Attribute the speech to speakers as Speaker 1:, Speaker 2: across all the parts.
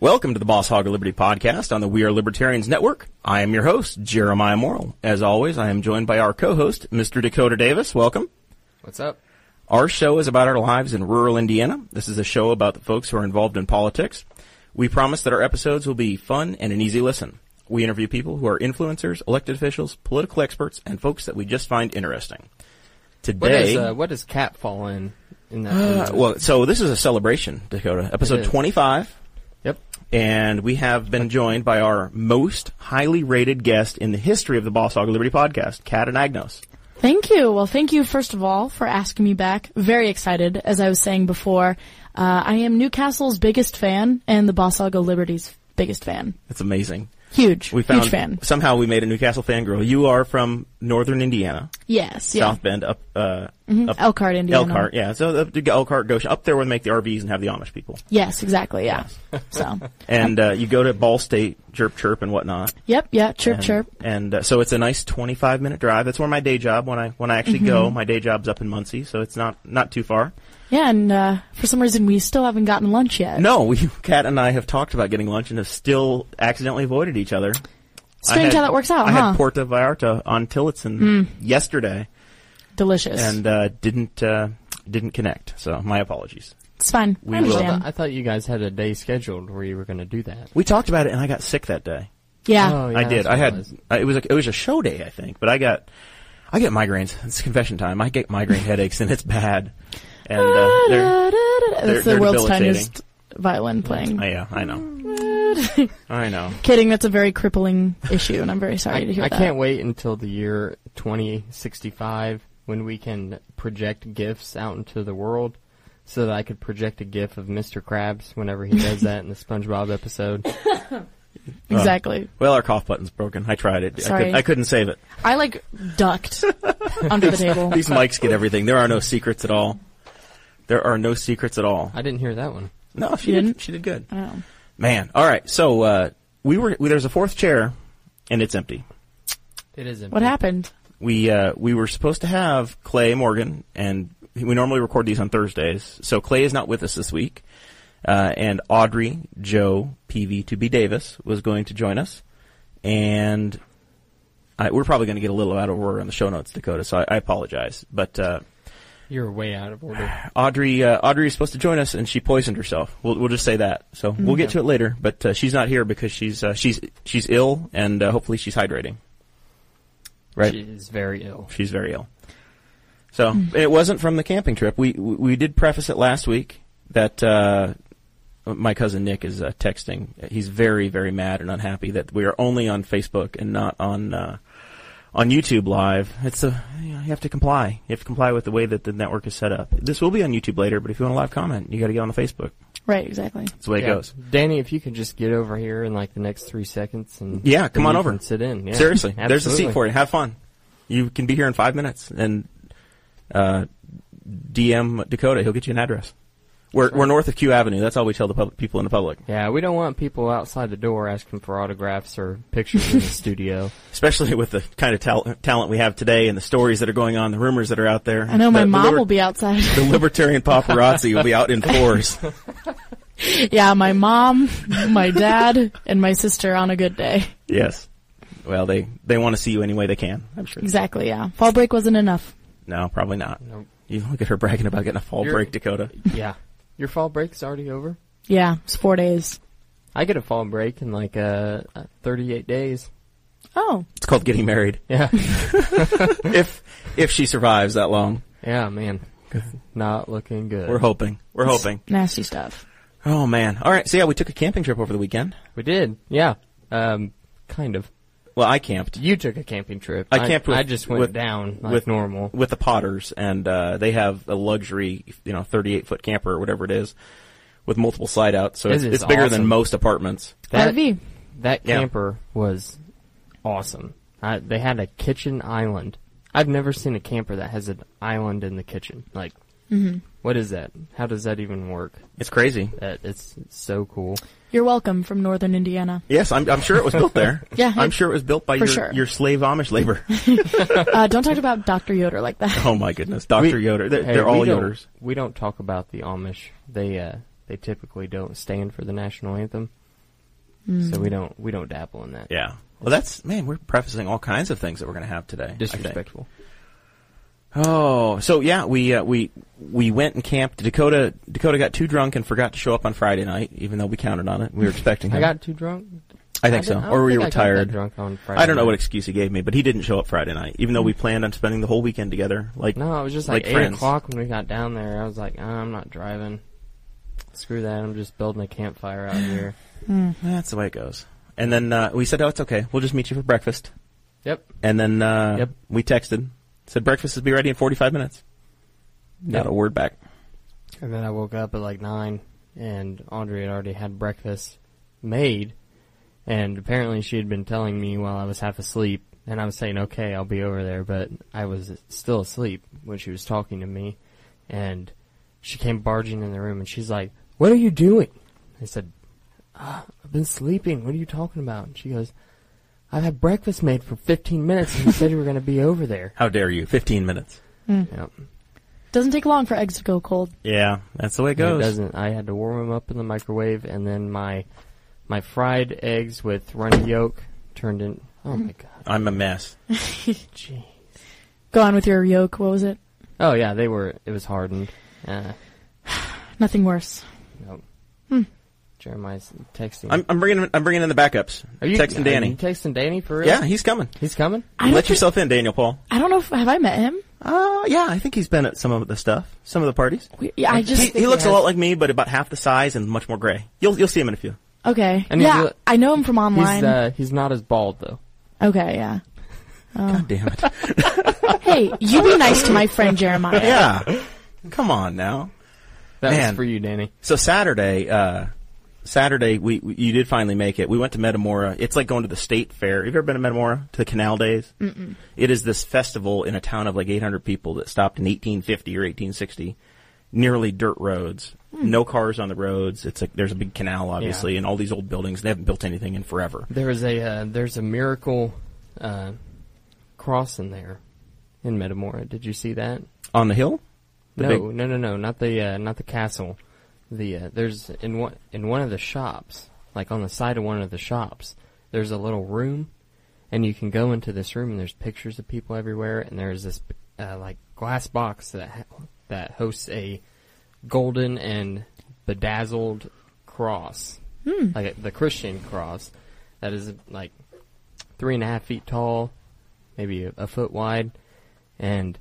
Speaker 1: Welcome to the Boss Hog of Liberty podcast on the We Are Libertarians Network. I am your host, Jeremiah Morrill. As always, I am joined by our co-host, Mr. Dakota Davis. Welcome.
Speaker 2: What's up?
Speaker 1: Our show is about our lives in rural Indiana. This is a show about the folks who are involved in politics. We promise that our episodes will be fun and an easy listen. We interview people who are influencers, elected officials, political experts, and folks that we just find interesting.
Speaker 2: What
Speaker 1: Today,
Speaker 2: does uh, what does Cap fall in? In that.
Speaker 1: uh, well, so this is a celebration, Dakota. Episode
Speaker 2: is.
Speaker 1: 25.
Speaker 2: yep.
Speaker 1: and we have been joined by our most highly rated guest in the history of the Boss Hog of Liberty podcast, Kat and Agnos.
Speaker 3: Thank you. Well, thank you first of all for asking me back. Very excited, as I was saying before. Uh, I am Newcastle's biggest fan and the Bossago Liberty's biggest fan.
Speaker 1: That's amazing.
Speaker 3: Huge,
Speaker 1: We found
Speaker 3: huge fan.
Speaker 1: somehow we made a Newcastle fangirl. You are from northern Indiana,
Speaker 3: Yes, yeah. Mm-hmm.
Speaker 1: South Bend, up uh, up
Speaker 3: Elkhart, Indiana.
Speaker 1: Elkhart, yeah. So up to Elkhart, Goshen, up there where they make the RVs and have the Amish people.
Speaker 3: Yes, exactly. Yeah. So,
Speaker 1: And uh, you go to Ball State, chirp chirp and whatnot.
Speaker 3: yep, yeah. Chirp,
Speaker 1: And,
Speaker 3: chirp.
Speaker 1: And uh, so it's a nice 25 minute drive. That's where my day job when I when I actually
Speaker 3: Mm-hmm.
Speaker 1: go. My day job's up in Muncie, so it's not not too far.
Speaker 3: Yeah, and uh, for some reason we still haven't gotten lunch yet.
Speaker 1: No, we, Kat and I have talked about getting lunch and have still accidentally avoided each other. I
Speaker 3: Strange
Speaker 1: had-
Speaker 3: how that works out,
Speaker 1: I
Speaker 3: huh? Hmm.
Speaker 1: had Puerto Vallarta on Tillotson yesterday
Speaker 3: Delicious.
Speaker 1: and uh, didn't uh, didn't connect. So my apologies.
Speaker 3: it's fine.
Speaker 1: we
Speaker 3: I
Speaker 1: will-
Speaker 2: Well,
Speaker 3: understand.
Speaker 2: I thought you guys had a day scheduled where you were going to do that.
Speaker 1: We talked about it, and I got sick that day.
Speaker 3: yeah.
Speaker 2: Oh, yeah,
Speaker 1: I did.
Speaker 2: that's
Speaker 1: I
Speaker 2: what
Speaker 1: had
Speaker 2: it was.
Speaker 1: I, it was a, it was a show day, I think, but I got I get migraines. It's confession time. I get migraine headaches, and it's bad. And uh, they're,
Speaker 3: Da-da-da-da.
Speaker 1: they're-
Speaker 3: That's
Speaker 1: they're
Speaker 3: the world's
Speaker 1: debilitating.
Speaker 3: tiniest violin playing.
Speaker 1: I, yeah, I know, I know.
Speaker 3: Kidding. That's a very crippling issue, and I'm very sorry to hear
Speaker 2: I
Speaker 3: that.
Speaker 2: can't wait until the year 2065 when we can project gifts out into the world so that I could project a gif of Mr. Krabs whenever he does that in the SpongeBob episode.
Speaker 3: Exactly.
Speaker 1: Well, our cough button's broken. I tried it. I,
Speaker 3: Sorry.
Speaker 1: could, I couldn't save it.
Speaker 3: I like ducked under the table.
Speaker 1: These mics get everything. There are no secrets at all. There are no secrets at all.
Speaker 2: I didn't hear that one.
Speaker 1: No, she
Speaker 3: You
Speaker 1: did
Speaker 3: didn't?
Speaker 1: She did good.
Speaker 3: Oh.
Speaker 1: Man, all right. So uh, we were we, there's a fourth chair, and it's empty.
Speaker 2: It isn't.
Speaker 3: What happened?
Speaker 1: We uh, we were supposed to have Clay Morgan, and we normally record these on Thursdays. So Clay is not with us this week, uh, and Audrey Joe PV to be Davis was going to join us, and I, we're probably going to get a little out of order on the show notes, Dakota. So I, I apologize, but. Uh,
Speaker 2: You're way out of order.
Speaker 1: Audrey, uh, Audrey is supposed to join us, and she poisoned herself. We'll, we'll just say that. So we'll get to it later. But uh, she's not here because she's uh, she's she's ill, and uh, hopefully she's hydrating. Right,
Speaker 2: She is very ill.
Speaker 1: she's very ill. So it wasn't from the camping trip. We we we did preface it last week that uh, my cousin Nick is uh, texting. He's very very mad and unhappy that we are only on Facebook and not on. Uh, on YouTube Live, it's a you, know, you have to comply. You have to comply with the way that the network is set up. This will be on YouTube later, but if you want a live comment, you got to get on the Facebook.
Speaker 3: Right, exactly.
Speaker 1: That's the way
Speaker 2: Yeah.
Speaker 1: it goes.
Speaker 2: Danny, if you could just get over here in like the next three seconds and
Speaker 1: Yeah, come
Speaker 2: then
Speaker 1: on
Speaker 2: you
Speaker 1: over.
Speaker 2: can sit in. Yeah,
Speaker 1: Seriously, there's a
Speaker 2: absolutely.
Speaker 1: seat for you. Have fun. You can be here in five minutes and uh, DM Dakota. He'll get you an address. We're we're north of Q Avenue. That's all we tell the public, people in the public,
Speaker 2: Yeah, we don't want people outside the door asking for autographs or pictures in the studio.
Speaker 1: especially with the kind of tal- talent we have today and the stories that are going on, the rumors that are out there.
Speaker 3: I know my
Speaker 1: The- the
Speaker 3: mom
Speaker 1: liber-
Speaker 3: will be outside.
Speaker 1: The libertarian paparazzi will be out in force.
Speaker 3: yeah, my mom, my dad, and my sister on a good day.
Speaker 1: yes. Well, they they want to see you any way they can. I'm sure.
Speaker 3: Exactly, yeah. Fall break wasn't enough.
Speaker 1: No, probably not.
Speaker 2: Nope.
Speaker 1: You look at her bragging about getting a fall
Speaker 2: You're-
Speaker 1: break, Dakota.
Speaker 2: Yeah. Your fall break's already over?
Speaker 3: Yeah, it's four days.
Speaker 2: I get a fall break in like uh, uh, 38 days.
Speaker 3: Oh,
Speaker 1: It's called getting married.
Speaker 2: Yeah.
Speaker 1: if if she survives that long,
Speaker 2: yeah, man. Not looking good. Oh,
Speaker 1: we're hoping. We're hoping.
Speaker 3: nasty stuff.
Speaker 1: Oh man. All right. So yeah, we took a camping trip over the weekend.
Speaker 2: We did, yeah. Um, kind of.
Speaker 1: Well, I camped.
Speaker 2: You took a camping trip.
Speaker 1: I camped. With,
Speaker 2: I just went
Speaker 1: with-
Speaker 2: down like
Speaker 1: with
Speaker 2: normal.
Speaker 1: with the Potters, and uh, they have a luxury, you know, 38 foot camper or whatever it is, with multiple slide outs. So
Speaker 2: It
Speaker 1: it's,
Speaker 2: is
Speaker 1: it's bigger than
Speaker 2: awesome.
Speaker 1: most apartments.
Speaker 2: That-
Speaker 3: RV.
Speaker 2: That
Speaker 1: Yeah.
Speaker 2: camper was awesome. I, they had a kitchen island. I've never seen a camper that has an island in the kitchen. Like, what is that? How does that even work?
Speaker 1: It's crazy.
Speaker 2: That it's so cool.
Speaker 3: You're welcome from Northern Indiana.
Speaker 1: Yes, I'm, I'm sure it was built there.
Speaker 3: Yeah,
Speaker 1: I'm
Speaker 3: it-
Speaker 1: sure it was built by
Speaker 3: for
Speaker 1: your,
Speaker 3: sure.
Speaker 1: your slave Amish labor.
Speaker 3: Uh, don't talk about Dr. Yoder like that.
Speaker 1: oh my goodness, Doctor
Speaker 2: We-
Speaker 1: Yoder. They're,
Speaker 2: Hey,
Speaker 1: they're all
Speaker 2: we don't-
Speaker 1: Yoders.
Speaker 2: We don't talk about the Amish. They uh, they typically don't stand for the national anthem, so we don't we don't dabble in that.
Speaker 1: Yeah. Well, that's man. We're prefacing all kinds of things that we're going to have today. I think.
Speaker 2: disrespectful.
Speaker 1: Oh, so yeah, we uh, we we went and camped. Dakota Dakota got too drunk and forgot to show up on Friday night, even though we counted on it. We were expecting him.
Speaker 2: I got too drunk.
Speaker 1: I think
Speaker 2: I
Speaker 1: so,
Speaker 2: didn't- I
Speaker 1: or
Speaker 2: don't
Speaker 1: we
Speaker 2: think
Speaker 1: were
Speaker 2: I got that
Speaker 1: tired.
Speaker 2: drunk on
Speaker 1: I don't
Speaker 2: Friday
Speaker 1: know what
Speaker 2: night.
Speaker 1: excuse he gave me, but he didn't show up Friday night, even though we planned on spending the whole weekend together. Like
Speaker 2: No, it was just like, eight
Speaker 1: friends.
Speaker 2: o'clock when we got down there. I was like, "Ah, I'm not driving. Screw that. I'm just building a campfire out here.
Speaker 1: That's the way it goes. And then uh, we said, "Oh, it's okay. We'll just meet you for breakfast."
Speaker 2: Yep.
Speaker 1: And then uh,
Speaker 2: Yep.
Speaker 1: we texted, said breakfast will be ready in forty five minutes. Not
Speaker 2: Yep.
Speaker 1: a word back.
Speaker 2: And then I woke up at like nine, and Audrey had already had breakfast made, and apparently she had been telling me while I was half asleep, and I was saying, "Okay, I'll be over there," but I was still asleep when she was talking to me, and she came barging in the room, and she's like, "What are you doing?" I said, ah, "I've been sleeping. What are you talking about?" And she goes. I've had breakfast made for 15 minutes and you said you were going to be over there.
Speaker 1: How dare you? Fifteen minutes.
Speaker 2: Yep.
Speaker 3: Doesn't take long for eggs to go cold.
Speaker 1: Yeah, that's the way it
Speaker 2: It
Speaker 1: goes.
Speaker 2: doesn't. I had to warm them up in the microwave, and then my my fried eggs with runny yolk turned in. Oh
Speaker 1: Hmm.
Speaker 2: my god,
Speaker 1: I'm a mess.
Speaker 2: gee.
Speaker 3: Go on with your yolk. What was it?
Speaker 2: Oh yeah, they were. It was hardened. Uh,
Speaker 3: Nothing worse.
Speaker 2: no.
Speaker 1: Hmm.
Speaker 2: Jeremiah's texting.
Speaker 1: I'm, I'm bringing I'm bringing in the backups.
Speaker 2: Are you
Speaker 1: texting
Speaker 2: Are you
Speaker 1: Danny?
Speaker 2: texting Danny for real?
Speaker 1: Yeah, he's coming.
Speaker 2: he's coming.
Speaker 3: I don't
Speaker 1: Let
Speaker 3: think-
Speaker 1: yourself in, Daniel Paul.
Speaker 3: I don't know if have I met him.
Speaker 1: Uh, yeah, I think he's been at some of the stuff, some of the parties.
Speaker 3: We, yeah, I just
Speaker 1: He, he looks a lot like me, but about half the size and much more gray. You'll you'll see him in a few.
Speaker 3: okay.
Speaker 2: And he's
Speaker 3: yeah,
Speaker 2: a-
Speaker 3: I know him from online.
Speaker 2: He's uh, he's not as bald though.
Speaker 3: okay, yeah.
Speaker 1: God damn it.
Speaker 3: Hey, you be nice to my friend Jeremiah.
Speaker 1: yeah. Come on now.
Speaker 2: That
Speaker 1: Man.
Speaker 2: was for you, Danny.
Speaker 1: So Saturday, uh, Saturday, we, we you did finally make it. We went to Metamora. It's like going to the state fair. Have you ever been to Metamora to the Canal Days? Mm-mm. is this festival in a town of like 800 people that stopped in 1850 or 1860. Nearly dirt roads, no cars on the roads. It's like there's a big canal, obviously, and all these old buildings. They haven't built anything in forever.
Speaker 2: There is a uh, there's a miracle uh, cross in there in Metamora. Did you see that?
Speaker 1: On the hill, The
Speaker 2: no,
Speaker 1: big-
Speaker 2: no, no, no, not the uh, not the castle. The uh, there's in one in one of the shops, like on the side of one of the shops, there's a little room, and you can go into this room and there's pictures of people everywhere, and there's this uh, like glass box that ha- that hosts a golden and bedazzled cross, like a, the Christian cross, that is like three and a half feet tall, maybe a, a foot wide, and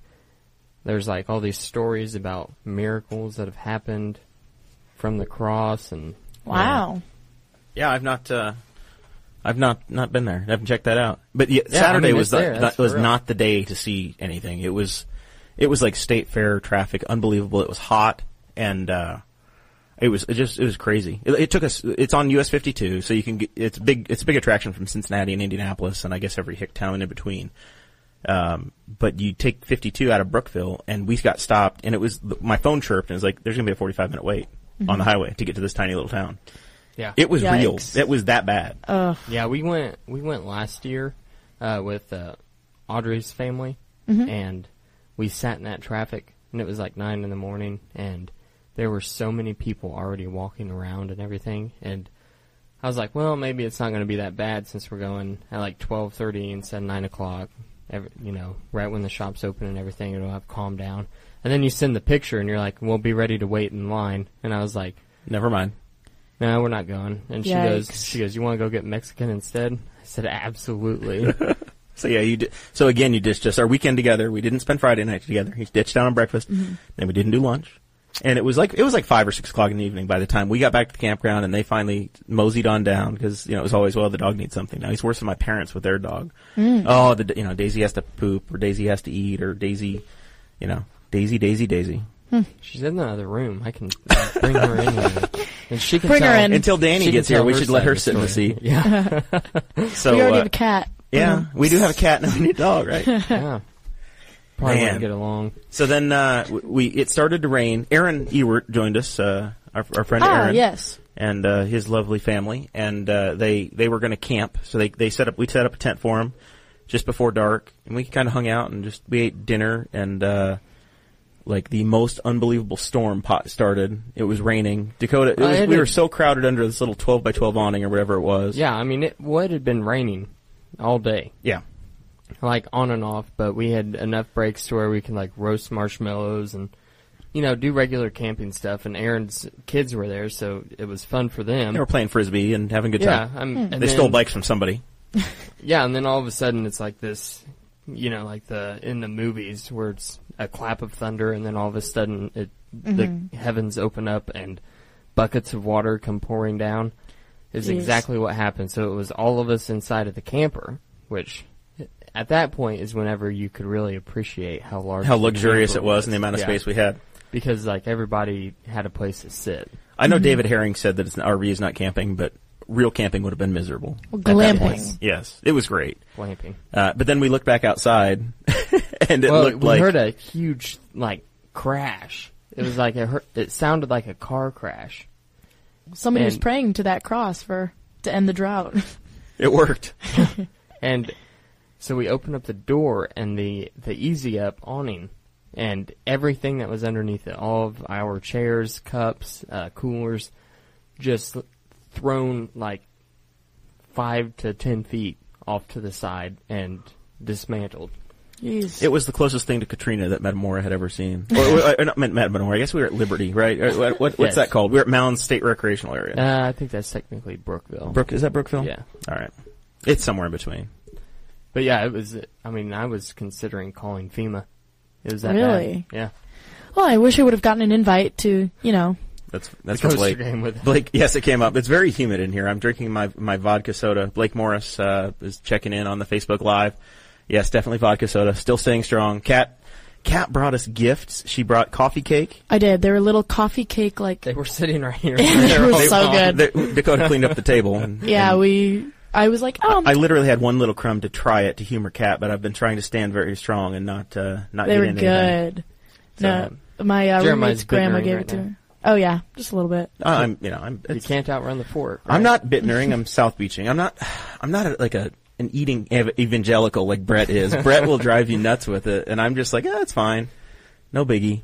Speaker 2: there's like all these stories about miracles that have happened from the cross and
Speaker 3: Wow.
Speaker 1: Yeah, I've not. Uh, I've not not been there. I haven't checked that out. But yeah,
Speaker 2: Yeah,
Speaker 1: Saturday
Speaker 2: I mean,
Speaker 1: was
Speaker 2: it's
Speaker 1: the,
Speaker 2: there.
Speaker 1: that
Speaker 2: That's
Speaker 1: was
Speaker 2: for real.
Speaker 1: not the day to see anything. It was it was like state fair traffic, unbelievable. It was hot and uh, it was it just it was crazy. It, it took us. It's on US 52, so you can get it's big. It's a big attraction from Cincinnati and Indianapolis, and I guess every hick town in between. Um, but you take 52 out of Brookville, and we got stopped, and it was my phone chirped, and it was like, "There's gonna be a 45 minute wait on the highway to get to this tiny little town."
Speaker 2: yeah
Speaker 1: It was
Speaker 3: Yikes.
Speaker 1: real. It was that bad.
Speaker 2: yeah we went we went last year uh, with uh, Audrey's family and we sat in that traffic and it was like nine in the morning and there were so many people already walking around and everything and I was like well maybe it's not going to be that bad since we're going at like twelve thirty instead of nine o'clock every, you know right when the shops open and everything it'll have calmed down and then you send the picture and you're like we'll be ready to wait in line and I was like
Speaker 1: Never mind.
Speaker 2: no, we're not going. And she
Speaker 3: Yikes.
Speaker 2: goes, she goes, you want to go get Mexican instead? I said, absolutely.
Speaker 1: So yeah, you. Di- so
Speaker 2: Mm-hmm.
Speaker 1: again, you ditched us our weekend together. We didn't spend Friday night together. He ditched out on breakfast, then we didn't do lunch, and it was like it was like five or six o'clock in the evening by the time we got back to the campground, and they finally moseyed on down because you know it was always well the dog needs something. Now he's worse than my parents with their dog.
Speaker 2: Mm.
Speaker 1: Oh, the you know Daisy has to poop or Daisy has to eat or Daisy, you know Daisy Daisy Daisy.
Speaker 2: She's in the other room. I can bring her in here. And she can
Speaker 3: Bring her
Speaker 2: tell-
Speaker 3: in.
Speaker 1: Until Danny
Speaker 2: Mm. she can
Speaker 1: gets here,
Speaker 2: tell
Speaker 1: we
Speaker 2: her
Speaker 1: should let
Speaker 2: side
Speaker 1: her
Speaker 2: of the
Speaker 1: sit in the
Speaker 2: story.
Speaker 1: seat.
Speaker 2: Yeah.
Speaker 1: So
Speaker 3: we already
Speaker 1: uh,
Speaker 3: have a cat.
Speaker 1: yeah, we do have a cat and we need a dog, right?
Speaker 2: yeah. Probably
Speaker 1: Man.
Speaker 2: wouldn't get along.
Speaker 1: So then uh, w- we it started to rain. Aaron Ewert joined us, uh, our, our friend
Speaker 3: Ah,
Speaker 1: Aaron,
Speaker 3: yes.
Speaker 1: and uh, his lovely family, and uh, they they were going to camp. So they they set up we set up a tent for him just before dark, and we kind of hung out and just we ate dinner and. Uh, like the most unbelievable storm pot started. It was raining. Dakota, it
Speaker 2: Uh,
Speaker 1: was,
Speaker 2: it
Speaker 1: we
Speaker 2: had-
Speaker 1: were so crowded under this little 12 by 12 awning or whatever it was.
Speaker 2: Yeah, I mean, it would have been raining all day,
Speaker 1: Yeah.
Speaker 2: like on and off, but we had enough breaks to where we can like roast marshmallows and, you know, do regular camping stuff. And Aaron's kids were there, so it was fun for them.
Speaker 1: They were playing frisbee and having a good
Speaker 2: yeah,
Speaker 1: time.
Speaker 2: I'm, and
Speaker 1: They
Speaker 2: then-
Speaker 1: stole bikes from somebody.
Speaker 2: Yeah, and then all of a sudden it's like this, you know, like the in the movies where it's a clap of thunder, and then all of a sudden it the heavens open up and buckets of water come pouring down. Is
Speaker 3: Yes.
Speaker 2: exactly what happened. So it was all of us inside of the camper, which at that point is whenever you could really appreciate how large,
Speaker 1: How
Speaker 2: the
Speaker 1: luxurious
Speaker 2: camper
Speaker 1: it was and the amount of
Speaker 2: Yeah.
Speaker 1: space we had.
Speaker 2: because like everybody had a place to sit.
Speaker 1: I know David Herring said that it's an RV is not camping, but real camping would have been miserable.
Speaker 3: Well,
Speaker 1: at that
Speaker 3: glamping.
Speaker 1: point. Yes, it was great.
Speaker 2: Glamping.
Speaker 1: Uh, but then we looked back outside, and it
Speaker 2: well,
Speaker 1: looked
Speaker 2: we
Speaker 1: like
Speaker 2: heard a huge like crash. It was like it, heard, it sounded like a car crash.
Speaker 3: Somebody was
Speaker 2: And-
Speaker 3: praying to that cross for to end the drought.
Speaker 1: it worked.
Speaker 2: And so we opened up the door and the, the easy up awning and everything that was underneath it, all of our chairs, cups, uh, coolers, just thrown like five to ten feet off to the side and dismantled.
Speaker 3: Jeez.
Speaker 1: It was the closest thing to Katrina that Metamora had ever seen. or, or, or not Met- Metamora. I guess we were at Liberty, right? Or what- what- what's
Speaker 2: Yes.
Speaker 1: that called? We were at Mound State Recreational Area.
Speaker 2: Uh, I think that's technically Brookville.
Speaker 1: Brook is that Brookville?
Speaker 2: Yeah.
Speaker 1: All right. It's somewhere in between.
Speaker 2: But yeah, it was. I mean, I was considering calling FEMA. It was that
Speaker 3: Really?
Speaker 2: Bad. Yeah,
Speaker 3: well, I wish I would have gotten an invite to, you know,
Speaker 1: That's that's
Speaker 2: The
Speaker 1: what
Speaker 2: coaster
Speaker 1: Blake.
Speaker 2: game with-
Speaker 1: Blake, yes, it came up. It's very humid in here. I'm drinking my my vodka soda. Blake Morris uh, is checking in on the Facebook Live. Yes, definitely vodka soda. Still staying strong. Kat, Kat brought us gifts. She brought coffee cake.
Speaker 3: I did. They were little coffee cake like.
Speaker 2: they were sitting right here.
Speaker 3: They were so good.
Speaker 1: They- Dakota cleaned up the table. And,
Speaker 3: yeah,
Speaker 1: and
Speaker 3: we. I was like, oh,
Speaker 1: I literally had one little crumb to try it to humor Kat, but I've been trying to stand very strong and not uh, not
Speaker 3: they
Speaker 1: get
Speaker 3: were
Speaker 1: into anything.
Speaker 3: good. No, my uh,
Speaker 2: Jeremiah's
Speaker 3: roommate's grandma
Speaker 2: bickering
Speaker 3: gave
Speaker 2: right
Speaker 3: it to
Speaker 2: now.
Speaker 3: her. Oh yeah, just a little bit.
Speaker 1: I'm you know I'm
Speaker 2: You
Speaker 1: it's-
Speaker 2: can't outrun the fort.
Speaker 1: I'm
Speaker 2: right?
Speaker 1: not Bittnering. I'm South Beaching. I'm not. I'm not a, like a an eating ev- evangelical like Brett is. Brett will drive you nuts with it, and I'm just like, ah, it's fine, no biggie.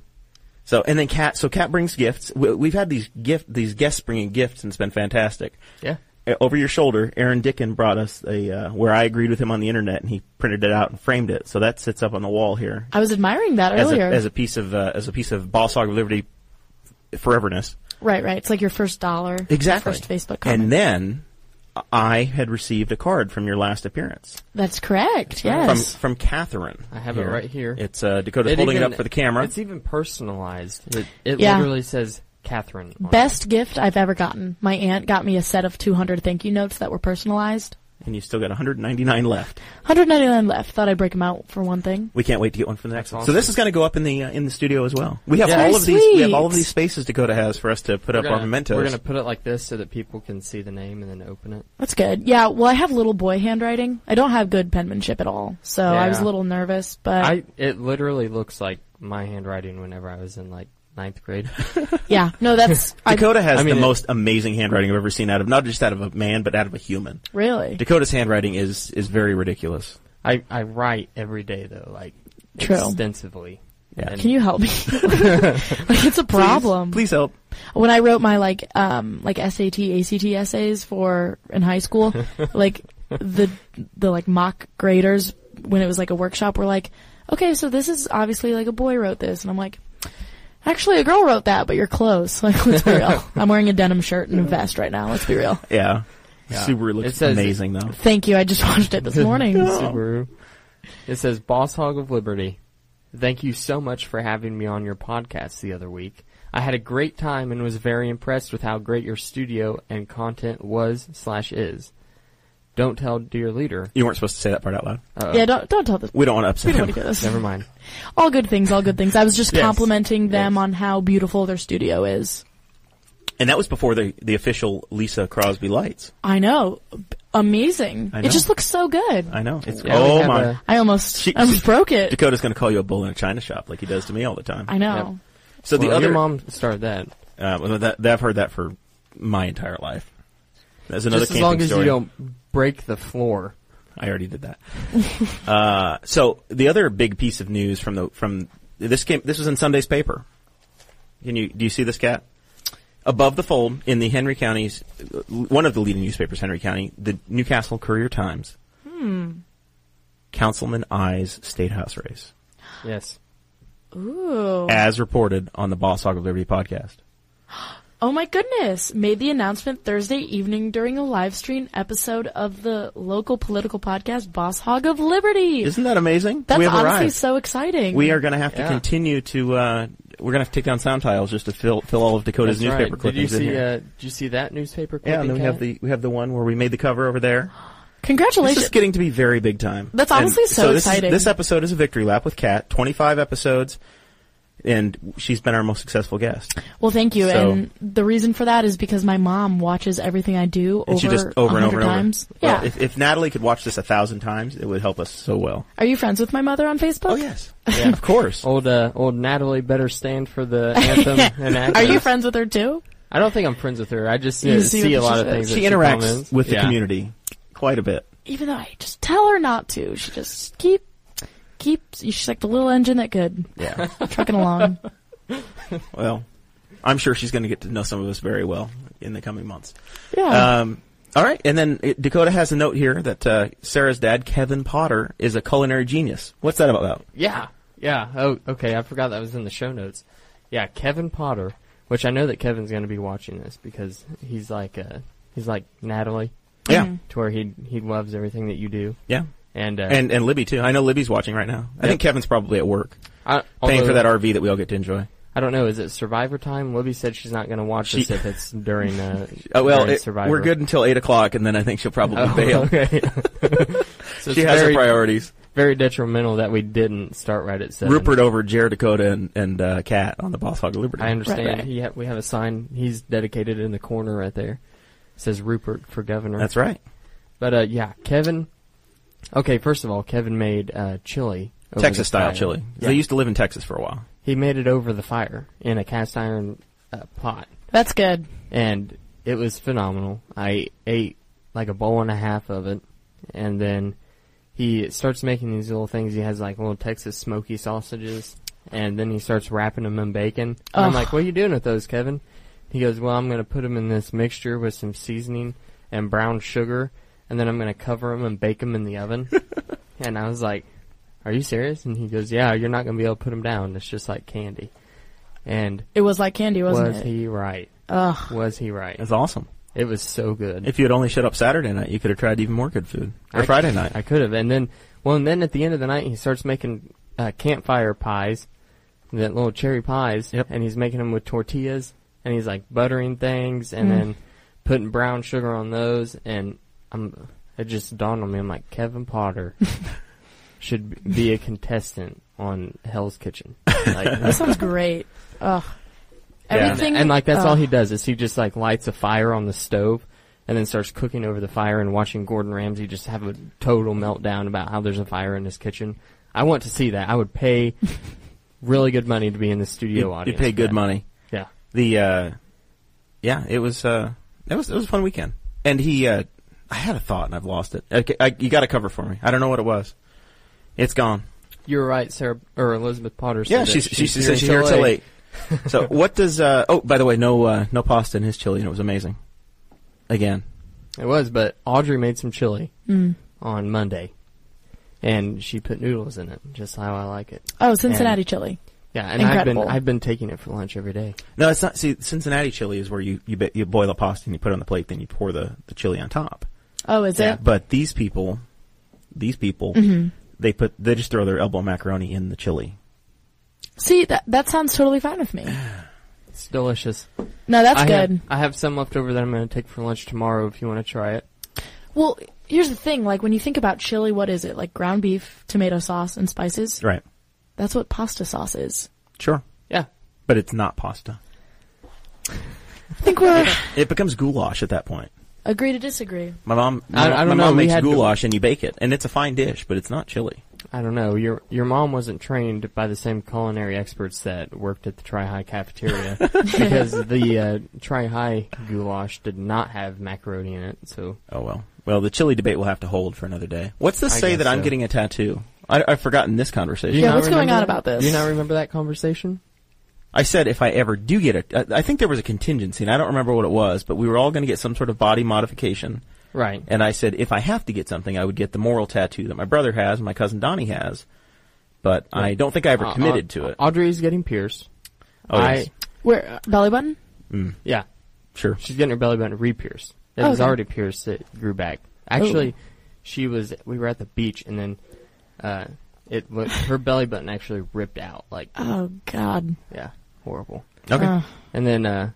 Speaker 1: So and then Kat. So Kat brings gifts. We, we've had these gift these guests bringing gifts, and it's been fantastic.
Speaker 2: Yeah.
Speaker 1: Uh, Over your shoulder, Aaron Dickin brought us a uh, where I agreed with him on the internet, and he printed it out and framed it. So that sits up on the wall here
Speaker 3: I was admiring that
Speaker 1: as a,
Speaker 3: earlier.
Speaker 1: as a piece of uh, as a piece of Boss Hog of Liberty foreverness.
Speaker 3: right, right. It's like your first dollar.
Speaker 1: Exactly.
Speaker 3: First Facebook comment.
Speaker 1: And then I had received a card from your last appearance
Speaker 3: That's correct. Yes.
Speaker 1: from from Catherine.
Speaker 2: I have it right here.
Speaker 1: It's uh, Dakota's holding
Speaker 2: even-
Speaker 1: it up for the camera.
Speaker 2: It's even personalized. It, it
Speaker 3: Yeah.
Speaker 2: literally says Catherine. on it.
Speaker 3: Best gift I've ever gotten. My aunt got me a set of 200 thank you notes that were personalized.
Speaker 1: and you still got 199 left.
Speaker 3: 199 left. Thought I'd break them out for one thing.
Speaker 1: We can't wait to get one for the next
Speaker 2: That's
Speaker 1: one. So this
Speaker 2: awesome.
Speaker 1: is going to go up in the uh, in the studio as well. We have
Speaker 2: Yeah.
Speaker 1: all
Speaker 3: Very
Speaker 1: of these. We have
Speaker 3: sweet.
Speaker 1: all of these spaces Dakota has for us to put
Speaker 2: We're
Speaker 1: up
Speaker 2: gonna,
Speaker 1: our mementos.
Speaker 2: We're gonna put it like this so that people can see the name and then open it.
Speaker 3: That's good. Yeah, well, I have little boy handwriting. I don't have good penmanship at all, so I was a
Speaker 2: Yeah.
Speaker 3: little nervous, but
Speaker 2: I. It literally looks like my handwriting whenever I was in like ninth grade.
Speaker 3: yeah, no, that's I
Speaker 1: Dakota has
Speaker 2: I mean,
Speaker 1: the
Speaker 2: it-
Speaker 1: most amazing handwriting I've ever seen out of not just out of a man but out of a human.
Speaker 3: really
Speaker 1: Dakota's handwriting is is very ridiculous.
Speaker 2: I I write every day though, like
Speaker 3: True.
Speaker 2: extensively.
Speaker 1: Yeah.
Speaker 2: And
Speaker 3: Can you help me? like it's a problem.
Speaker 1: Please help.
Speaker 3: When I wrote my like um like SAT ACT essays for in high school, like the the like mock graders when it was like a workshop were like, "Okay, so this is obviously like a boy wrote this." And I'm like, "Actually, a girl wrote that, but you're close." Like let's be real. I'm wearing a denim shirt and a vest right now. Let's be real.
Speaker 1: Yeah.
Speaker 2: Yeah.
Speaker 1: Subaru
Speaker 2: It
Speaker 1: looks
Speaker 2: says-
Speaker 1: amazing though.
Speaker 3: Thank you. I just watched it this morning.
Speaker 2: Subaru. It says, Boss Hog of Liberty, thank you so much for having me on your podcast the other week. I had a great time and was very impressed with how great your studio and content was slash is. Don't tell dear leader.
Speaker 1: You weren't supposed to say that part out loud.
Speaker 3: Yeah, don't don't tell the
Speaker 1: We don't want to upset
Speaker 3: we
Speaker 1: him.
Speaker 3: don't want to hear this.
Speaker 2: Never mind.
Speaker 3: All good things, all good things. I was just
Speaker 2: Yes.
Speaker 3: complimenting them
Speaker 2: Yes.
Speaker 3: on how beautiful their studio is.
Speaker 1: And that was before the the official Lisa Crosby lights.
Speaker 3: I know, B- amazing.
Speaker 1: I know.
Speaker 3: It just looks so good.
Speaker 1: I know. It's
Speaker 2: Yeah, we
Speaker 1: oh
Speaker 2: have
Speaker 1: my.
Speaker 2: a-
Speaker 3: I almost
Speaker 1: She-
Speaker 3: I almost broke it.
Speaker 1: Dakota's going to call you a bull in a china shop like he does to me all the time.
Speaker 3: I know.
Speaker 1: So the
Speaker 2: Well,
Speaker 1: other
Speaker 2: your mom started that.
Speaker 1: uh, well, that, that- I've heard that for my entire life. That's another
Speaker 2: Just as
Speaker 1: camping
Speaker 2: long as
Speaker 1: story.
Speaker 2: you don't break the floor.
Speaker 1: I already did that. uh, so the other big piece of news from the from this came this was in Sunday's paper. Can you do you see this cat? Above the fold in the Henry County's one of the leading newspapers, Henry County, the Newcastle Courier Times.
Speaker 3: Hmm.
Speaker 1: Councilman I's state house race,
Speaker 2: Yes.
Speaker 3: Ooh.
Speaker 1: as reported on the Boss Hog of Liberty podcast.
Speaker 3: Oh my goodness. Made the announcement Thursday evening during a live stream episode of the local political podcast Boss Hog of Liberty.
Speaker 1: Isn't that amazing?
Speaker 3: That's
Speaker 1: we have
Speaker 3: honestly
Speaker 1: arrived.
Speaker 3: so exciting.
Speaker 1: we are going to have to
Speaker 2: Yeah.
Speaker 1: continue to. Uh, we're going to have to take down sound tiles just to fill fill all of Dakota's
Speaker 2: That's
Speaker 1: newspaper
Speaker 2: right. Did you
Speaker 1: clippings in
Speaker 2: see?
Speaker 1: here.
Speaker 2: Uh, did you see that newspaper?
Speaker 1: Yeah, and
Speaker 2: clipping,
Speaker 1: then we have
Speaker 2: Kat?
Speaker 1: the we have the one where we made the cover over there. This
Speaker 3: Congratulations.
Speaker 1: is getting to be very big time.
Speaker 3: That's
Speaker 1: And
Speaker 3: honestly so
Speaker 1: this is-
Speaker 3: exciting.
Speaker 1: this episode is a victory lap with Kat. Twenty five episodes, and she's been our most successful guest.
Speaker 3: well, thank you.
Speaker 1: So-
Speaker 3: and the reason for that is because my mom watches everything I do over
Speaker 1: And she just over and
Speaker 3: 100
Speaker 1: over and
Speaker 3: times.
Speaker 1: over.
Speaker 3: Yeah.
Speaker 1: Well, if, if Natalie could watch this a thousand times, it would help us so well.
Speaker 3: Are you friends with my mother on Facebook?
Speaker 1: Oh yes, yeah, of course.
Speaker 2: Old uh, old Natalie better stand for the
Speaker 1: Um,
Speaker 2: anthem and anthem.
Speaker 3: Are you friends with her too?
Speaker 2: I don't think I'm friends with her. I just
Speaker 3: You
Speaker 2: uh,
Speaker 3: see
Speaker 2: see,
Speaker 3: what
Speaker 2: a lot
Speaker 3: she
Speaker 2: of
Speaker 3: says.
Speaker 2: things.
Speaker 1: she
Speaker 2: that
Speaker 1: interacts
Speaker 2: comments.
Speaker 1: with the
Speaker 2: Yeah.
Speaker 1: community quite a bit.
Speaker 3: Even though I just tell her not to, she just keep keep. She's like the little engine that could
Speaker 1: Yeah.
Speaker 3: trucking along.
Speaker 1: well, I'm sure she's going to get to know some of us very well in the coming months.
Speaker 3: Yeah.
Speaker 1: Um, all right, and then uh, Dakota has a note here that uh, Sarah's dad, Kevin Potter, is a culinary genius. What's that about?
Speaker 2: Yeah, yeah. Oh, okay. I forgot that was in the show notes. Yeah, Kevin Potter, which I know that Kevin's going to be watching this because he's like uh, he's like Natalie,
Speaker 1: Yeah,
Speaker 3: Mm-hmm. Mm.
Speaker 2: to where he he loves everything that you do,
Speaker 1: yeah,
Speaker 2: and uh,
Speaker 1: and and Libby too. I know Libby's watching right now. I think Kevin's probably at work
Speaker 2: I,
Speaker 1: paying
Speaker 2: although-
Speaker 1: for that RV that we all get to enjoy.
Speaker 2: I don't know. Is it Survivor time? Libby said she's not going to watch
Speaker 1: She-
Speaker 2: this if it's during uh,
Speaker 1: Uh, well,
Speaker 2: during
Speaker 1: it-
Speaker 2: Survivor.
Speaker 1: we're good until eight o'clock, and then I think she'll probably
Speaker 2: Oh,
Speaker 1: bail.
Speaker 2: okay. so
Speaker 1: She
Speaker 2: it's
Speaker 1: has
Speaker 2: very,
Speaker 1: her priorities.
Speaker 2: very detrimental that we didn't start right at seven.
Speaker 1: Rupert over Jared Dakota and and uh, Kat on the Boss Hog of Liberty.
Speaker 2: I understand.
Speaker 3: Right, right.
Speaker 2: He ha- we have a sign. He's dedicated in the corner right there. It says Rupert for governor.
Speaker 1: That's right.
Speaker 2: But uh, yeah, Kevin. Okay, first of all, Kevin made uh, chili, over the
Speaker 1: Texas style
Speaker 2: fire.
Speaker 1: chili.
Speaker 2: Yeah.
Speaker 1: They used to live in Texas for a while.
Speaker 2: he made it over the fire in a cast iron uh, pot,
Speaker 3: That's good.
Speaker 2: and it was phenomenal. I ate like a bowl and a half of it, and then he starts making these little things. He has like little Texas smoky sausages, and then he starts wrapping them in bacon. And I'm
Speaker 3: Ugh.
Speaker 2: like, "What are you doing with those, Kevin?" He goes, "Well, I'm gonna put them in this mixture with some seasoning and brown sugar, and then I'm gonna cover them and bake them in the oven." and I was like, "Are you serious?" And he goes, "Yeah, you're not gonna be able to put them down. It's just like candy." And
Speaker 3: It was like candy, wasn't
Speaker 2: was
Speaker 3: it?
Speaker 2: he right?
Speaker 3: Ugh.
Speaker 2: Was he right?
Speaker 1: It's awesome.
Speaker 2: It was so good.
Speaker 1: If you had only shut up Saturday night, you could have tried even more good food. Or
Speaker 2: I-
Speaker 1: Friday night.
Speaker 2: I could have. And then, well, and then at the end of the night, he starts making uh, campfire pies, that little cherry pies,
Speaker 1: Yep.
Speaker 2: and he's making them with tortillas, and he's like buttering things, and then putting brown sugar on those, and I'm, it just dawned on me, I'm like, Kevin Potter should be a contestant on Hell's Kitchen.
Speaker 3: That
Speaker 2: Like,
Speaker 3: sounds great. Ugh. Everything.
Speaker 2: and like that's all
Speaker 3: ugh.
Speaker 2: he does is he just like lights a fire on the stove and then starts cooking over the fire and watching Gordon Ramsay just have a total meltdown about how there's a fire in his kitchen. I want to see that. I would pay really good money to be in the studio
Speaker 1: you
Speaker 2: audience.
Speaker 1: pay
Speaker 2: for
Speaker 1: good
Speaker 2: that.
Speaker 1: money.
Speaker 2: Yeah.
Speaker 1: The uh, yeah, it was uh, it was it was a fun weekend. And he, uh, I had a thought and I've lost it. Okay, I, you got to cover for me. I don't know what it was. It's gone.
Speaker 2: You're right, Sarah or Elizabeth Potter. Said
Speaker 1: Yeah,
Speaker 2: that
Speaker 1: she's, she, she said she's
Speaker 2: here
Speaker 1: here till
Speaker 2: late.
Speaker 1: late. so what does? Uh, oh, by the way, no uh, no pasta in his chili, and it was amazing. Again,
Speaker 2: It was, but Audrey made some chili on Monday, and she put noodles in it, just how I like it.
Speaker 3: Oh, Cincinnati
Speaker 2: And-
Speaker 3: chili.
Speaker 2: Yeah, and I've
Speaker 3: Incredible.
Speaker 2: been I've been taking it for lunch every day.
Speaker 1: no, it's not. See, Cincinnati chili is where you you, ba- you boil the pasta and you put it on the plate, then you pour the the chili on top.
Speaker 3: Oh, is it?
Speaker 1: But these people, these people, they put they just throw their elbow macaroni in the chili.
Speaker 3: See, that that sounds totally fine with me.
Speaker 2: It's delicious.
Speaker 3: No, that's
Speaker 2: I
Speaker 3: good.
Speaker 2: Have, I have some left over that I'm going to take for lunch tomorrow if you want to try it.
Speaker 3: Well, here's the thing. Like when you think about chili, what is it? Like ground beef, tomato sauce, and spices.
Speaker 1: Right.
Speaker 3: That's what pasta sauce is.
Speaker 1: Sure.
Speaker 2: Yeah.
Speaker 1: But it's not pasta.
Speaker 3: I think we're
Speaker 1: It becomes goulash at that point.
Speaker 3: agree to disagree.
Speaker 1: My mom, my,
Speaker 2: I- I don't
Speaker 1: my
Speaker 2: know,
Speaker 1: mom
Speaker 2: we
Speaker 1: makes
Speaker 2: had goul-
Speaker 1: goulash and you bake it, and it's a fine dish, but it's not chili.
Speaker 2: I don't know. Your your mom wasn't trained by the same culinary experts that worked at the Tri High cafeteria because the uh, Tri High goulash did not have macaroni in it. So
Speaker 1: Oh well. Well, the chili debate will have to hold for another day. What's to
Speaker 2: I
Speaker 1: say that
Speaker 2: guess
Speaker 1: I'm
Speaker 2: so.
Speaker 1: getting a tattoo? I, I've forgotten this conversation.
Speaker 2: Do you
Speaker 3: Yeah,
Speaker 2: not
Speaker 3: what's going
Speaker 2: remember
Speaker 3: on
Speaker 2: that?
Speaker 3: about this?
Speaker 2: Do you not remember that conversation?
Speaker 1: I said if I ever do get a, I I think there was a contingency, and I don't remember what it was, but we were all going to get some sort of body modification.
Speaker 2: Right.
Speaker 1: And I said if I have to get something, I would get the moral tattoo that my brother has, and my cousin Donnie has. But I don't think I ever
Speaker 2: Uh,
Speaker 1: committed
Speaker 2: Au-
Speaker 1: to it.
Speaker 2: Audrey's getting pierced.
Speaker 1: Oh,
Speaker 2: I
Speaker 1: yes.
Speaker 3: Where uh, belly button?
Speaker 2: yeah,
Speaker 1: sure.
Speaker 2: she's getting her belly button re-pierced. It was
Speaker 3: Okay.
Speaker 2: already pierced. It grew back. Actually, she was. We were at the beach, and then uh, it went, her belly button actually ripped out. Like
Speaker 3: Oh God.
Speaker 2: yeah, horrible.
Speaker 1: Okay.
Speaker 3: Uh,
Speaker 2: And then uh,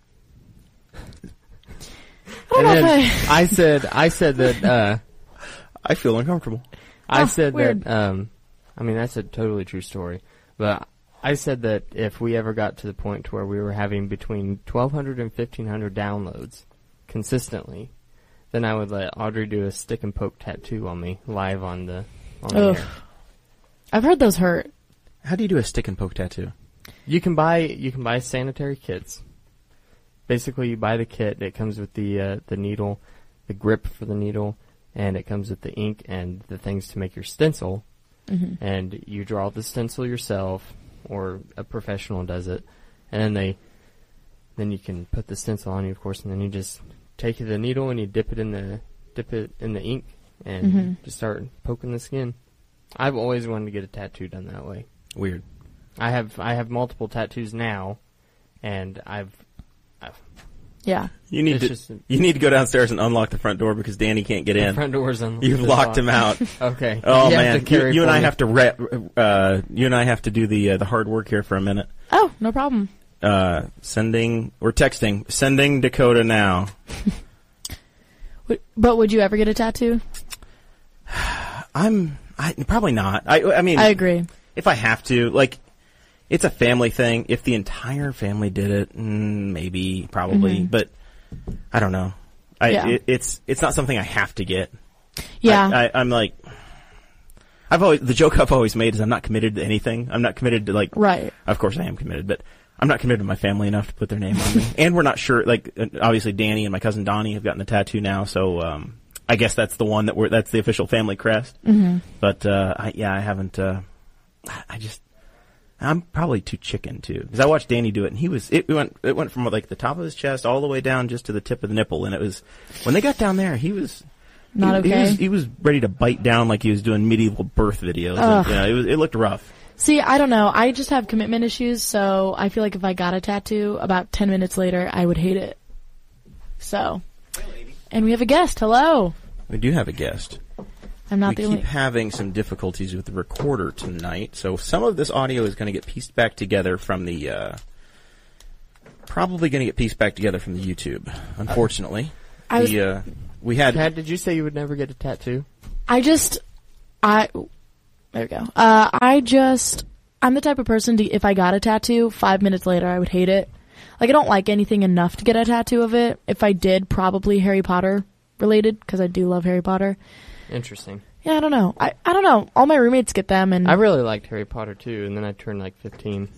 Speaker 3: I don't
Speaker 2: and
Speaker 3: know if
Speaker 2: then
Speaker 3: I.
Speaker 2: I said I said that uh,
Speaker 1: I feel uncomfortable.
Speaker 2: I
Speaker 3: Oh,
Speaker 2: said
Speaker 3: weird.
Speaker 2: that um, I mean that's a totally true story, but I said that if we ever got to the point to where we were having between 1,200 and 1,500 downloads consistently, then I would let Audrey do a stick and poke tattoo on me live on the on the
Speaker 3: Ugh.
Speaker 2: air.
Speaker 3: I've heard those hurt.
Speaker 1: How do you do a stick and poke tattoo?
Speaker 2: You can buy you can buy sanitary kits. Basically, you buy the kit. It comes with the uh, the needle, the grip for the needle, and it comes with the ink and the things to make your stencil.
Speaker 3: Mhm.
Speaker 2: And you draw the stencil yourself, or a professional does it, and then they then you can put the stencil on you, of course, and then you just take the needle and you dip it in the dip it in the ink and
Speaker 3: Mhm.
Speaker 2: just start poking the skin. I've always wanted to get a tattoo done that way.
Speaker 1: Weird.
Speaker 2: I have I have multiple tattoos now, and I've, I've
Speaker 3: Yeah.
Speaker 1: You need
Speaker 2: It's
Speaker 1: to
Speaker 2: just-
Speaker 1: you need to go downstairs and unlock the front door because Danny can't get
Speaker 2: the
Speaker 1: in.
Speaker 2: front door's on.
Speaker 1: You've
Speaker 2: the
Speaker 1: locked
Speaker 2: lock.
Speaker 1: him out.
Speaker 2: Okay.
Speaker 1: Oh
Speaker 2: You have
Speaker 1: man,
Speaker 2: to carry
Speaker 1: you, you and
Speaker 2: for
Speaker 1: I
Speaker 2: me.
Speaker 1: have to rep, uh, you and I have to do the uh, the hard work here for a minute.
Speaker 3: Oh, no problem.
Speaker 1: Uh, sending or texting, sending Dakota now.
Speaker 3: Would- But would you ever get a tattoo?
Speaker 1: I'm I, probably not. I I mean,
Speaker 3: I agree.
Speaker 1: if I have to, like, it's a family thing. If the entire family did it, mm, maybe, probably,
Speaker 2: Mm-hmm.
Speaker 1: but I don't know. I,
Speaker 3: Yeah.
Speaker 1: it, it's it's not something I have to get.
Speaker 3: Yeah.
Speaker 1: I, I, I'm like, I've always the joke I've always made is I'm not committed to anything. I'm not committed to like
Speaker 3: right.
Speaker 1: Of course, I am committed, but I'm not committed to my family enough to put their name on me. and we're not sure. Like, uh, obviously, Danny and my cousin Donnie have gotten the tattoo now, so um, I guess that's the one that we're that's the official family crest. Mm-hmm. But uh, I, yeah, I haven't. Uh, I- I just. I'm probably too chicken too, because I watched Danny do it, and he was it went it went from like the top of his chest all the way down just to the tip of the nipple, and it was when they got down there, he was
Speaker 3: Not
Speaker 1: he, he
Speaker 3: okay.
Speaker 1: was, he was ready to bite down like he was doing medieval birth videos. And,
Speaker 3: Ugh.
Speaker 1: yeah, it was it looked rough.
Speaker 3: See, I don't know. I just have commitment issues, so I feel like if I got a tattoo, about 10 minutes later, I would hate it. So. And we have a guest. Hello.
Speaker 1: We do have a guest.
Speaker 3: I'm not
Speaker 1: we
Speaker 3: the
Speaker 1: keep
Speaker 3: only.
Speaker 1: having some difficulties with the recorder tonight, so some of this audio is going to get pieced back together from the. Uh, probably going to get pieced back together from the YouTube. Unfortunately,
Speaker 3: I was-
Speaker 1: the, uh, we had
Speaker 2: Pat, did you say you would never get a tattoo?
Speaker 3: I just, I, there we go. Uh, I just, I'm the type of person to, if I got a tattoo, five minutes later, I would hate it. Like, I don't like anything enough to get a tattoo of it. If I did, probably Harry Potter related, because I do love Harry Potter.
Speaker 2: Interesting.
Speaker 3: Yeah, I don't know. I, I don't know. All my roommates get them, and
Speaker 2: I really liked Harry Potter too, and then I turned like 15.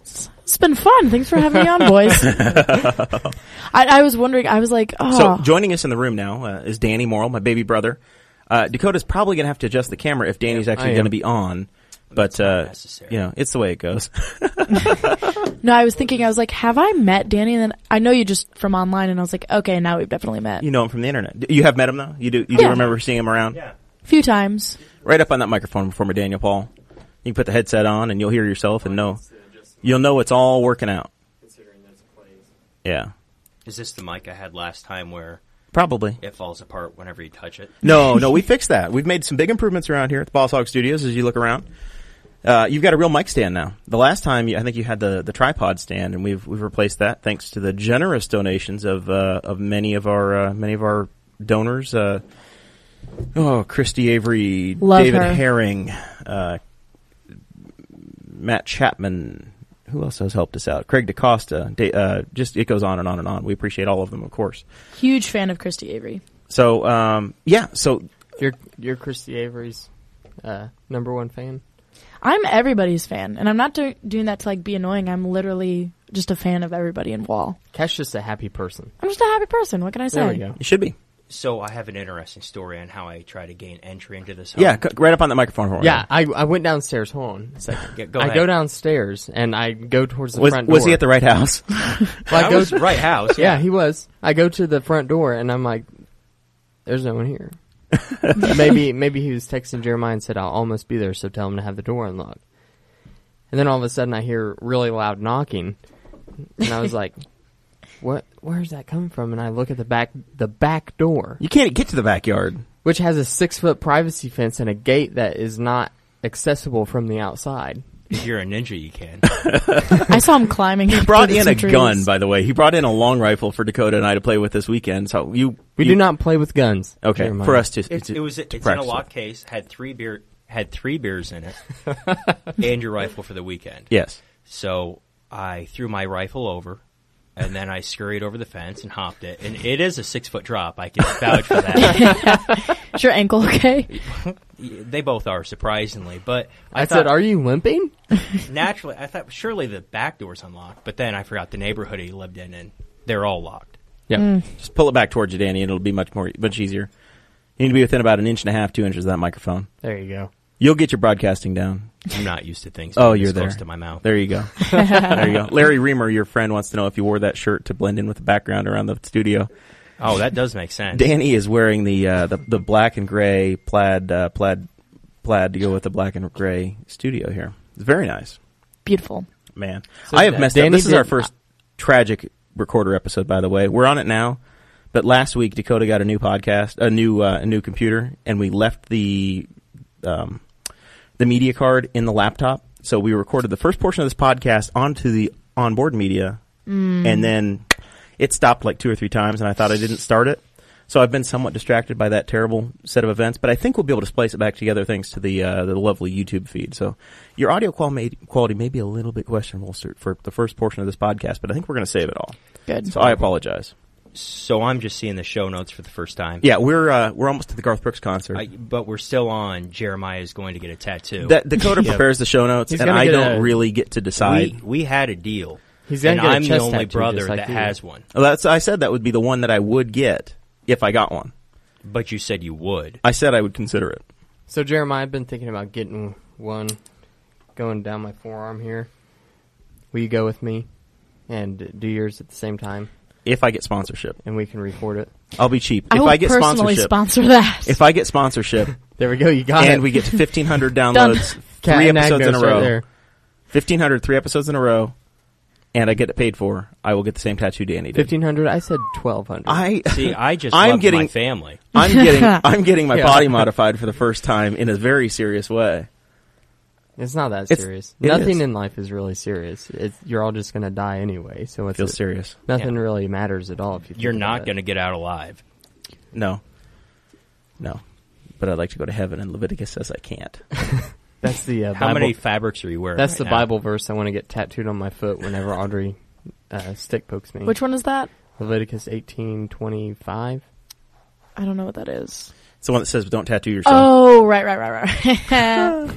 Speaker 3: it's been fun. Thanks for having me on, boys. I, I was wondering, I was like,
Speaker 1: so
Speaker 3: oh.
Speaker 1: joining us in the room now uh, is Danny Morrill, my baby brother. Uh, Dakota's probably going to have to adjust the camera if Danny's
Speaker 2: I
Speaker 1: actually
Speaker 2: am.
Speaker 1: going to be on, but uh,
Speaker 4: necessary.
Speaker 1: you know it's the way it goes.
Speaker 3: no, I was thinking, I was like, have I met Danny? And then I know you just from online, and I was like, okay, now we've definitely met.
Speaker 1: you know him from the internet. D- You have met him though. You do. You do
Speaker 3: Yeah.
Speaker 1: remember seeing him around. Yeah.
Speaker 3: A few times.
Speaker 1: right up on that microphone, former Daniel Paul. You can put the headset on, and you'll hear yourself, and know you'll know it's all working out. Yeah,
Speaker 4: Is this the mic I had last time where
Speaker 1: probably.
Speaker 4: it falls apart whenever you touch it?
Speaker 1: No, no, we fixed that. We've made some big improvements around here at the Boss Hog Studios. As you look around, Uh, you've got a real mic stand now. The last time, you, I think you had the, the tripod stand, and we've we've replaced that thanks to the generous donations of uh, of many of our uh, many of our donors. Uh, oh, Christy Avery,
Speaker 3: Love
Speaker 1: David
Speaker 3: her.
Speaker 1: Herring, uh, Matt Chapman. Who else has helped us out? Craig DaCosta. Da- uh, just it goes on and on and on. We appreciate all of them, of course.
Speaker 3: Huge fan of Christy Avery.
Speaker 1: So um, yeah, so
Speaker 2: You're you're Christy Avery's uh, number one fan.
Speaker 3: I'm everybody's fan, and I'm not do- doing that to like be annoying. I'm literally just a fan of everybody in Wall.
Speaker 2: Cash just a happy person.
Speaker 3: I'm just a happy person. What can I say?
Speaker 2: There we go.
Speaker 1: you should be.
Speaker 4: So I have an interesting story on how I try to gain entry into this. Home.
Speaker 1: Yeah, c- right up on that microphone. Horn.
Speaker 2: Yeah, I, I went downstairs. Hold on a second.
Speaker 4: Yeah, go
Speaker 2: I
Speaker 4: ahead.
Speaker 2: go downstairs and I go towards the
Speaker 1: Was,
Speaker 2: front door.
Speaker 1: was he at the right house?
Speaker 2: Well, I
Speaker 4: I
Speaker 2: go-
Speaker 4: was right house.
Speaker 2: Yeah, he was. I go to the front door and I'm like, "There's no one here." maybe maybe he was texting Jeremiah and said, "I'll almost be there, so tell him to have the door unlocked." And then all of a sudden, I hear really loud knocking, and I was like, "What? Where's that coming from?" And I look at the back the back door,
Speaker 1: You can't get to the backyard.
Speaker 2: which has a six foot privacy fence and a gate that is not accessible from the outside.
Speaker 4: If you're a ninja, you can.
Speaker 3: I saw him climbing. He
Speaker 1: brought in a gun, by the way. He brought in a long rifle for Dakota and I to play with this weekend. So you,
Speaker 2: We
Speaker 1: you-
Speaker 2: do not play with guns.
Speaker 1: Okay,
Speaker 2: Jeremiah.
Speaker 1: for us to,
Speaker 4: It,
Speaker 1: to-
Speaker 4: it was.
Speaker 1: to
Speaker 4: It's in a
Speaker 1: practice
Speaker 4: lock
Speaker 1: with.
Speaker 4: case. Had three beer. Had three beers in it, and your rifle for the weekend.
Speaker 1: Yes,
Speaker 4: So I threw my rifle over, and then I scurried over the fence and hopped it. And it is a six foot drop. I can vouch for that.
Speaker 3: Is your ankle okay?
Speaker 4: they both are surprisingly, but I,
Speaker 2: I,
Speaker 4: thought
Speaker 2: said, "Are you limping?"
Speaker 4: naturally. I thought surely the back door's unlocked, but then I forgot the neighborhood he lived in, and they're all locked.
Speaker 2: Yeah.
Speaker 1: just pull it back towards you, Danny, and it'll be much more, much easier. You need to be within about an inch and a half, two inches of that microphone.
Speaker 2: There you go.
Speaker 1: You'll get your broadcasting down.
Speaker 4: I'm not used to things.
Speaker 1: Oh,
Speaker 4: being
Speaker 1: you're
Speaker 4: this
Speaker 1: there.
Speaker 4: close to my mouth.
Speaker 1: There you go. there you go. Larry Reamer, your friend, wants to know if you wore that shirt to blend in with the background around the studio.
Speaker 4: Oh, that does make sense.
Speaker 1: Danny is wearing the uh, the, the black and gray plaid uh, plaid plaid to go with the black and gray studio here. It's very nice.
Speaker 3: Beautiful.
Speaker 1: Man,
Speaker 2: So
Speaker 1: I have
Speaker 2: Da-
Speaker 1: messed
Speaker 2: Danny
Speaker 1: up. This is our
Speaker 2: did-
Speaker 1: first tragic recorder episode, by the way. We're on it now, but last week Dakota got a new podcast, a new uh, a new computer, and we left the um, the media card in the laptop. So we recorded the first portion of this podcast onto the onboard media, and then it stopped like two or three times, and I thought I didn't start it. So I've been somewhat distracted by that terrible set of events, but I think we'll be able to splice it back together thanks to the uh, the lovely YouTube feed. So your audio qual may, quality may be a little bit questionable sir, for the first portion of this podcast, but I think we're going to save it all.
Speaker 3: Good.
Speaker 1: So I apologize.
Speaker 4: So I'm just seeing the show notes for the first time.
Speaker 1: Yeah, we're uh, we're almost to the Garth Brooks concert.
Speaker 4: I, but we're still on. Jeremiah is going to get a tattoo.
Speaker 1: that Dakota prepares the show notes,
Speaker 2: He's
Speaker 1: and
Speaker 2: gonna
Speaker 1: I
Speaker 2: get
Speaker 1: don't
Speaker 2: a-
Speaker 1: really get to decide.
Speaker 4: we, we had a deal.
Speaker 2: He's gonna
Speaker 4: and
Speaker 2: get a
Speaker 4: I'm the
Speaker 2: chest
Speaker 4: only
Speaker 2: tattoo,
Speaker 4: brother
Speaker 2: just like
Speaker 4: that
Speaker 2: you.
Speaker 4: has one.
Speaker 1: Well, that's I said that would be the one that I would get if I got one.
Speaker 4: But you said you would.
Speaker 1: I said I would consider it.
Speaker 2: So Jeremiah, I've been thinking about getting one going down my forearm here. Will you go with me and do yours at the same time,
Speaker 1: If I get sponsorship,
Speaker 2: and we can record it?
Speaker 1: I'll be cheap.
Speaker 3: I
Speaker 1: if
Speaker 3: will
Speaker 1: I get
Speaker 3: personally
Speaker 1: sponsorship,
Speaker 3: sponsor that.
Speaker 1: if I get sponsorship,
Speaker 2: There we go. You got it.
Speaker 1: and we get to 1,500
Speaker 3: Done.
Speaker 1: downloads,
Speaker 2: Cat
Speaker 1: three
Speaker 2: and
Speaker 1: episodes in a
Speaker 2: Agnos right
Speaker 1: row.
Speaker 2: there.
Speaker 1: 1,500, three episodes in a row, and I get it paid for. I will get the same tattoo Danny did.
Speaker 2: Fifteen hundred. I said twelve hundred.
Speaker 1: I
Speaker 4: See, I just
Speaker 1: I'm
Speaker 4: loved
Speaker 1: getting-
Speaker 4: my family.
Speaker 1: I'm getting I'm getting my
Speaker 2: Yeah.
Speaker 1: body modified for the first time in a very serious way.
Speaker 2: It's not that
Speaker 1: It's-
Speaker 2: serious.
Speaker 1: it
Speaker 2: Nothing
Speaker 1: is.
Speaker 2: in life is really serious. It's, you're all just gonna die anyway. So what's
Speaker 1: Feels
Speaker 2: it-
Speaker 1: serious.
Speaker 2: Nothing
Speaker 4: Yeah.
Speaker 2: really matters at all. If you think
Speaker 4: You're not
Speaker 2: about
Speaker 4: going to get out alive.
Speaker 1: No, no, but I'd like to go to heaven, and Leviticus says I can't.
Speaker 2: it. That's the uh,
Speaker 4: How
Speaker 2: Bible.
Speaker 4: many fabrics are you wearing?
Speaker 2: That's
Speaker 4: right
Speaker 2: the
Speaker 4: now?
Speaker 2: Bible verse I want to get tattooed on my foot whenever Audrey uh, stick pokes
Speaker 1: Mm.
Speaker 2: me.
Speaker 3: Which one is that?
Speaker 2: Leviticus eighteen twenty five.
Speaker 3: I don't know what that is.
Speaker 1: It's the one that says don't tattoo yourself.
Speaker 3: Oh, right, right, right, right.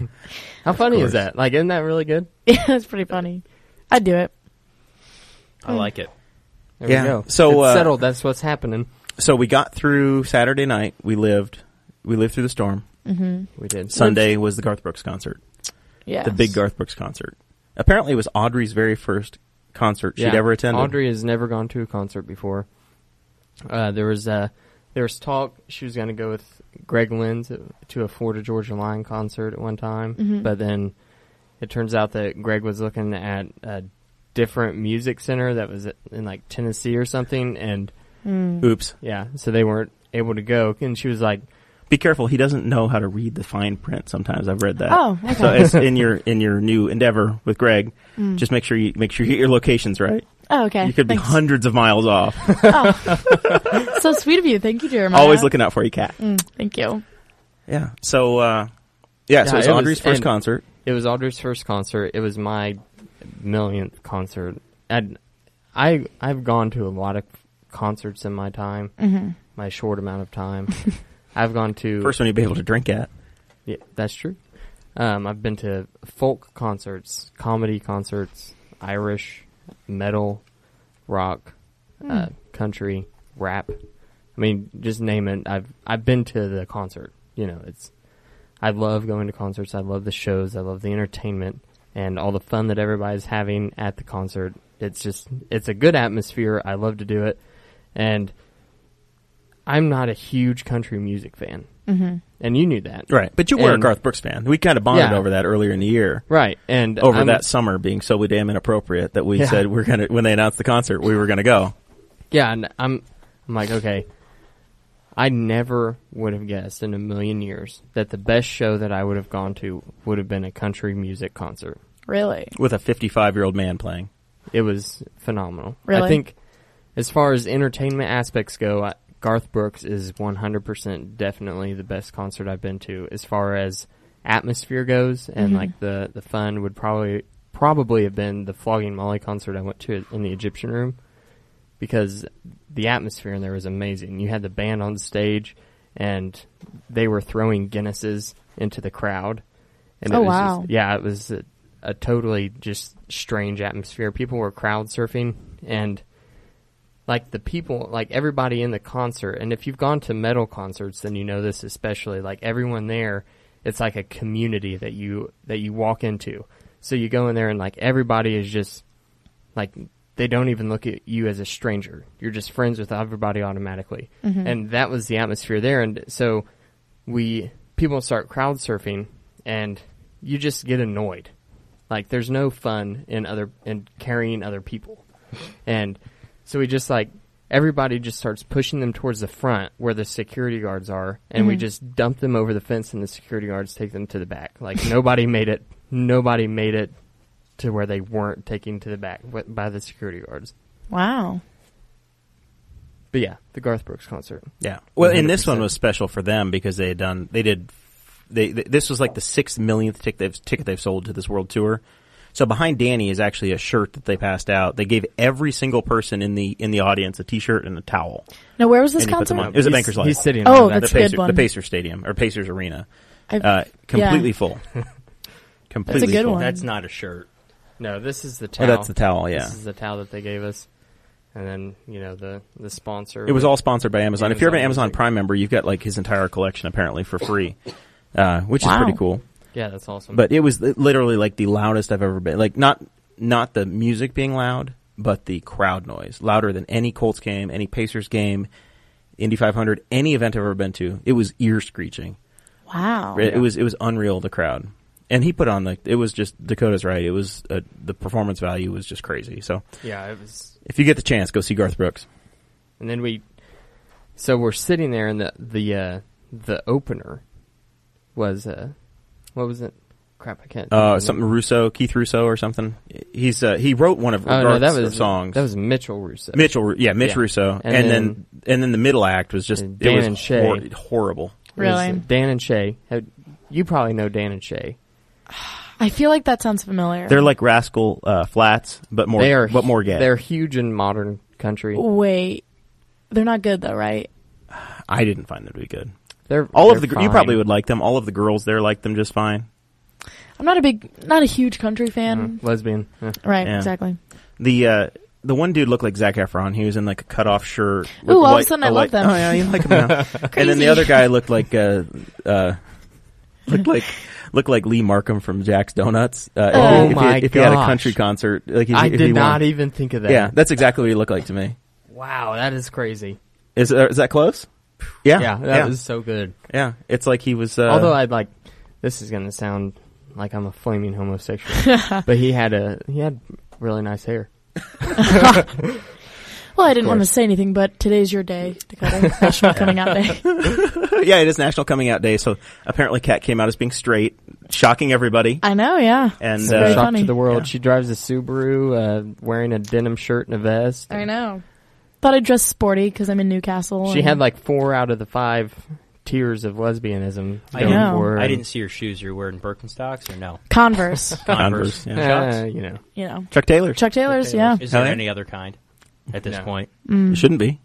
Speaker 2: How funny
Speaker 1: course.
Speaker 2: is that? Like, isn't that really good?
Speaker 3: yeah, that's pretty funny. I'd do it.
Speaker 4: I like it.
Speaker 2: There
Speaker 1: Yeah.
Speaker 2: we go.
Speaker 1: So,
Speaker 2: It's
Speaker 1: uh,
Speaker 2: settled. That's what's happening.
Speaker 1: So we got through Saturday night. We lived. We lived through the storm.
Speaker 2: We did.
Speaker 1: Sunday was the Garth Brooks concert,
Speaker 3: Yeah.
Speaker 1: the big Garth Brooks concert. Apparently, it was Audrey's very first concert she'd
Speaker 2: Yeah.
Speaker 1: ever attended.
Speaker 2: Audrey has never gone to a concert before. Uh, there was uh, there was talk she was going to go with Greg Lynn to, to a Florida Georgia Line concert at one time, but then it turns out that Greg was looking at a different music center that was in like Tennessee or something, and
Speaker 3: Mm.
Speaker 1: Oops.
Speaker 2: yeah, so they weren't able to go. And she was like,
Speaker 1: Be careful. He doesn't know how to read the fine print. Sometimes I've read that.
Speaker 3: Oh, okay.
Speaker 1: So it's in your in your new endeavor with Greg. Just make sure you make sure you get your locations right.
Speaker 3: Oh, okay.
Speaker 1: You could be
Speaker 3: Thanks.
Speaker 1: hundreds of miles off.
Speaker 3: So sweet of you. Thank you, Jeremiah.
Speaker 1: Always looking out for you, cat.
Speaker 3: Mm, thank you.
Speaker 1: Yeah. So uh, yeah, So
Speaker 2: Yeah,
Speaker 1: it's
Speaker 2: it was-
Speaker 1: Audrey's first
Speaker 2: and-
Speaker 1: concert.
Speaker 2: It was Audrey's first concert. It was my millionth concert. And I I've gone to a lot of concerts in my time, mm-hmm. my short amount of time. I've gone to
Speaker 1: First one you'd be able to drink at.
Speaker 2: Yeah, that's true. Um, I've been to folk concerts, comedy concerts, Irish, metal, rock, uh, country, rap. I mean, just name it. I've I've been to the concert. You know, it's I love going to concerts. I love the shows. I love the entertainment and all the fun that everybody's having at the concert. It's just it's a good atmosphere. I love to do it, and I'm not a huge country music fan, mm-hmm. and you knew that,
Speaker 1: Right. But you were a
Speaker 2: And-
Speaker 1: Garth Brooks fan. We kind of bonded
Speaker 2: Yeah.
Speaker 1: over that earlier in the year.
Speaker 2: Right, and
Speaker 1: Over
Speaker 2: I'm-
Speaker 1: that summer being so damn inappropriate that we
Speaker 2: Yeah.
Speaker 1: said we're gonna when they announced the concert we were gonna go.
Speaker 2: yeah, and I'm, I'm like, okay, I never would have guessed in a million years that the best show that I would have gone to would have been a country music concert.
Speaker 3: Really?
Speaker 1: with a 55 year old man playing.
Speaker 2: It was phenomenal. I
Speaker 3: Really?
Speaker 2: think, as far as entertainment aspects go, I, Garth Brooks is 100% definitely the best concert I've been to. As far as atmosphere goes, and like the the fun would probably probably have been the Flogging Molly concert I went to in the Egyptian Room, because the atmosphere in there was amazing. You had the band on stage, and they were throwing Guinnesses into the crowd. And
Speaker 3: Oh,
Speaker 2: it was just-
Speaker 3: wow.
Speaker 2: yeah, it was a, a totally just strange atmosphere. People were crowd surfing and like the people, like everybody in the concert. And if you've gone to metal concerts, then you know this especially. Like everyone there, it's like a community that you that you walk into. So you go in there and like everybody is just like they don't even look at you as a stranger. You're just friends with everybody automatically. And that was the atmosphere there and so we people start crowd surfing and you just get annoyed. Like there's no fun in other in carrying other people. And so we just like everybody just starts pushing them towards the front where the security guards are and we just dump them over the fence and the security guards take them to the back. Like nobody made it nobody made it to where they weren't taken to the back wi- by the security guards.
Speaker 3: Wow.
Speaker 2: But yeah, the Garth Brooks concert.
Speaker 1: Yeah. Well, and this
Speaker 2: 100%.
Speaker 1: one was special for them because they had done they did they, th this was like the sixth millionth ticket they've, ticket they've sold to this world tour. So behind Danny is actually a shirt that they passed out. They gave every single person in the in the audience a T-shirt and a towel.
Speaker 3: Now, where was this
Speaker 1: And you put them It
Speaker 3: concert?
Speaker 1: was a
Speaker 2: He's-
Speaker 1: Bankers Life.
Speaker 2: He's sitting.
Speaker 3: Oh,
Speaker 2: on that.
Speaker 3: That's a
Speaker 1: the
Speaker 3: good
Speaker 1: Pacer,
Speaker 3: one.
Speaker 1: the Pacers Stadium or Pacers Arena,
Speaker 3: I've-
Speaker 1: uh, completely
Speaker 3: yeah.
Speaker 1: full. completely
Speaker 3: That's a good
Speaker 1: full.
Speaker 3: one.
Speaker 4: That's not a shirt.
Speaker 2: no. This is the
Speaker 1: Oh,
Speaker 2: towel.
Speaker 1: that's the towel. Yeah.
Speaker 2: This is the towel that they gave us, and then you know the the sponsor.
Speaker 1: It was all sponsored by Amazon. If you're an Amazon
Speaker 2: Amazon Music.
Speaker 1: Prime member, you've got like his entire collection apparently for free, uh, which is
Speaker 3: Wow.
Speaker 1: pretty cool.
Speaker 2: yeah, that's awesome.
Speaker 1: But it was li- literally like the loudest I've ever been. Like not not the music being loud, but the crowd noise louder than any Colts game, any Pacers game, Indy 500, any event I've ever been to. It was ear screeching.
Speaker 3: Wow.
Speaker 1: It, it was it was unreal. The crowd. And he put on like it was just Dakota's right. It was uh, the performance value was just crazy. So
Speaker 2: yeah, it was.
Speaker 1: if you get the chance, go see Garth Brooks.
Speaker 2: And then we, so we're sitting there, and the the uh, the opener was uh, what was it? Crap, I can't.
Speaker 1: uh, something Russo, Keith Russo or something. He's uh, he wrote one of
Speaker 2: Oh no,
Speaker 1: Garth's
Speaker 2: that was
Speaker 1: songs.
Speaker 2: That was Mitchell Russo.
Speaker 1: Mitchell, yeah, Mitch
Speaker 2: Yeah.
Speaker 1: Russo, and,
Speaker 2: And
Speaker 1: then,
Speaker 2: then-
Speaker 1: and then the middle act was just
Speaker 2: And
Speaker 1: it
Speaker 2: Dan
Speaker 1: was
Speaker 2: and Shay.
Speaker 1: hor- horrible.
Speaker 2: It was,
Speaker 3: Really?
Speaker 2: uh, Dan and Shay. Had- You probably know Dan and Shay.
Speaker 3: I feel like that sounds familiar.
Speaker 1: They're like Rascal uh, Flats, but more
Speaker 2: they are
Speaker 1: but more gay.
Speaker 2: They're huge in modern country.
Speaker 3: Wait. They're not good, though, right?
Speaker 1: I didn't find them to be good.
Speaker 2: They're
Speaker 1: All of
Speaker 2: they're
Speaker 1: the gr- you
Speaker 2: fine.
Speaker 1: probably would like them. All of the girls there like them just fine.
Speaker 3: I'm not a big, not a huge country fan.
Speaker 2: lesbian. Yeah.
Speaker 3: Right,
Speaker 1: Mm-hmm. Yeah.
Speaker 3: exactly.
Speaker 1: The uh, the one dude looked like Zach Efron. He was in like a cutoff shirt. with
Speaker 3: Ooh, all of a
Speaker 1: white-
Speaker 3: sudden I
Speaker 1: a
Speaker 3: love
Speaker 1: white-
Speaker 3: them.
Speaker 1: Oh yeah, you like him now. and then
Speaker 3: Crazy.
Speaker 1: the other guy looked like uh, uh, looked like looked like Lee Markham from Jack's Donuts. Uh, if he-
Speaker 2: Oh
Speaker 1: if he,
Speaker 2: my
Speaker 1: If he had a
Speaker 2: gosh.
Speaker 1: country concert, like if,
Speaker 2: I
Speaker 1: if he
Speaker 2: did
Speaker 1: won-
Speaker 2: not even think of that.
Speaker 1: Yeah, that's exactly what he looked like to me.
Speaker 2: Wow, that is crazy.
Speaker 1: Is uh, is that close? Yeah,
Speaker 2: Yeah, that
Speaker 1: yeah,
Speaker 2: was so good.
Speaker 1: yeah. It's like he was. Uh,
Speaker 2: Although I'd like, this is gonna sound like I'm a flaming homosexual, but he had a he had really nice hair.
Speaker 3: Well, I didn't want to
Speaker 1: course.
Speaker 3: say anything, but today's your day, Dakota. National coming out day.
Speaker 1: yeah, it is National Coming Out Day, so apparently Kat came out as being straight, shocking everybody.
Speaker 3: I know, yeah.
Speaker 1: And,
Speaker 3: It's
Speaker 1: uh,
Speaker 3: very
Speaker 1: Shock
Speaker 2: to
Speaker 3: funny.
Speaker 2: the world.
Speaker 1: Yeah.
Speaker 2: She drives a Subaru, uh, wearing a denim shirt and a vest.
Speaker 3: I know. Thought I'd dress sporty because I'm in Newcastle.
Speaker 2: She
Speaker 3: and-
Speaker 2: had like four out of the five tiers of lesbianism
Speaker 4: I
Speaker 2: going
Speaker 3: know.
Speaker 2: for her.
Speaker 4: I didn't see your shoes. You're wearing Birkenstocks or no?
Speaker 3: Converse.
Speaker 1: Converse, yeah.
Speaker 2: Uh, you know,
Speaker 3: you know,
Speaker 1: Chuck Taylor.
Speaker 3: Chuck Taylor's. Yeah,
Speaker 4: Is there
Speaker 1: Okay.
Speaker 4: any other kind at this
Speaker 2: No.
Speaker 4: point?
Speaker 1: It shouldn't be.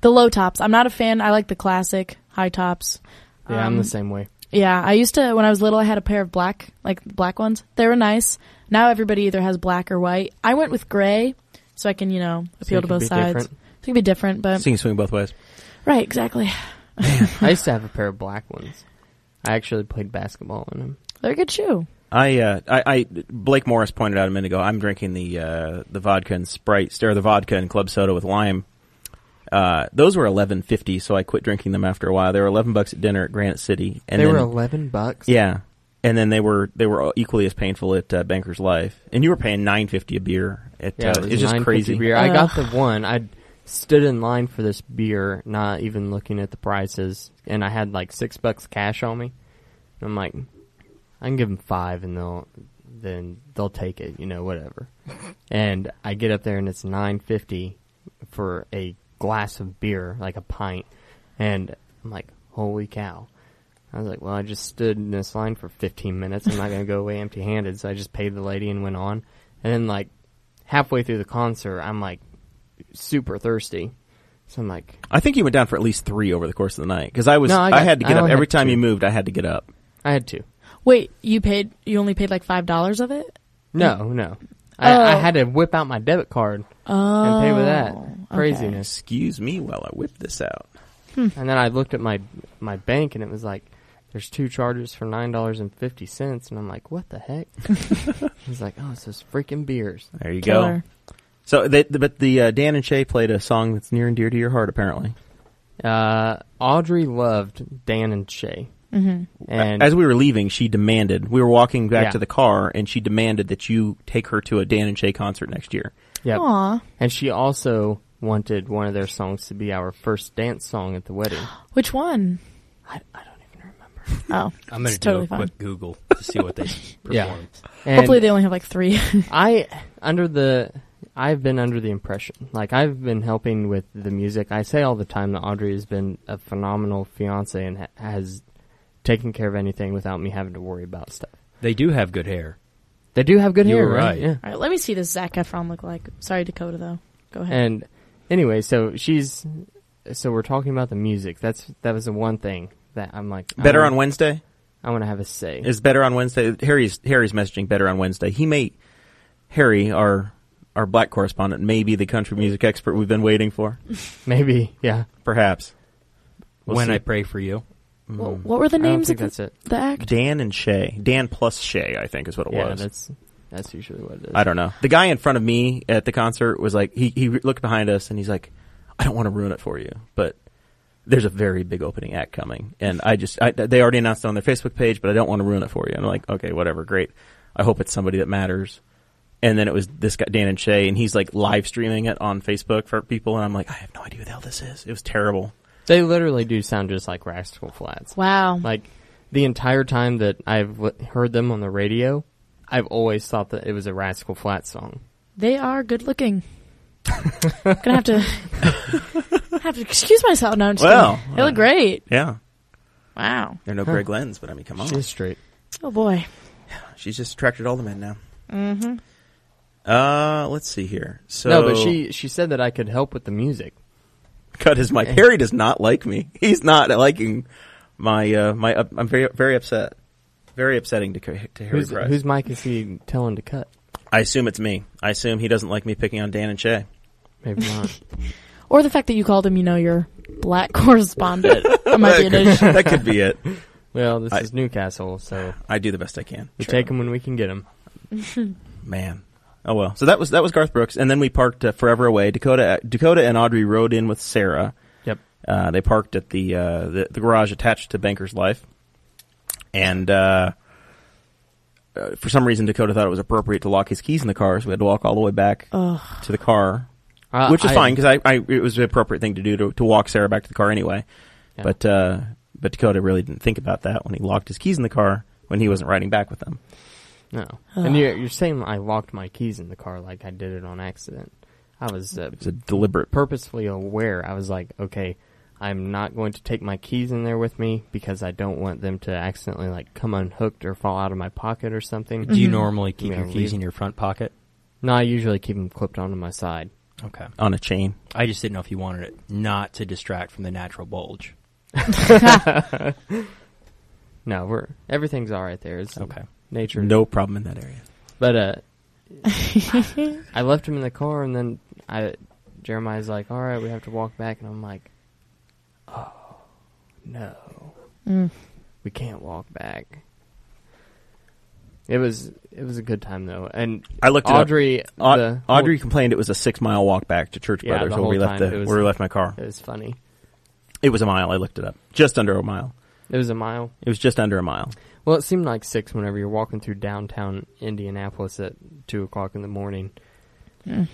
Speaker 3: the low tops. I'm not a fan. I like the classic high tops. Um,
Speaker 2: yeah, I'm the same way.
Speaker 3: Yeah, I used to when I was little. I had a pair of black, like black ones. They were nice. Now everybody either has black or white. I went with gray, so I can you know appeal
Speaker 2: you
Speaker 3: to
Speaker 2: can
Speaker 3: both
Speaker 2: be
Speaker 3: sides.
Speaker 2: different.
Speaker 3: So it can be different, but
Speaker 1: Singing swing both ways.
Speaker 3: right, exactly.
Speaker 2: I used to have a pair of black ones. I actually played basketball in them.
Speaker 3: They're a good shoe.
Speaker 1: I, uh, I, I, Blake Morris pointed out a minute ago. I'm drinking the uh, the vodka and Sprite, or the vodka and club soda with lime. Uh, those were 11.50, so I quit drinking them after a while. They were 11 bucks at dinner at Granite City, and
Speaker 2: they
Speaker 1: then,
Speaker 2: were eleven bucks.
Speaker 1: yeah, and then they were they were equally as painful at uh, Banker's Life, and you were paying 9.50 a beer. At,
Speaker 2: yeah,
Speaker 1: uh,
Speaker 2: it was
Speaker 1: it's just
Speaker 2: 9.50
Speaker 1: crazy.
Speaker 2: Beer. I got the one. I stood in line for this beer, not even looking at the prices, and I had like six bucks cash on me. And I'm like, I can give them five, and they'll then they'll take it, you know, whatever. and I get up there, and it's nine fifty for a glass of beer, like a pint, and I'm like, holy cow. I was like, well, I just stood in this line for 15 minutes. I'm not going to go away empty handed. So I just paid the lady and went on. And then, like, halfway through the concert, I'm like super thirsty. So I'm like,
Speaker 1: I think you went down for at least three over the course of the night because I was
Speaker 2: No, I
Speaker 1: I,
Speaker 2: got-
Speaker 1: had to
Speaker 2: I
Speaker 1: get up
Speaker 2: only
Speaker 1: every
Speaker 2: had
Speaker 1: time
Speaker 2: two.
Speaker 1: you moved. I had to get up.
Speaker 2: I had two.
Speaker 3: Wait, you paid? You only paid like five dollars of it?
Speaker 2: No, no. I, I had to whip out my debit card and pay with that. Craziness.
Speaker 1: Excuse me while I whip this out.
Speaker 2: And then I looked at my my bank and it was like, there's two charges for $9.50. And I'm like, what the heck? He's like, oh, it's those freaking beers.
Speaker 1: There you
Speaker 3: Killer.
Speaker 1: go. So, they, but the uh, Dan and Shay played a song that's near and dear to your heart, apparently.
Speaker 2: Uh, Audrey loved Dan and Shay. Mm-hmm. And
Speaker 1: As we were leaving, she demanded. We were walking back
Speaker 2: Yeah.
Speaker 1: to the car, and she demanded that you take her to a Dan and Shay concert next year.
Speaker 2: yep.
Speaker 3: Aw,
Speaker 2: and she also wanted one of their songs to be our first dance song at the wedding.
Speaker 3: which one?
Speaker 2: I, I don't even remember.
Speaker 3: Oh,
Speaker 4: I'm going
Speaker 3: it's
Speaker 4: to do
Speaker 3: totally
Speaker 4: a
Speaker 3: fine.
Speaker 4: quick Google to see what they performed.
Speaker 2: Yeah. And
Speaker 3: Hopefully, they only have like three.
Speaker 2: I under the I've been under the impression like I've been helping with the music. I say all the time that Audrey has been a phenomenal fiance and ha- has taken care of anything without me having to worry about stuff.
Speaker 4: They do have good hair.
Speaker 2: They do have good
Speaker 4: You
Speaker 2: hair,
Speaker 4: were right.
Speaker 2: Yeah.
Speaker 3: All right, let me see this Zac Efron look like. Sorry, Dakota, though. Go ahead.
Speaker 2: And anyway, so she's so we're talking about the music. That's that was the one thing that I'm like I
Speaker 1: Better
Speaker 2: wanna-
Speaker 1: on Wednesday
Speaker 2: I want to have a say.
Speaker 1: is better on Wednesday. Harry's Harry's messaging better on Wednesday. He may Harry our our black correspondent may be the country music expert we've been waiting for.
Speaker 2: Maybe, yeah.
Speaker 1: Perhaps We'll
Speaker 4: when
Speaker 1: see.
Speaker 4: I pray for you,
Speaker 3: Wha- what were the
Speaker 2: I don't
Speaker 3: names of
Speaker 2: think
Speaker 3: the,
Speaker 2: that's it.
Speaker 3: the act?
Speaker 1: Dan and Shay. Dan plus Shay, I think, is what it
Speaker 2: Yeah,
Speaker 1: was.
Speaker 2: that's that's usually what it is.
Speaker 1: I don't know. The guy in front of me at the concert was like, he, he looked behind us and he's like, I don't want to ruin it for you, but there's a very big opening act coming. And I just, I, they already announced it on their Facebook page, but I don't want to ruin it for you. And I'm like, okay, whatever, great. I hope it's somebody that matters. And then it was this guy, Dan and Shay, and he's like live streaming it on Facebook for people. And I'm like, I have no idea who the hell this is. It was terrible.
Speaker 2: They literally do sound just like Rascal Flats.
Speaker 3: Wow.
Speaker 2: Like the entire time that I've w- heard them on the radio, I've always thought that it was a Rascal Flats song.
Speaker 3: they are good looking. Gonna have to have to excuse myself. No, I'm just
Speaker 1: Well,
Speaker 3: kidding.
Speaker 4: uh,
Speaker 3: They look great.
Speaker 1: Yeah.
Speaker 3: Wow.
Speaker 1: There are no Greg Lenz, but I mean, come on.
Speaker 2: She's straight.
Speaker 3: Oh boy.
Speaker 1: She's just attracted all the men now. Mm-hmm. Uh, let's see here. So
Speaker 2: No, but she she said that I could help with the music.
Speaker 1: cut his mic. Harry does not like me. He's not liking my uh, my. up I'm very very upset. Very upsetting to, co- to Harry
Speaker 2: Who's,
Speaker 1: Price.
Speaker 2: whose mic is he telling to cut?
Speaker 1: I assume it's me. I assume he doesn't like me picking on Dan and Shay.
Speaker 2: Maybe not.
Speaker 3: Or the fact that you called him, you know, your black correspondent. That might be an issue.
Speaker 1: that could be it.
Speaker 2: well, this
Speaker 1: I-
Speaker 2: is Newcastle, so
Speaker 1: I do the best I can.
Speaker 2: we take 'em when we can get 'em.
Speaker 1: Man. Oh well. So that was that was Garth Brooks, and then we parked uh, forever away. Dakota Dakota and Audrey rode in with Sarah.
Speaker 2: Yep.
Speaker 1: Uh, they parked at the, uh, the the garage attached to Banker's Life, and uh, uh, for some reason Dakota thought it was appropriate to lock his keys in the car, so we had to walk all the way back to the car
Speaker 2: Uh,
Speaker 1: which is
Speaker 2: I-
Speaker 1: fine 'cause fine because I, I it was the appropriate thing to do to, to walk Sarah back to the car anyway.
Speaker 2: Yeah.
Speaker 1: But uh, but Dakota really didn't think about that when he locked his keys in the car when he wasn't riding back with them.
Speaker 2: No. And you're, you're saying I locked my keys in the car like I did it on accident. I was uh,
Speaker 1: It's a deliberate.
Speaker 2: purposefully aware. I was like, okay, I'm not going to take my keys in there with me because I don't want them to accidentally like come unhooked or fall out of my pocket or something.
Speaker 4: Do you
Speaker 1: Mm-hmm.
Speaker 4: normally keep
Speaker 2: Yeah,
Speaker 4: your keys
Speaker 2: leave.
Speaker 4: in your front pocket?
Speaker 2: No, I usually keep them clipped onto my side.
Speaker 4: Okay.
Speaker 1: on a chain.
Speaker 4: I just didn't know if you wanted it not to distract from the natural bulge.
Speaker 2: No, we're everything's all right there. It's
Speaker 4: Okay.
Speaker 2: nature.
Speaker 1: No problem in that area.
Speaker 2: But uh, I left him in the car, and then I Jeremiah's like, "All right, we have to walk back," and I'm like, "Oh no, we can't walk back." It was it was a good time though, and
Speaker 1: I looked it up.
Speaker 2: Audrey
Speaker 1: Au-
Speaker 2: the whole-
Speaker 1: Audrey complained it was a six mile walk back to Church
Speaker 2: Yeah,
Speaker 1: Brothers
Speaker 2: the
Speaker 1: where we
Speaker 2: whole
Speaker 1: left
Speaker 2: time
Speaker 1: the
Speaker 2: it was-
Speaker 1: where we left my car.
Speaker 2: it was funny.
Speaker 1: It was a mile. I looked it up. Just under a mile.
Speaker 2: It was a mile.
Speaker 1: It was just under a mile.
Speaker 2: Well, it seemed like six whenever you're walking through downtown Indianapolis at two o'clock in the morning.
Speaker 1: It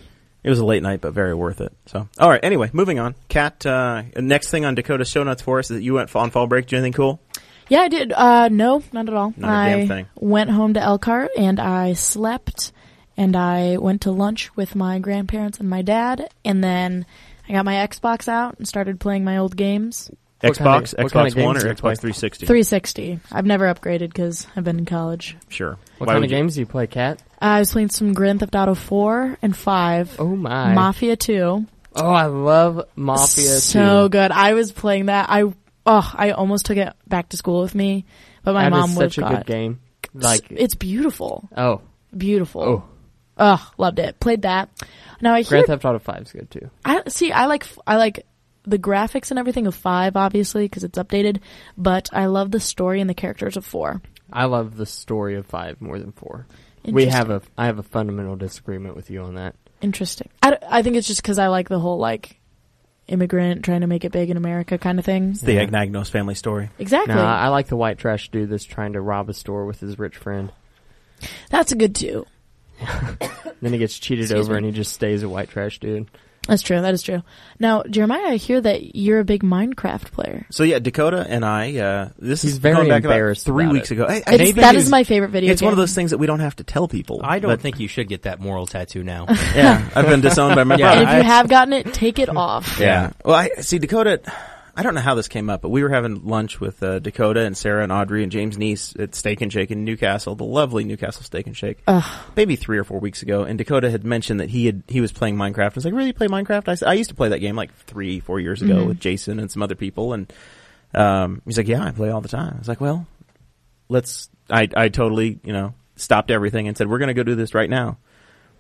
Speaker 1: was a late night, but very worth it. So, all right. Anyway, moving on. Kat, uh, next thing on Dakota's show notes for us is that you went on fall break. Did you do anything cool?
Speaker 3: Yeah, I did. Uh, no, not at all.
Speaker 1: Not
Speaker 3: I
Speaker 1: a damn thing.
Speaker 3: went home to Elkhart and I slept and I went to lunch with my grandparents and my dad and then I got my Xbox out and started playing my old games.
Speaker 2: What kind
Speaker 1: Xbox,
Speaker 2: of- what
Speaker 1: Xbox
Speaker 2: kind of
Speaker 1: One, or
Speaker 2: games do you
Speaker 1: Xbox
Speaker 2: play?
Speaker 1: 360?
Speaker 3: 360. I've never upgraded because I've been in college.
Speaker 1: Sure. Why
Speaker 2: What kind
Speaker 1: would
Speaker 2: of
Speaker 1: you-
Speaker 2: games do you play, Cat?
Speaker 3: I was playing some Grand Theft Auto 4 and 5,
Speaker 2: Oh my!
Speaker 3: Mafia 2.
Speaker 2: oh, I love Mafia.
Speaker 3: so
Speaker 2: 2.
Speaker 3: good. I was playing that. I oh, I almost took it back to school with me, but my
Speaker 2: That is
Speaker 3: mom would
Speaker 2: such a good game. Like
Speaker 3: it's beautiful,
Speaker 2: oh
Speaker 3: beautiful.
Speaker 2: oh,
Speaker 3: Ugh, loved it. Played that. Now I hear.
Speaker 2: Grand Theft Auto Five is good too.
Speaker 3: I see. I like. I like the graphics and everything of five, obviously, because it's updated. But I love the story and the characters of four.
Speaker 2: I love the story of Five more than four. We have
Speaker 3: Interesting.
Speaker 2: a I have a fundamental disagreement with you on that.
Speaker 3: Interesting. I, d- I think it's just because I like the whole like immigrant trying to make it big in America kind of thing.
Speaker 1: The Agnagnos family story.
Speaker 3: Exactly.
Speaker 2: No, I like the white trash dude that's trying to rob a store with his rich friend.
Speaker 3: That's a good two.
Speaker 2: Then he gets cheated
Speaker 3: Excuse
Speaker 2: over
Speaker 3: me.
Speaker 2: and he just stays a white trash dude.
Speaker 3: That's true. That is true. Now, Jeremiah, I hear that you're a big Minecraft player.
Speaker 1: So yeah, Dakota and I. Uh, this
Speaker 2: He's
Speaker 1: is
Speaker 2: very
Speaker 1: going back about
Speaker 2: embarrassed
Speaker 1: three
Speaker 2: about
Speaker 1: weeks
Speaker 2: it.
Speaker 1: ago. I, I
Speaker 3: It's,
Speaker 1: think
Speaker 3: that
Speaker 1: it
Speaker 3: is
Speaker 1: was-
Speaker 3: my favorite video.
Speaker 1: It's one of
Speaker 3: game.
Speaker 1: those things that we don't have to tell people.
Speaker 4: I don't
Speaker 1: but-
Speaker 4: think you should get that moral tattoo now.
Speaker 1: Yeah, I've been disowned by my
Speaker 4: Yeah,
Speaker 1: brother.
Speaker 3: And if you
Speaker 4: I-
Speaker 3: have gotten it, take it off.
Speaker 1: Yeah. Well, I see Dakota. I don't know how this came up, but we were having lunch with uh, Dakota and Sarah and Audrey and James Niece at Steak and Shake in Newcastle, the lovely Newcastle Steak and Shake, maybe three or four weeks ago. And Dakota had mentioned that he had he was playing Minecraft. I was like, "Really, you play Minecraft?" I, s- I used to play that game like three, four years ago with Jason and some other people. And um, he's like, "Yeah, I play all the time." I was like, "Well, let's." I I totally you know stopped everything and said, "We're gonna go do this right now."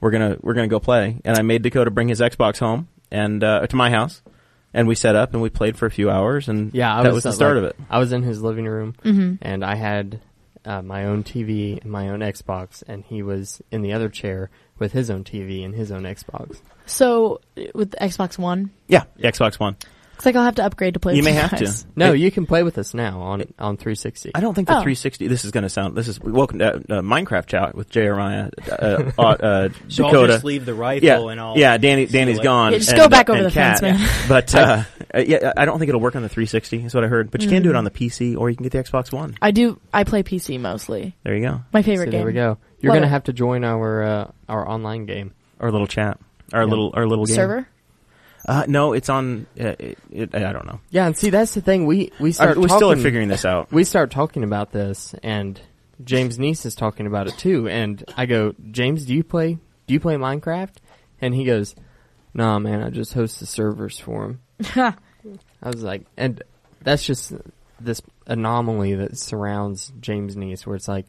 Speaker 1: we're gonna we're gonna go play. And I made Dakota bring his Xbox home and uh, to my house, and we set up and we played for a few hours. And
Speaker 2: Yeah, I
Speaker 1: that was the
Speaker 2: uh,
Speaker 1: start
Speaker 2: like-
Speaker 1: of it.
Speaker 2: I was in his living room
Speaker 3: Mm-hmm.
Speaker 2: and I had uh, my own TV and my own Xbox, and he was in the other chair with his own TV and his own Xbox.
Speaker 3: So with the Xbox One,
Speaker 1: Yeah, the Xbox One.
Speaker 3: it's like I'll have to upgrade to play.
Speaker 1: You
Speaker 3: with
Speaker 1: may have
Speaker 3: guys.
Speaker 1: to.
Speaker 2: No,
Speaker 1: It-
Speaker 2: you can play with us now on on 360.
Speaker 1: I don't think the
Speaker 3: Oh.
Speaker 1: 360. This is gonna sound. This is welcome to uh, uh, Minecraft chat with Jeremiah, uh, uh, uh,
Speaker 4: so I'll
Speaker 1: Dakota.
Speaker 4: just leave the rifle
Speaker 1: yeah,
Speaker 4: and I'll
Speaker 1: yeah. Danny,
Speaker 4: see you
Speaker 1: Danny's
Speaker 4: later.
Speaker 1: gone.
Speaker 3: Yeah, just
Speaker 1: and,
Speaker 3: go back
Speaker 1: uh,
Speaker 3: over
Speaker 1: and
Speaker 3: the fence,
Speaker 1: Kat.
Speaker 3: man.
Speaker 1: But uh, uh, yeah, I don't think it'll work on the 360. Is what I heard. But you can
Speaker 3: Mm-hmm.
Speaker 1: do it on the PC, or you can get the Xbox One.
Speaker 3: I do. I play PC mostly.
Speaker 1: There you go.
Speaker 3: My favorite
Speaker 2: so
Speaker 3: game.
Speaker 2: there we go. You're
Speaker 3: Love
Speaker 2: gonna
Speaker 3: it.
Speaker 2: have to join our uh, our online game.
Speaker 1: Our little chat. Our
Speaker 2: Yeah.
Speaker 1: little our little game.
Speaker 3: Server.
Speaker 1: Uh, no, it's on. Uh, it, it, I don't know.
Speaker 2: Yeah, and see that's the thing. We we
Speaker 1: All
Speaker 2: start
Speaker 1: right, we
Speaker 2: talking,
Speaker 1: still are figuring this out.
Speaker 2: we start talking about this, and James Niece is talking about it too. And I go, James, do you play do you play Minecraft? And he goes, Nah, man, I just host the servers for him. I was like, and that's just this anomaly that surrounds James Niece, where it's like.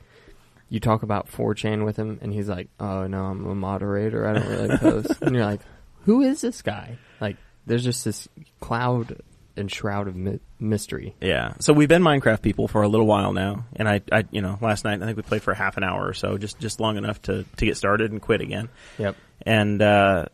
Speaker 2: You talk about 4chan with him, and he's like, "Oh no, I'm a moderator. I don't really post." and you're like, "Who is this guy?" Like, there's just this cloud and shroud of my- mystery.
Speaker 1: Yeah. So we've been Minecraft people for a little while now, and I, I, you know, last night I think we played for half an hour or so, just just long enough to to get started and quit again.
Speaker 2: Yep.
Speaker 1: And uh,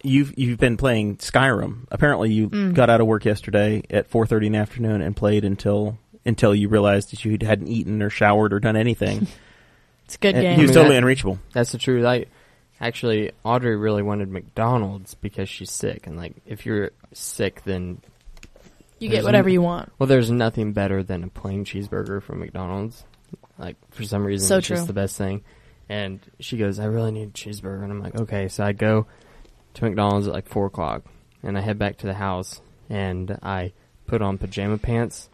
Speaker 1: you've you've been playing Skyrim. Apparently, you
Speaker 3: Mm.
Speaker 1: got out of work yesterday at four thirty in the afternoon and played until until you realized that you hadn't eaten or showered or done anything.
Speaker 3: It's a good
Speaker 1: And
Speaker 3: game.
Speaker 1: He was
Speaker 2: I mean,
Speaker 1: totally
Speaker 2: that-
Speaker 1: unreachable.
Speaker 2: That's the truth. Like Actually, Audrey really wanted McDonald's because she's sick, and like if you're sick, then
Speaker 3: You
Speaker 2: There's
Speaker 3: get whatever
Speaker 2: n-
Speaker 3: you want.
Speaker 2: well, there's nothing better than a plain cheeseburger from McDonald's. Like for some reason,
Speaker 3: So
Speaker 2: it's
Speaker 3: true.
Speaker 2: just the best thing. And she goes, "I really need a cheeseburger," and I'm like, "Okay." So I go to McDonald's at like four o'clock, and I head back to the house, and I put on pajama pants,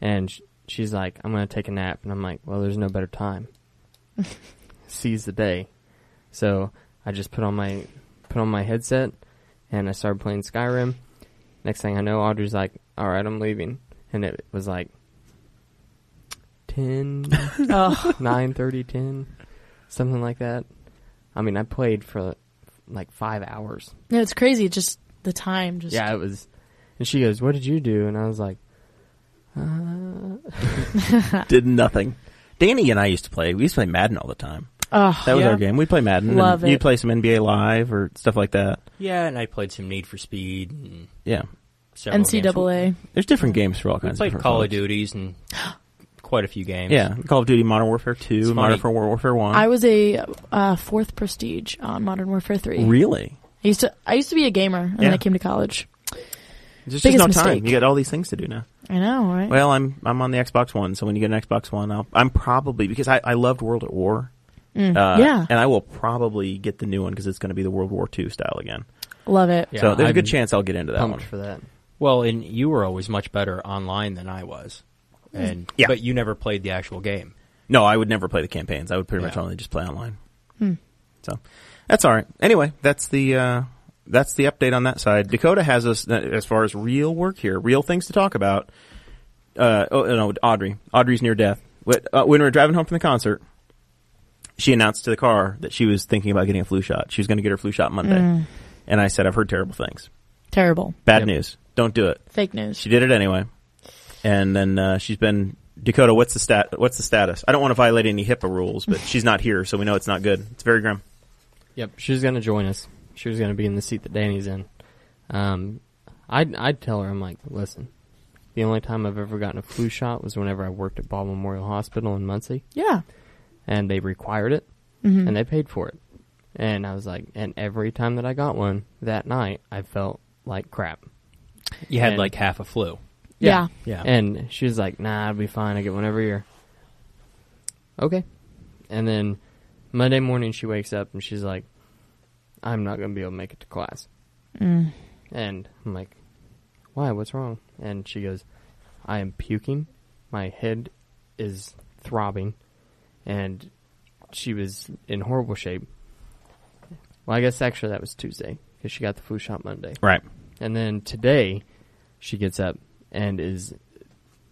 Speaker 2: and sh- she's like, "I'm gonna take a nap," and I'm like, "Well, there's no better time." Seize the day. So I just put on my put on my headset, and I started playing Skyrim. Next thing I know, Audrey's like, "All right, I'm leaving," and it was like 10,
Speaker 3: Oh.
Speaker 2: 9, 10, something like that. I mean, I played for like five hours.
Speaker 3: No, it's crazy. Just the time. Just
Speaker 2: Yeah, it was. And she goes, "What did you do?" And I was like,
Speaker 1: Did nothing. Danny and I used to play. We used to play Madden all the time.
Speaker 3: Oh,
Speaker 1: That was
Speaker 4: Yeah.
Speaker 1: our game. We play Madden. and
Speaker 3: Love
Speaker 1: You'd
Speaker 3: it.
Speaker 1: play some NBA Live or stuff like that.
Speaker 4: Yeah, and I played some Need for Speed and
Speaker 1: Yeah.
Speaker 4: several games.
Speaker 3: NCAA.
Speaker 1: There's different games for all
Speaker 4: We
Speaker 1: kinds of
Speaker 4: played
Speaker 1: different
Speaker 4: Call of
Speaker 1: folks.
Speaker 4: Duties and quite a few games.
Speaker 1: Yeah, Call of Duty Modern Warfare
Speaker 4: It's
Speaker 1: 2,
Speaker 4: funny.
Speaker 1: Modern Warfare Warfare 1.
Speaker 3: I was a uh, fourth prestige on Modern Warfare Three.
Speaker 1: really?
Speaker 3: I used to I used to be a gamer, and then
Speaker 1: Yeah.
Speaker 3: I came to college.
Speaker 1: There's just
Speaker 3: Biggest
Speaker 1: no
Speaker 3: mistake.
Speaker 1: time. You got all these things to do now.
Speaker 3: I know, right?
Speaker 1: Well, I'm I'm on the Xbox One, so when you get an Xbox One, I'll, I'm probably because I, I loved World at War. uh,
Speaker 3: yeah.
Speaker 1: and I will probably get the new one because it's going to be the World War II style again.
Speaker 3: Love it.
Speaker 2: Yeah,
Speaker 1: so there's a
Speaker 2: I'm
Speaker 1: good chance I'll get into that
Speaker 2: "Pumped
Speaker 1: one.
Speaker 2: for that."
Speaker 4: Well, and you were always much better online than I was. And
Speaker 1: Yeah.
Speaker 4: but you never played the actual game.
Speaker 1: No, I would never play the campaigns. I would pretty
Speaker 4: Yeah.
Speaker 1: much only just play online. So that's all right. Anyway, that's the uh, that's the update on that side. Dakota has us uh, as far as real work here, real things to talk about. Uh, oh no, Audrey. Audrey's near death. Wh- uh, When we were driving home from the concert, she announced to the car that she was thinking about getting a flu shot. She was going to get her flu shot Monday, and I said, "I've heard terrible things.
Speaker 3: Terrible.
Speaker 1: Bad
Speaker 2: Yep.
Speaker 1: news. Don't do it."
Speaker 3: Fake news.
Speaker 1: She did it anyway, and then uh, she's been Dakota. What's the stat? What's the status? I don't want to violate any HIPAA rules, but she's not here, so we know it's not good. It's very grim.
Speaker 2: Yep, she was gonna join us. She was gonna be in the seat that Danny's in. Um, I'd I'd tell her I'm like, listen, the only time I've ever gotten a flu shot was whenever I worked at Ball Memorial Hospital in Muncie,
Speaker 3: yeah.
Speaker 2: and they required it, and they paid for it. And I was like, and every time that I got one that night, I felt like crap.
Speaker 4: You had
Speaker 2: And-
Speaker 4: like half a flu.
Speaker 3: Yeah.
Speaker 4: Yeah.
Speaker 2: And she was like, nah, I'll be fine. I get one every year. Okay. And then Monday morning, she wakes up and she's like, I'm not going to be able to make it to class. And I'm like, why? What's wrong? And she goes, I am puking. My head is throbbing. And she was in horrible shape. Well, I guess actually that was Tuesday because she got the flu shot Monday.
Speaker 1: Right.
Speaker 2: And then today, she gets up and is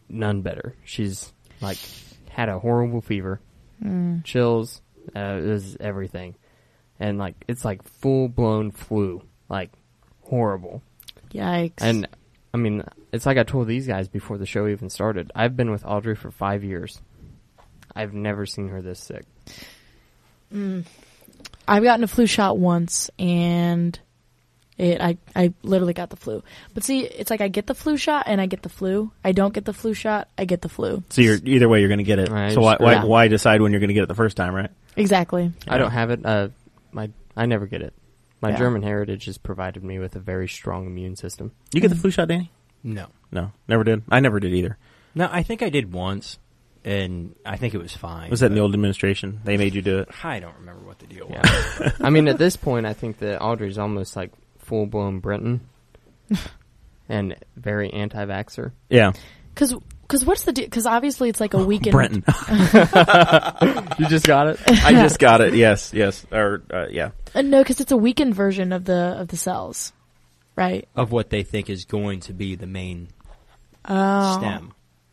Speaker 2: none better. She's like had a horrible fever, chills, uh, it was everything, and like it's like full blown flu, like horrible.
Speaker 3: Yikes.
Speaker 2: And I mean, it's like I told these guys before the show even started. I've been with Audrey for five years. I've never seen her this sick.
Speaker 3: I've gotten a flu shot once, and it I I literally got the flu. But see, it's like I get the flu shot and I get the flu. I don't get the flu shot. I get the flu.
Speaker 1: So you're either way, you're going to get it.
Speaker 2: Right,
Speaker 1: so why,
Speaker 2: just-
Speaker 1: why
Speaker 3: yeah.
Speaker 1: why decide when you're going to get it the first time? Right.
Speaker 3: Exactly.
Speaker 2: I don't have it. Uh, my I never get it. My
Speaker 3: Yeah.
Speaker 2: German heritage has provided me with a very strong immune system.
Speaker 1: You get
Speaker 3: Mm.
Speaker 1: the flu shot, Danny?
Speaker 4: No.
Speaker 1: No, never did. I never did either.
Speaker 4: No, I think I did once and I think it was fine.
Speaker 1: Was that in the
Speaker 4: but
Speaker 1: old administration? They made you do it.
Speaker 4: I don't remember what the deal was.
Speaker 2: Yeah. I mean, at this point, I think that Audrey's almost like full blown Brenton and very anti vaxxer.
Speaker 1: Yeah.
Speaker 3: Because because what's the because obviously it's like a weekend.
Speaker 1: Oh, Brenton.
Speaker 2: You just got it?
Speaker 1: I just got it. Yes. Yes. Or uh, yeah.
Speaker 3: Uh, no, because it's a weakened version of the of the cells, right?
Speaker 4: Of what they think is going to be the main stem.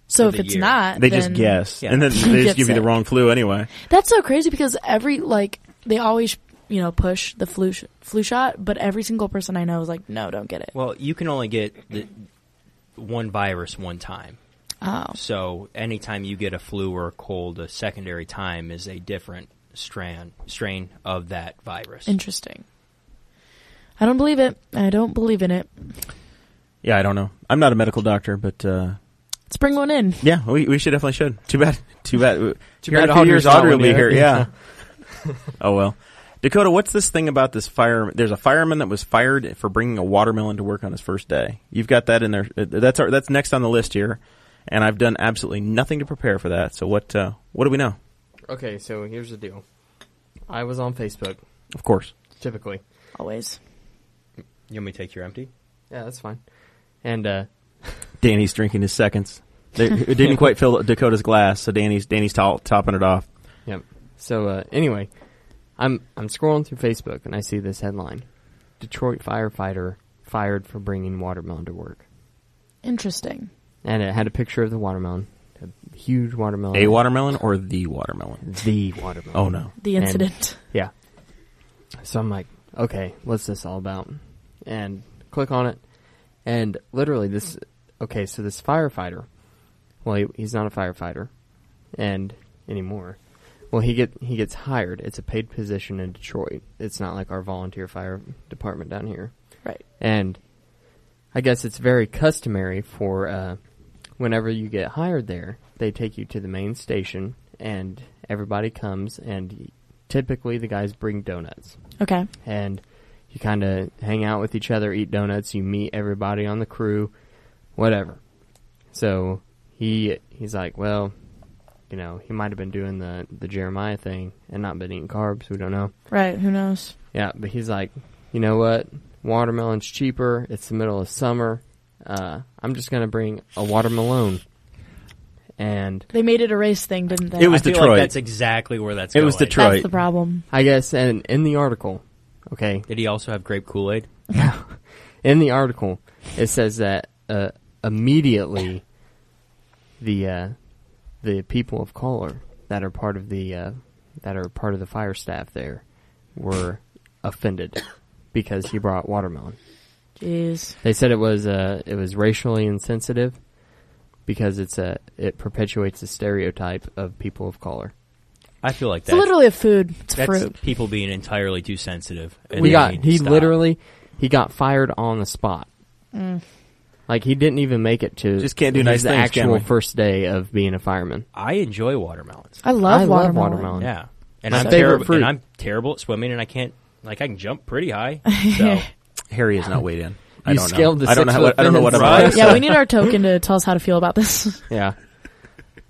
Speaker 3: So
Speaker 4: For
Speaker 3: if
Speaker 4: the
Speaker 3: it's
Speaker 4: year.
Speaker 3: not,
Speaker 1: They just
Speaker 3: then-
Speaker 1: guess,
Speaker 4: Yeah.
Speaker 1: and then they
Speaker 3: Get
Speaker 1: just give you
Speaker 3: sick.
Speaker 1: the wrong flu anyway.
Speaker 3: That's so crazy because every like they always you know push the flu sh- flu shot, but every single person I know is like, no, don't get it.
Speaker 4: Well, you can only get the one virus one time.
Speaker 3: Oh,
Speaker 4: So anytime you get a flu or a cold, a secondary time is a different strand strain of that virus.
Speaker 3: interesting. I don't believe it. I don't believe in it.
Speaker 1: Yeah, I don't know. I'm not a medical doctor, but uh,
Speaker 3: Let's bring one in.
Speaker 1: Yeah, we, we should definitely should. Too bad. Too bad. Too
Speaker 2: bad
Speaker 1: in a few
Speaker 2: Audrey's
Speaker 1: years
Speaker 2: not
Speaker 1: Audrey will
Speaker 2: one
Speaker 1: be
Speaker 2: yet.
Speaker 1: here. Yeah. oh well. Dakota, what's this thing about this fire? There's a fireman that was fired for bringing a watermelon to work on his first day. You've got that in there. Uh, That's our, that's next on the list here, and I've done absolutely nothing to prepare for that. So what uh, what do we know?
Speaker 2: Okay, so here's the deal. I was on Facebook,
Speaker 1: Of course,
Speaker 2: typically.
Speaker 3: Always.
Speaker 4: You want me to take your empty?
Speaker 2: Yeah, that's fine. And uh,
Speaker 1: Danny's drinking his seconds. They, it didn't quite fill Dakota's glass, so Danny's Danny's to- topping it off.
Speaker 2: Yep. So uh, anyway, I'm I'm scrolling through Facebook and I see this headline: Detroit firefighter fired for bringing watermelon to work,
Speaker 3: Interesting.
Speaker 2: and it had a picture of the watermelon, a huge watermelon,
Speaker 1: A watermelon or the watermelon?
Speaker 2: the watermelon.
Speaker 1: Oh no.
Speaker 3: The
Speaker 2: And-
Speaker 3: incident.
Speaker 2: Yeah. So I'm like, okay, what's this all about? And click on it, and literally this. Okay, so this firefighter. Well, he, he's not a firefighter, and anymore. Well, he get he gets hired. It's a paid position in Detroit. It's not like our volunteer fire department down here.
Speaker 3: Right.
Speaker 2: And I guess it's very customary for uh, whenever you get hired there, they take you to the main station, and everybody comes, and typically the guys bring donuts,
Speaker 3: Okay.
Speaker 2: and you kind of hang out with each other, eat donuts, you meet everybody on the crew, whatever. So he he's like, well, you know, he might have been doing the the Jeremiah thing and not been eating carbs. We don't know.
Speaker 3: Right. Who knows?
Speaker 2: Yeah, but he's like, you know what? Watermelon's cheaper. It's the middle of summer. Uh, I'm just gonna bring a watermelon. And
Speaker 3: They made it a race thing, didn't they?
Speaker 1: It was
Speaker 4: I feel
Speaker 1: Detroit.
Speaker 4: Like that's exactly where that's.
Speaker 1: It was
Speaker 4: going.
Speaker 3: That's
Speaker 1: Detroit.
Speaker 3: the problem.
Speaker 2: I guess, and in the article, okay,
Speaker 4: Did he also have grape Kool Aid?
Speaker 2: in the article, it says that uh, immediately the uh, the people of color that are part of the uh, that are part of the fire staff there were offended because he brought watermelon.
Speaker 3: Jeez.
Speaker 2: They said it was uh, it was racially insensitive because it's a it perpetuates a stereotype of people of color.
Speaker 4: I feel like
Speaker 3: It's
Speaker 4: that.
Speaker 3: literally a food. It's
Speaker 4: that's
Speaker 3: fruit.
Speaker 4: people being entirely too sensitive. and
Speaker 2: we
Speaker 4: they
Speaker 2: got
Speaker 4: need to
Speaker 2: he
Speaker 4: stop.
Speaker 2: literally he got fired on the spot.
Speaker 3: Mm.
Speaker 2: Like he didn't even make it to
Speaker 1: Just can't do
Speaker 2: his
Speaker 1: nice things,
Speaker 2: actual
Speaker 1: can we?
Speaker 2: first day of being a fireman.
Speaker 4: I enjoy watermelons.
Speaker 3: I love
Speaker 2: I love
Speaker 3: watermelon.
Speaker 2: watermelon.
Speaker 4: Yeah, and
Speaker 2: My
Speaker 4: I'm
Speaker 2: favorite
Speaker 4: terrible.
Speaker 2: fruit.
Speaker 4: And I'm terrible at swimming, and I can't. Like I can jump pretty high. So
Speaker 1: Harry is not weighed in. I
Speaker 2: You
Speaker 1: don't
Speaker 2: scaled
Speaker 1: know.
Speaker 2: the
Speaker 1: I don't know.
Speaker 2: six
Speaker 1: how-
Speaker 2: foot
Speaker 1: I don't know what I'm.
Speaker 4: fence.
Speaker 1: like,
Speaker 4: Right.
Speaker 3: Oh, Yeah,
Speaker 1: so-
Speaker 3: we need our token to tell us how to feel about this.
Speaker 2: Yeah.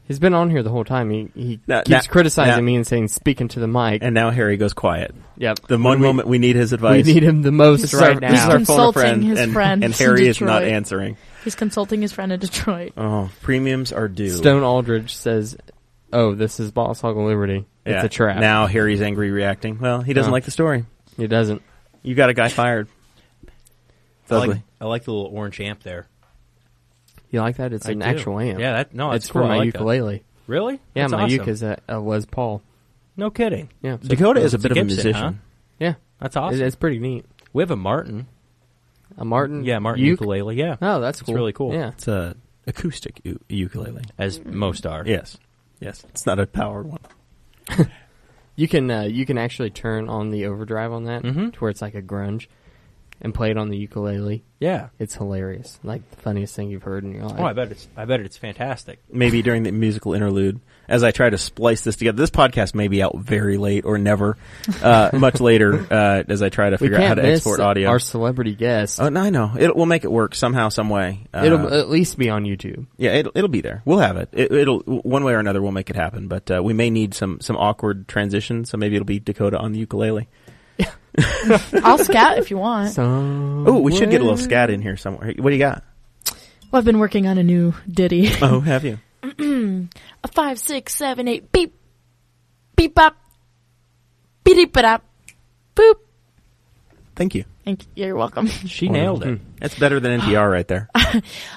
Speaker 2: He's been on here the whole time. He he
Speaker 1: Now-
Speaker 2: keeps
Speaker 1: now-
Speaker 2: criticizing
Speaker 1: now-
Speaker 2: me and saying speaking to the mic.
Speaker 1: And now Harry goes quiet.
Speaker 2: yep.
Speaker 1: The
Speaker 2: When
Speaker 1: one
Speaker 2: we-
Speaker 1: moment we need his
Speaker 2: we
Speaker 1: advice.
Speaker 2: need him the most
Speaker 1: This is our-
Speaker 2: right
Speaker 1: this is our
Speaker 2: now.
Speaker 1: phone a
Speaker 3: Consulting
Speaker 1: friend,
Speaker 3: his
Speaker 1: and,
Speaker 3: friends
Speaker 1: and Harry
Speaker 3: in
Speaker 1: is not
Speaker 3: Detroit.
Speaker 1: answering.
Speaker 3: He's consulting his friend in Detroit.
Speaker 1: Oh, premiums are due.
Speaker 2: Stone Aldridge says, "Oh, this is Boss Hog of Liberty.
Speaker 1: Yeah.
Speaker 2: It's a trap."
Speaker 1: Now Harry's angry, reacting. Well, he doesn't
Speaker 2: Oh.
Speaker 1: like the story.
Speaker 2: he doesn't.
Speaker 1: You got a guy fired. It's
Speaker 4: I
Speaker 1: ugly.
Speaker 4: like, I like the little orange amp there.
Speaker 2: You like that? It's
Speaker 4: I
Speaker 2: an
Speaker 4: do.
Speaker 2: actual amp.
Speaker 4: Yeah, that- no,
Speaker 2: it's
Speaker 4: that's
Speaker 2: for
Speaker 4: cool. I
Speaker 2: my
Speaker 4: like that.
Speaker 2: ukulele.
Speaker 4: Really?
Speaker 2: Yeah,
Speaker 4: That's
Speaker 2: my
Speaker 4: awesome.
Speaker 2: uke is a, a Les Paul.
Speaker 4: No kidding.
Speaker 2: Yeah,
Speaker 1: Dakota is a bit
Speaker 4: it's a
Speaker 1: of a
Speaker 4: Gibson,
Speaker 1: musician.
Speaker 4: huh?
Speaker 2: yeah,
Speaker 4: That's awesome.
Speaker 2: It, it's pretty neat.
Speaker 4: We have a Martin.
Speaker 2: A Martin.
Speaker 4: Yeah, Martin
Speaker 2: uke?
Speaker 4: ukulele. Yeah,
Speaker 2: Oh, that's cool.
Speaker 4: really cool.
Speaker 2: Yeah,
Speaker 1: It's a acoustic u- ukulele.
Speaker 4: as most are.
Speaker 1: Yes, yes. It's not a powered one.
Speaker 2: you can uh, you can actually turn on the overdrive on that
Speaker 4: Mhm.
Speaker 2: to where it's like a grunge, and play it on the ukulele.
Speaker 4: yeah.
Speaker 2: It's hilarious. Like the funniest thing you've heard in your life.
Speaker 4: Oh, I bet it's. I bet it's fantastic.
Speaker 1: Maybe during the musical interlude, as I try to splice this together, this podcast may be out very late or never, uh, much later. Uh, as I try to
Speaker 2: we
Speaker 1: figure out how
Speaker 2: can't
Speaker 1: to
Speaker 2: miss
Speaker 1: export audio.
Speaker 2: our celebrity guest.
Speaker 4: Uh,
Speaker 1: oh, no, I know. It, we'll make it work somehow, some way. Uh,
Speaker 2: It'll at least be on YouTube.
Speaker 1: Yeah, it'll, it'll be there. We'll have it. it. It'll one way or another. We'll make it happen. But uh, we may need some some awkward transition. So maybe it'll be Dakota on the ukulele.
Speaker 3: I'll scat if you want.
Speaker 1: Oh, we should get a little scat in here somewhere. What do you got?
Speaker 3: Well, I've been working on a new ditty.
Speaker 1: Oh, have you?
Speaker 3: a five, six, seven, eight, beep, beep up, beep up, boop.
Speaker 1: Thank you.
Speaker 3: Thank you. You're welcome.
Speaker 4: She nailed it.
Speaker 1: hmm. That's better than NPR right there.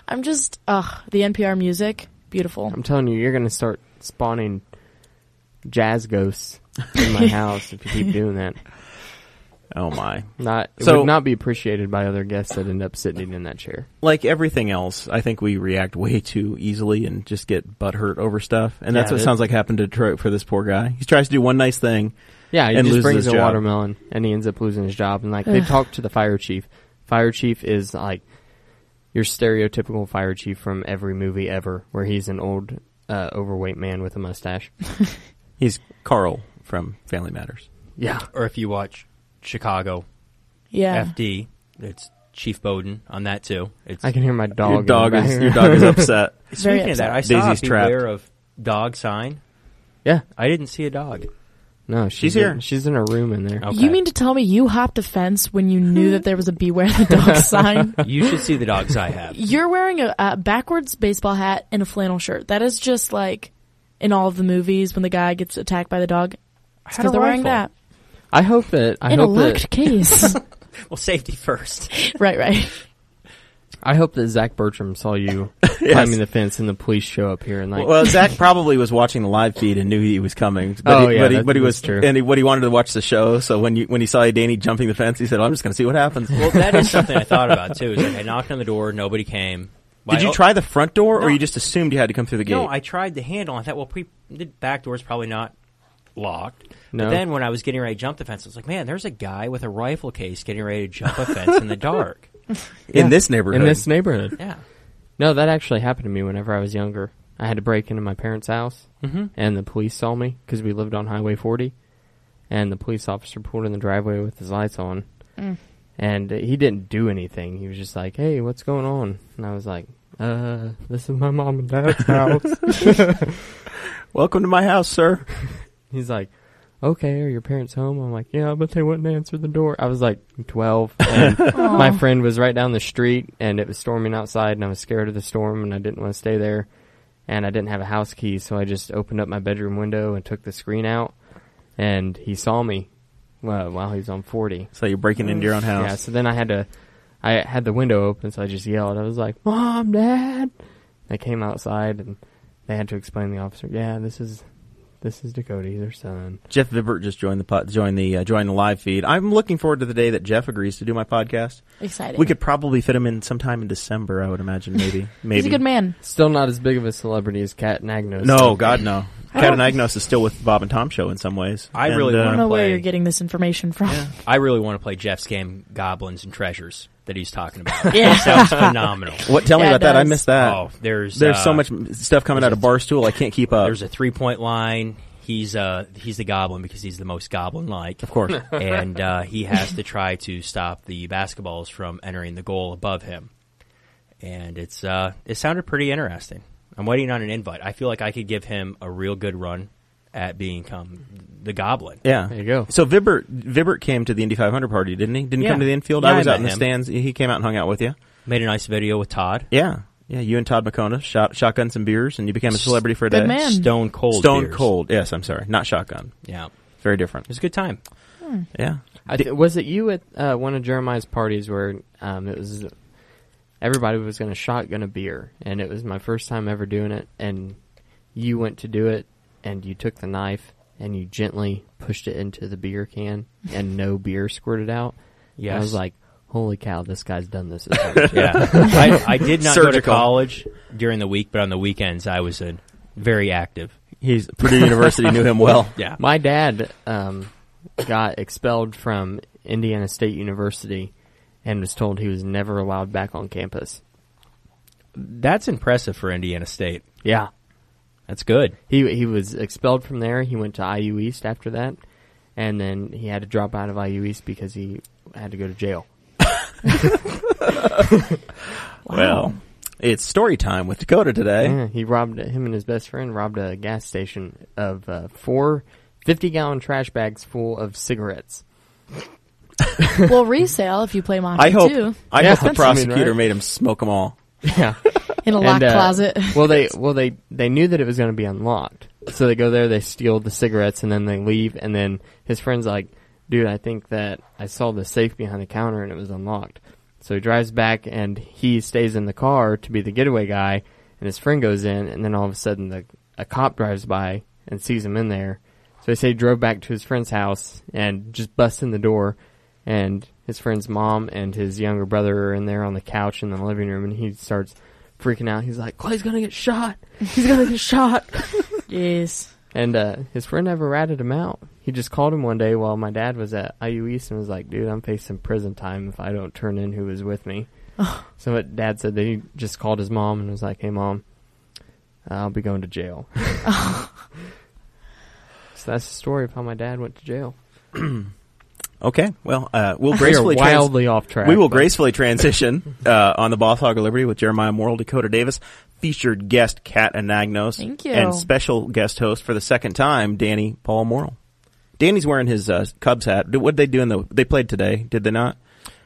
Speaker 3: I'm just, ugh, the NPR music, beautiful.
Speaker 2: I'm telling you, you're gonna start spawning jazz ghosts in my house if you keep doing that.
Speaker 1: Oh my!
Speaker 2: Not it
Speaker 1: So-
Speaker 2: would not be appreciated by other guests that end up sitting in that chair.
Speaker 1: Like everything else, I think we react way too easily and just get butthurt over stuff. And that's
Speaker 2: Yeah,
Speaker 1: what
Speaker 2: that-
Speaker 1: sounds like happened to Detroit for this poor guy. He tries to do one nice thing.
Speaker 2: Yeah, he
Speaker 1: And
Speaker 2: just
Speaker 1: loses
Speaker 2: brings
Speaker 1: his
Speaker 2: a
Speaker 1: job.
Speaker 2: watermelon and he ends up losing his job. And like they talk to the fire chief. Fire chief is like your stereotypical fire chief from every movie ever, where he's an old, uh, overweight man with a mustache.
Speaker 1: He's Carl from Family Matters.
Speaker 2: Yeah.
Speaker 4: Or if you watch Chicago
Speaker 3: Yeah.
Speaker 4: FD, it's Chief Bowden on that too. It's
Speaker 2: I can hear my dog.
Speaker 1: your
Speaker 2: in the
Speaker 1: dog is your
Speaker 2: background.
Speaker 1: dog is upset.
Speaker 3: very
Speaker 4: speaking of
Speaker 3: upset.
Speaker 4: that. I saw
Speaker 1: Daisy's
Speaker 4: a
Speaker 1: trapped.
Speaker 4: beware of dog sign.
Speaker 2: yeah.
Speaker 4: I didn't see a dog.
Speaker 2: No, she's, Oh.
Speaker 1: She's here.
Speaker 2: In, she's in a room in there.
Speaker 4: Okay.
Speaker 3: You mean to tell me you hopped a fence when you knew that there was a beware the dog sign?
Speaker 4: You should see the dogs I have.
Speaker 3: You're wearing a, a backwards baseball hat and a flannel shirt. That is just like in all of the movies when the guy gets attacked by the dog.
Speaker 4: I had
Speaker 3: Because
Speaker 4: a
Speaker 3: they're wearing
Speaker 4: rifle.
Speaker 3: that.
Speaker 2: I hope that I
Speaker 3: in a
Speaker 2: hope
Speaker 3: locked
Speaker 2: that,
Speaker 3: case.
Speaker 4: Well, safety first.
Speaker 3: right, right.
Speaker 2: I hope that Zach Bertram saw you climbing the fence and the police show up here and like
Speaker 1: Well, Zach probably was watching the live feed and knew he was coming. But
Speaker 2: Oh,
Speaker 1: he,
Speaker 2: yeah,
Speaker 1: but he,
Speaker 2: that-
Speaker 1: but he was
Speaker 2: that's true.
Speaker 1: and he, what he wanted to watch the show. So when you when he saw Danny jumping the fence, he said, "I'm just going to see what happens."
Speaker 4: Well, that is something I thought about too. Is like I knocked on the door, nobody came.
Speaker 1: Did you
Speaker 4: Well,
Speaker 1: try the front door, or
Speaker 4: No.
Speaker 1: you just assumed you had to come through the gate?
Speaker 4: No, I tried the handle. I thought, well, pre- the back door's probably not locked.
Speaker 2: No.
Speaker 4: But then when I was getting ready to jump the fence, I was like, man, there's a guy with a rifle case getting ready to jump a fence in the dark.
Speaker 1: in
Speaker 2: Yeah.
Speaker 1: this neighborhood.
Speaker 2: in this neighborhood.
Speaker 4: Yeah.
Speaker 2: No, that actually happened to me whenever I was younger. I had to break into my parents' house, and the police saw me because we lived on Highway 40. And the police officer pulled in the driveway with his lights on, and he didn't do anything. He was just like, "Hey, what's going on?" And I was like, "Uh, this is my mom and dad's house."
Speaker 1: Welcome to my house, sir.
Speaker 2: He's like, "Okay, are your parents home?" I'm like, "Yeah, but they wouldn't answer the door." I was like, 12, and my friend was right down the street, and it was storming outside, and I was scared of the storm, and I didn't want to stay there, and I didn't have a house key, so I just opened up my bedroom window and took the screen out, and he saw me, well, while he was on forty.
Speaker 1: So you're breaking into your own house.
Speaker 2: Yeah, so then I had to, I had the window open, so I just yelled. I was like, "Mom, Dad!" They came outside, and they had to explain to the officer, "Yeah, this is, this is Dakota, he's our son."
Speaker 1: Jeff Vibert just joined the pod, joined the uh, joined the live feed. I'm looking forward to the day that Jeff agrees to do my podcast.
Speaker 3: Exciting.
Speaker 1: We could probably fit him in sometime in December, I would imagine. Maybe, maybe.
Speaker 3: He's a good man.
Speaker 2: Still not as big of a celebrity as Kat Nagnos.
Speaker 1: No, God, no.
Speaker 3: I
Speaker 1: Cat and
Speaker 3: don't-
Speaker 1: Agnos is still with Bob and Tom show in some ways.
Speaker 4: I
Speaker 1: And,
Speaker 4: really
Speaker 1: uh,
Speaker 3: I
Speaker 4: wanna-
Speaker 3: don't know where
Speaker 4: play.
Speaker 3: you're getting this information from.
Speaker 4: I really want to play Jeff's game, Goblins and Treasures, that he's talking about.
Speaker 3: Yeah.
Speaker 4: It sounds phenomenal.
Speaker 1: What? Tell me
Speaker 3: Yeah, it
Speaker 1: about that. I
Speaker 3: does.
Speaker 1: missed that.
Speaker 4: Oh, there's
Speaker 1: There's so
Speaker 4: uh,
Speaker 1: much m- stuff coming out of Barstool. I can't keep up.
Speaker 4: There's a three point line. He's uh he's the goblin because he's the most goblin like.
Speaker 1: of course.
Speaker 4: and uh, he has to try to stop the basketballs from entering the goal above him. And it's uh, it sounded pretty interesting. I'm waiting on an invite. I feel like I could give him a real good run at being come the Goblin.
Speaker 1: Yeah.
Speaker 2: There you go.
Speaker 1: So Vibert Vibert came to the Indy 500 party, didn't he? Didn't
Speaker 4: Yeah.
Speaker 1: come to the infield.
Speaker 4: Yeah,
Speaker 1: I was
Speaker 4: I
Speaker 1: out in the
Speaker 4: met him.
Speaker 1: stands. He came out and hung out with you.
Speaker 4: Made a nice video with Todd.
Speaker 1: Yeah. Yeah. You and Todd McCona shot shotgun some beers, and you became a celebrity for a
Speaker 3: Good
Speaker 1: day.
Speaker 3: man.
Speaker 4: Stone Cold.
Speaker 1: Stone
Speaker 4: beers.
Speaker 1: Cold. Yes, I'm sorry. Not shotgun.
Speaker 4: Yeah, it
Speaker 1: Very different.
Speaker 4: was a good time.
Speaker 1: Yeah.
Speaker 2: I th- was it you at uh, one of Jeremiah's parties where um, it was everybody was going to shotgun a beer, and it was my first time ever doing it, and you went to do it, and you took the knife and you gently pushed it into the beer can, and no beer squirted out. Yeah, I
Speaker 4: Yes.
Speaker 2: was like, "Holy cow, this guy's done this." his whole life."
Speaker 4: Yeah, I, I did not go to
Speaker 1: Surgical.
Speaker 4: college during the week, but on the weekends I was in very active.
Speaker 1: He's Purdue University knew him well.
Speaker 4: Yeah,
Speaker 2: My dad um, got expelled from Indiana State University and was told he was never allowed back on campus.
Speaker 4: that's impressive for Indiana State.
Speaker 2: Yeah.
Speaker 4: That's good.
Speaker 2: He he was expelled from there. He went to IU East after that, and then he had to drop out of IU East because he had to go to jail.
Speaker 1: Well, it's story time with Dakota today.
Speaker 2: Yeah, he robbed him and his best friend robbed a gas station of uh, four 50 gallon trash bags full of cigarettes.
Speaker 3: well, resale if you play Monty
Speaker 1: I hope
Speaker 3: too
Speaker 1: I
Speaker 2: Yeah,
Speaker 1: hope the
Speaker 2: that's what I mean,
Speaker 1: prosecutor
Speaker 2: right?
Speaker 1: made him smoke them all.
Speaker 2: Yeah.
Speaker 3: in a locked
Speaker 2: And, uh,
Speaker 3: closet.
Speaker 2: well, they well they they knew that it was going to be unlocked, so they go there, they steal the cigarettes, and then they leave. And then his friend's like, "Dude, I think that I saw the safe behind the counter, and it was unlocked." So he drives back, and he stays in the car to be the getaway guy. And his friend goes in, and then all of a sudden, the a cop drives by and sees him in there. So they say he drove back to his friend's house and just busts in the door. And his friend's mom and his younger brother are in there on the couch in the living room, and he starts freaking out. He's like, Clay's gonna get shot. He's gonna get shot.
Speaker 3: yes.
Speaker 2: And uh, his friend never ratted him out. He just called him one day while my dad was at IU East and was like, dude, I'm facing prison time if I don't turn in who was with me. so what dad said that he just called his mom and was like, hey, mom, I'll be going to jail. so that's the story of how my dad went to jail.
Speaker 1: Okay, well, uh, we'll
Speaker 2: We are
Speaker 1: gracefully trans-
Speaker 2: wildly off track.
Speaker 1: we will
Speaker 2: but-
Speaker 1: gracefully transition uh, on the Boss Hog of Liberty with Jeremiah Morrill, Dakota Davis, featured guest Kat Anagnos,
Speaker 3: Thank you.
Speaker 1: and special guest host for the second time, Danny Paul Morrill. Danny's wearing his uh, Cubs hat. What did they do in the? They played today, did they not?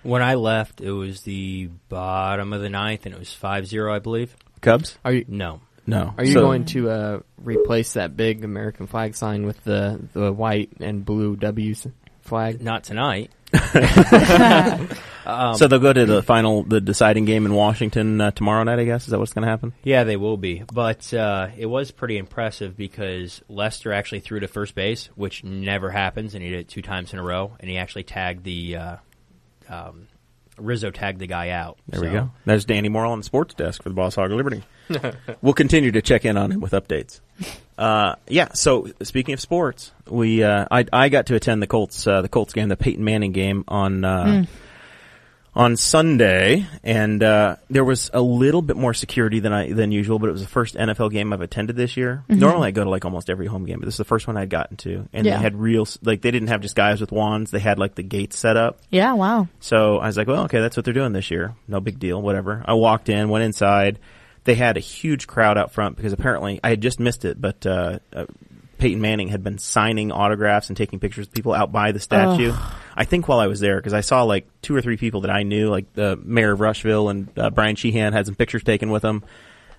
Speaker 4: When I left, it was the bottom of the ninth, and it was 5-0, I believe.
Speaker 1: Cubs?
Speaker 2: Are you
Speaker 4: No,
Speaker 1: No.
Speaker 2: are you
Speaker 1: So-
Speaker 2: going to uh, replace that big American flag sign with the the white and blue W's flag?
Speaker 4: not tonight.
Speaker 1: so they'll go to the final, the deciding game in Washington uh, tomorrow night. I guess is that what's going to happen?
Speaker 4: Yeah, they will be. But uh, it was pretty impressive because Lester actually threw to first base, which never happens, and he did it two times in a row. And he actually tagged the uh, um, Rizzo tagged the guy out.
Speaker 1: There we
Speaker 4: So,
Speaker 1: go. That's Danny Morrill on the sports desk for the Boss Hog of Liberty. we'll continue to check in on him with updates. Uh, yeah. So speaking of sports, we uh, I I got to attend the Colts uh, the Colts game, the Peyton Manning game on uh, on Sunday, and uh, there was a little bit more security than I than usual. But it was the first NFL game I've attended this year. Normally, I go to like almost every home game, but this is the first one I'd gotten to, and
Speaker 3: Yeah.
Speaker 1: they had real s- like they didn't have just guys with wands. They had like the gates set up.
Speaker 3: Yeah, wow.
Speaker 1: So I was like, well, okay, that's what they're doing this year. No big deal, whatever. I walked in, went inside. They had a huge crowd out front because apparently I had just missed it, but uh, uh, Peyton Manning had been signing autographs and taking pictures of people out by the statue. I think while I was there, because I saw like two or three people that I knew, like the mayor of Rushville and uh, Brian Sheehan had some pictures taken with them.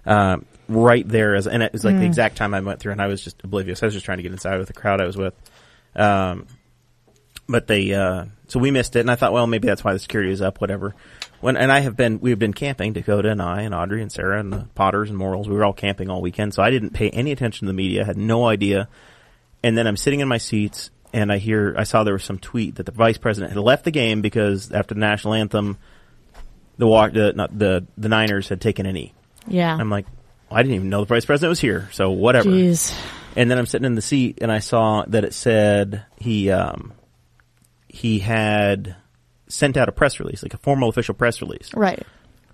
Speaker 1: Uh, right there as, and it was like the exact time I went through and I was just oblivious. I was just trying to get inside with the crowd I was with. Um, but they uh, so we missed it, and I thought, well, maybe that's why the security was up, whatever. When and I have been, we've been camping. Dakota and I and Audrey and Sarah and the Potters and Morals. We were all camping all weekend, so I didn't pay any attention to the media. Had no idea. And then I'm sitting in my seats, and I hear, I saw there was some tweet that the vice president had left the game because after the national anthem, the walk, the not the the Niners had taken a knee.
Speaker 3: Yeah.
Speaker 1: I'm like, well, I didn't even know the vice president was here, so whatever.
Speaker 3: Jeez.
Speaker 1: And then I'm sitting in the seat and I saw that it said he um, he had sent out a press release, like a formal official press release.
Speaker 3: Right.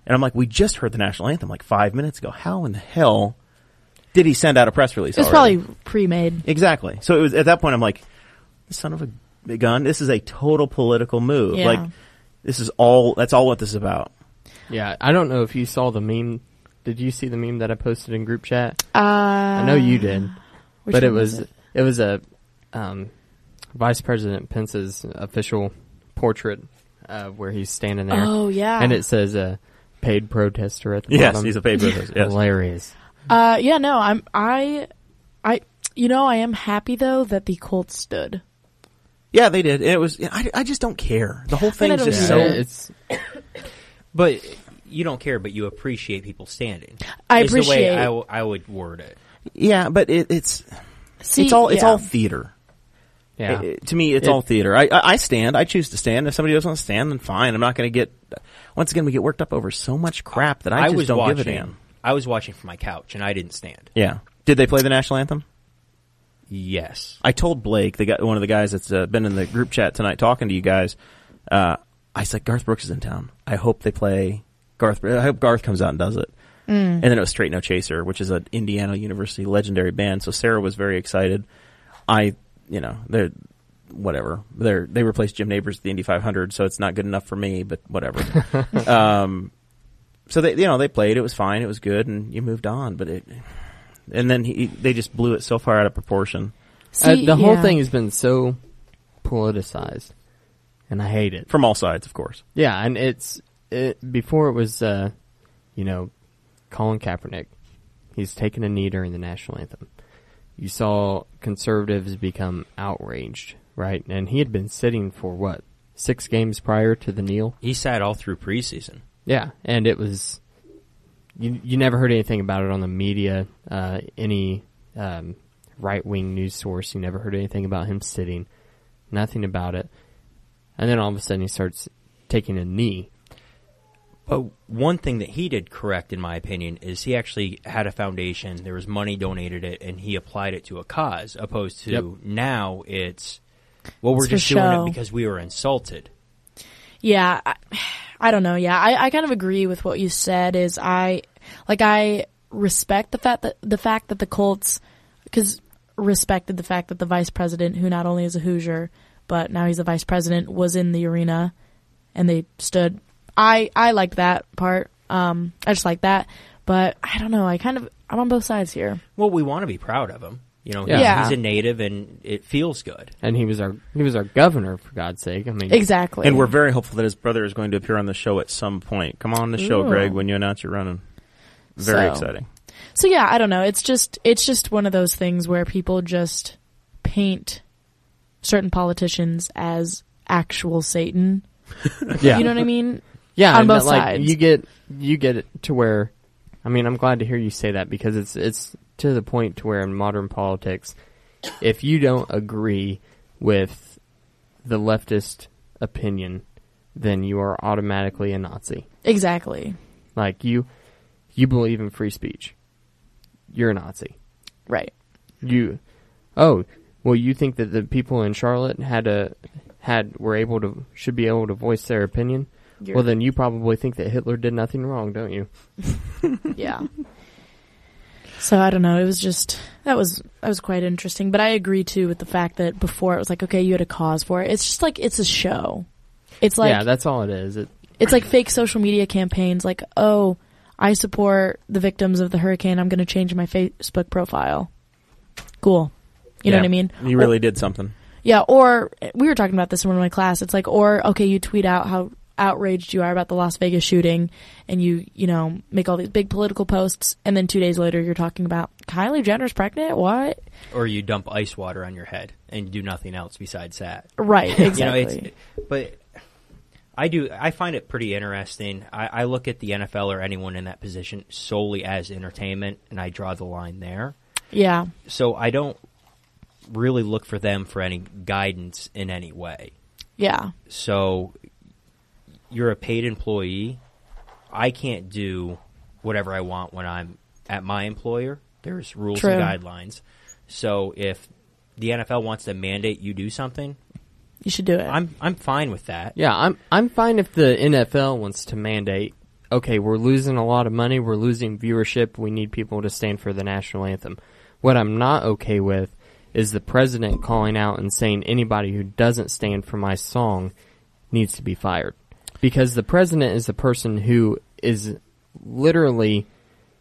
Speaker 1: And I'm like, we just heard the national anthem like five minutes ago. How in the hell did he send out a press release?
Speaker 3: It was
Speaker 1: already?
Speaker 3: probably pre-made.
Speaker 1: exactly. So it was at that point. I'm like, son of a gun. This is a total political move.
Speaker 3: Yeah.
Speaker 1: Like this is all. That's all what this is about.
Speaker 2: Yeah, I don't know if you saw the meme. Did you see the meme that I posted in group chat?
Speaker 3: Uh,
Speaker 2: I know you did,
Speaker 3: which
Speaker 2: but it
Speaker 3: one
Speaker 2: was it? was a um, Vice President Pence's official portrait uh, where he's standing there,
Speaker 3: Oh yeah.
Speaker 2: and it says uh, "paid protester" at the
Speaker 1: Yes,
Speaker 2: bottom.
Speaker 1: he's a paid protester, yes.
Speaker 2: hilarious.
Speaker 3: Uh, yeah, no, I'm, I, I, you know, I am happy though that the Colts stood.
Speaker 1: Yeah, they did. It was. I, I just don't care. The whole thing is
Speaker 3: don't
Speaker 1: just
Speaker 3: either.
Speaker 1: so.
Speaker 2: Yeah, Uh, it's
Speaker 4: But you don't care, but you appreciate people standing.
Speaker 3: I
Speaker 4: is the way
Speaker 3: appreciate-
Speaker 4: I, w- I would word it.
Speaker 1: Yeah, but it, it's
Speaker 3: See,
Speaker 1: it's all it's
Speaker 3: yeah.
Speaker 1: all theater.
Speaker 2: yeah.
Speaker 1: It- it- to me, it's
Speaker 2: It-
Speaker 1: all theater. I, I I stand. I choose to stand. If somebody doesn't want to stand, then fine. I'm not going to get. Once again, we get worked up over so much crap that I, just
Speaker 4: was
Speaker 1: don't
Speaker 4: watching.
Speaker 1: give a damn.
Speaker 4: I was watching from my couch, and I didn't stand.
Speaker 1: Yeah. Did they play the national anthem?
Speaker 4: Yes,
Speaker 1: I told Blake, the guy, one of the guys that's uh, been in the group chat tonight, talking to you guys. Uh, I said Garth Brooks is in town. I hope they play Garth. I hope Garth comes out and does it. And then it was Straight No Chaser, which is an Indiana University legendary band. So Sarah was very excited. I, you know, they're whatever. They're they replaced Jim Neighbors at the Indy 500, so it's not good enough for me. But whatever. um, so they, you know, they played. It was fine. It was good, and you moved on. But it, and then he, they just blew it so far out of proportion.
Speaker 2: Uh,
Speaker 3: See,
Speaker 2: the whole
Speaker 3: E yeah.
Speaker 2: thing has been so politicized, and I hate it.
Speaker 1: from all sides, of course.
Speaker 2: Yeah, and it's it, before it was, uh, you know, Colin Kaepernick. He's taken a knee during the national anthem. You saw conservatives become outraged, right? And he had been sitting for what six games prior to the kneel.
Speaker 4: he sat all through preseason.
Speaker 2: Yeah, and it was you. You never heard anything about it on the media, uh, any um, right wing news source. You never heard anything about him sitting, nothing about it. And then all of a sudden, he starts taking a knee.
Speaker 4: But one thing that he did correct, in my opinion, is he actually had a foundation. There was money donated it, and he applied it to a cause. Opposed to
Speaker 2: Yep.
Speaker 4: now, it's well, we're
Speaker 3: It's for
Speaker 4: just doing
Speaker 3: show.
Speaker 4: it because we were insulted.
Speaker 3: Yeah, I, I don't know. Yeah, I, I kind of agree with what you said. Is I like I respect the fact that the fact that the Colts because respected the fact that the vice president, who not only is a Hoosier but now he's the vice president, was in the arena and they stood. I, I liked that part. Um, I just like that. But I don't know. I kind of, I'm on both sides here.
Speaker 4: Well, we want to be proud of him. You know,
Speaker 3: Yeah.
Speaker 4: he's,
Speaker 3: Yeah.
Speaker 4: he's a native, and it feels good.
Speaker 2: And he was our he was our governor for God's sake. I mean,
Speaker 3: Exactly.
Speaker 1: And we're very hopeful that his brother is going to appear on the show at some point. Come on the show,
Speaker 3: Ooh.
Speaker 1: Greg, when you announce you're running. Very
Speaker 3: So-
Speaker 1: exciting.
Speaker 3: So yeah, I don't know. It's just it's just one of those things where people just paint certain politicians as actual Satan.
Speaker 2: yeah,
Speaker 3: You know what I mean?
Speaker 2: yeah.
Speaker 3: on
Speaker 2: and
Speaker 3: both
Speaker 2: that, like,
Speaker 3: sides.
Speaker 2: you get you get it to where, I mean, I'm glad to hear you say that because it's it's to the point to where in modern politics, if you don't agree with the leftist opinion, then you are automatically a Nazi.
Speaker 3: Exactly.
Speaker 2: Like you, you believe in free speech. You're a Nazi.
Speaker 3: Right.
Speaker 2: You, oh, well, you think that the people in Charlotte had a had were able to should be able to voice their opinion. Well, then you probably think that Hitler did nothing wrong, don't you?
Speaker 3: Yeah. So I don't know. It was just that was that was quite interesting. But I agree too with the fact that before it was like okay, you had a cause for it. It's just like it's a show. It's like
Speaker 2: yeah, that's all it is. It,
Speaker 3: It's like fake social media campaigns like, "Oh, I support the victims of the hurricane. I'm going to change my Facebook profile." Cool. You know
Speaker 1: Yeah.
Speaker 3: what I mean?
Speaker 1: You really did something.
Speaker 3: Yeah, or we were talking about this in one of my class. It's like, or okay, you tweet out how outraged you are about the Las Vegas shooting and you, you know, make all these big political posts and then 2 days later you're talking about Kylie Jenner's pregnant? What?
Speaker 4: Or you dump ice water on your head and you do nothing else besides that.
Speaker 3: Right, exactly.
Speaker 4: You know, it's, but I do. I find it pretty interesting. I, I look at the NFL or anyone in that position solely as entertainment, and I draw the line there.
Speaker 3: yeah.
Speaker 4: So I don't really look for them for any guidance in any way.
Speaker 3: Yeah.
Speaker 4: So you're a paid employee. I can't do whatever I want when I'm at my employer. There's rules and
Speaker 3: True.
Speaker 4: guidelines. So if the NFL wants to mandate you do something,
Speaker 3: You should do it.
Speaker 4: I'm I'm fine with that.
Speaker 2: yeah, I'm I'm fine if the NFL wants to mandate. Okay, we're losing a lot of money. We're losing viewership. We need people to stand for the national anthem. What I'm not okay with is the president calling out and saying anybody who doesn't stand for my song needs to be fired. Because the president is the person who is literally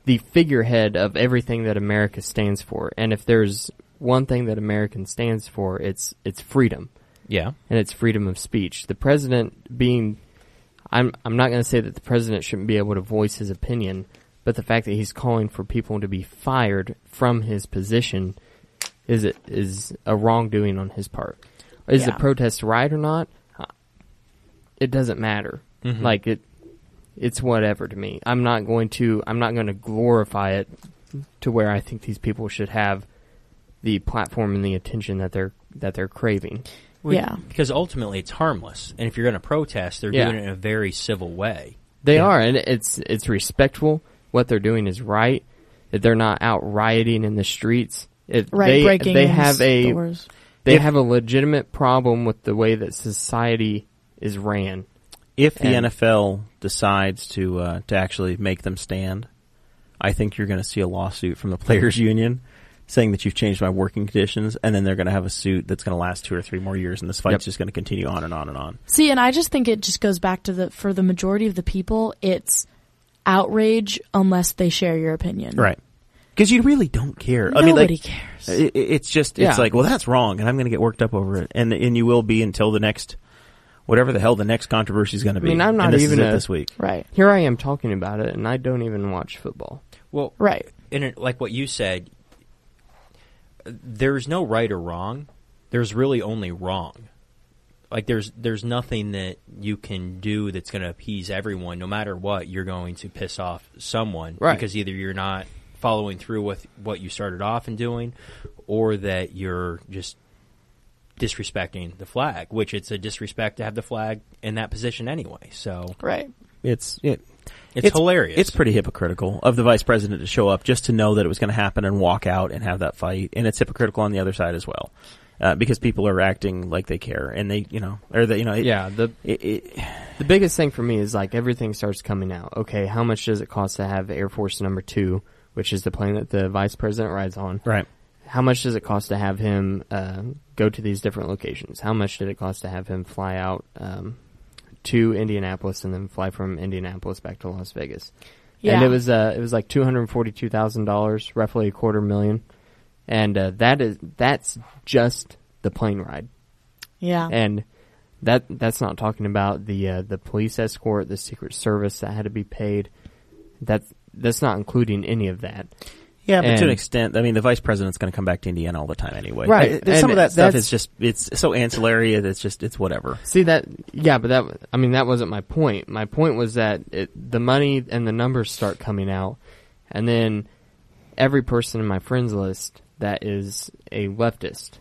Speaker 2: the figurehead of everything that America stands for. And if there's one thing that American stands for, it's it's freedom
Speaker 4: Yeah.
Speaker 2: and it's freedom of speech. The president being, I'm I'm not going to say that the president shouldn't be able to voice his opinion, but the fact that he's calling for people to be fired from his position is it is a wrongdoing on his part. Is
Speaker 3: Yeah.
Speaker 2: the protest right or not? Uh, It doesn't matter. Like it, it's whatever to me. I'm not going to I'm not going to glorify it to where I think these people should have the platform and the attention that they're that they're craving.
Speaker 3: Yeah.
Speaker 4: Because ultimately it's harmless. And if you're going to protest, they're
Speaker 2: Yeah.
Speaker 4: doing it in a very civil way.
Speaker 2: They are, and it's it's respectful. What they're doing is right. That They're not out rioting in the streets. If
Speaker 3: right
Speaker 2: they,
Speaker 3: breaking
Speaker 2: they have a
Speaker 3: doors.
Speaker 2: they
Speaker 1: If-
Speaker 2: have a legitimate problem with the way that society is ran.
Speaker 1: If the
Speaker 2: And-
Speaker 1: NFL decides to uh, to actually make them stand, I think you're going to see a lawsuit from the players' union saying that you've changed my working conditions, and then they're going to have a suit that's going to last two or three more years, and this fight's
Speaker 2: Yep.
Speaker 1: just going to continue on and on and on.
Speaker 3: See, and I just think it just goes back to the for the majority of the people, it's outrage unless they share your opinion.
Speaker 1: Because you really don't care. I
Speaker 3: Nobody
Speaker 1: mean, like,
Speaker 3: cares.
Speaker 1: It, it's just
Speaker 2: Yeah.
Speaker 1: it's like well that's wrong and I'm going to get worked up over it and and you will be until the next whatever the hell the next controversy is going to be.
Speaker 2: mean, I'm not
Speaker 1: and this
Speaker 2: even
Speaker 1: is it
Speaker 2: a-
Speaker 1: this week.
Speaker 3: right.
Speaker 2: Here I am talking about it, and I don't even watch football.
Speaker 4: Well,
Speaker 3: Right.
Speaker 4: and it, like what you said, there's no right or wrong. There's really only wrong. Like there's there's nothing that you can do that's going to appease everyone. No matter what, you're going to piss off someone
Speaker 2: Right.
Speaker 4: because either you're not following through with what you started off in doing, or that you're just disrespecting the flag. Which it's a disrespect to have the flag in that position anyway. So
Speaker 3: Right.
Speaker 1: It's it,
Speaker 4: it's, hilarious.
Speaker 1: It's pretty hypocritical of the vice president to show up just to know that it was going to happen and walk out and have that fight, and it's hypocritical on the other side as well, uh, because people are acting like they care and they, you know, or that you know, it-
Speaker 2: Yeah, the
Speaker 1: it, it,
Speaker 2: the biggest thing for me is like everything starts coming out. Okay, how much does it cost to have Air Force Number Two, which is the plane that the vice president rides on?
Speaker 1: right.
Speaker 2: How much does it cost to have him uh, go to these different locations. How much did it cost to have him fly out um, to Indianapolis and then fly from Indianapolis back to Las Vegas? And
Speaker 3: Yeah.
Speaker 2: it was uh, it was like two hundred forty two thousand dollars, roughly a quarter million, and uh, that is that's just the plane ride,
Speaker 3: Yeah.
Speaker 2: and that that's not talking about the uh, the police escort, the Secret Service that had to be paid. That's that's not including any of that.
Speaker 1: Yeah, but to an
Speaker 2: And-
Speaker 1: extent, I mean, the vice president's going to come back to Indiana all the time anyway.
Speaker 2: Right,
Speaker 1: Uh, there's some of
Speaker 2: and
Speaker 1: that stuff
Speaker 2: that's-
Speaker 1: is just it's so ancillary that it's just it's whatever.
Speaker 2: See that? Yeah, but that I mean that wasn't my point. My point was that it, the money and the numbers start coming out, and then every person in my friends list that is a leftist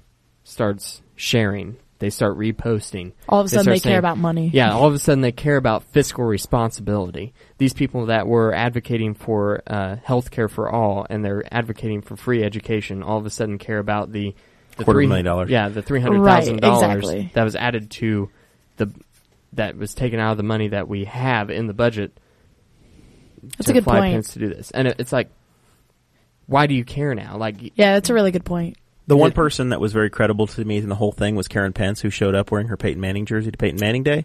Speaker 2: starts sharing. They start reposting.
Speaker 3: All of a sudden
Speaker 2: start
Speaker 3: they care about money.
Speaker 2: Yeah, all of a sudden they care about fiscal responsibility. These people that were advocating for uh, health care for all and they're advocating for free education all of a sudden care about the, the
Speaker 1: Quarter
Speaker 2: three-
Speaker 1: million dollars.
Speaker 2: Yeah, the three hundred thousand
Speaker 3: Right,
Speaker 2: dollars
Speaker 3: exactly.
Speaker 2: that was added to the that was taken out of the money that we have in the budget.
Speaker 3: That's
Speaker 2: to
Speaker 3: a good
Speaker 2: fly
Speaker 3: point.
Speaker 2: Pence to do this, and it, it's like, why do you care now? Like,
Speaker 3: Yeah, that's a really good point.
Speaker 1: The one
Speaker 2: It-
Speaker 1: person that was very credible to me in the whole thing was Karen Pence, who showed up wearing her Peyton Manning jersey to Peyton Manning Day.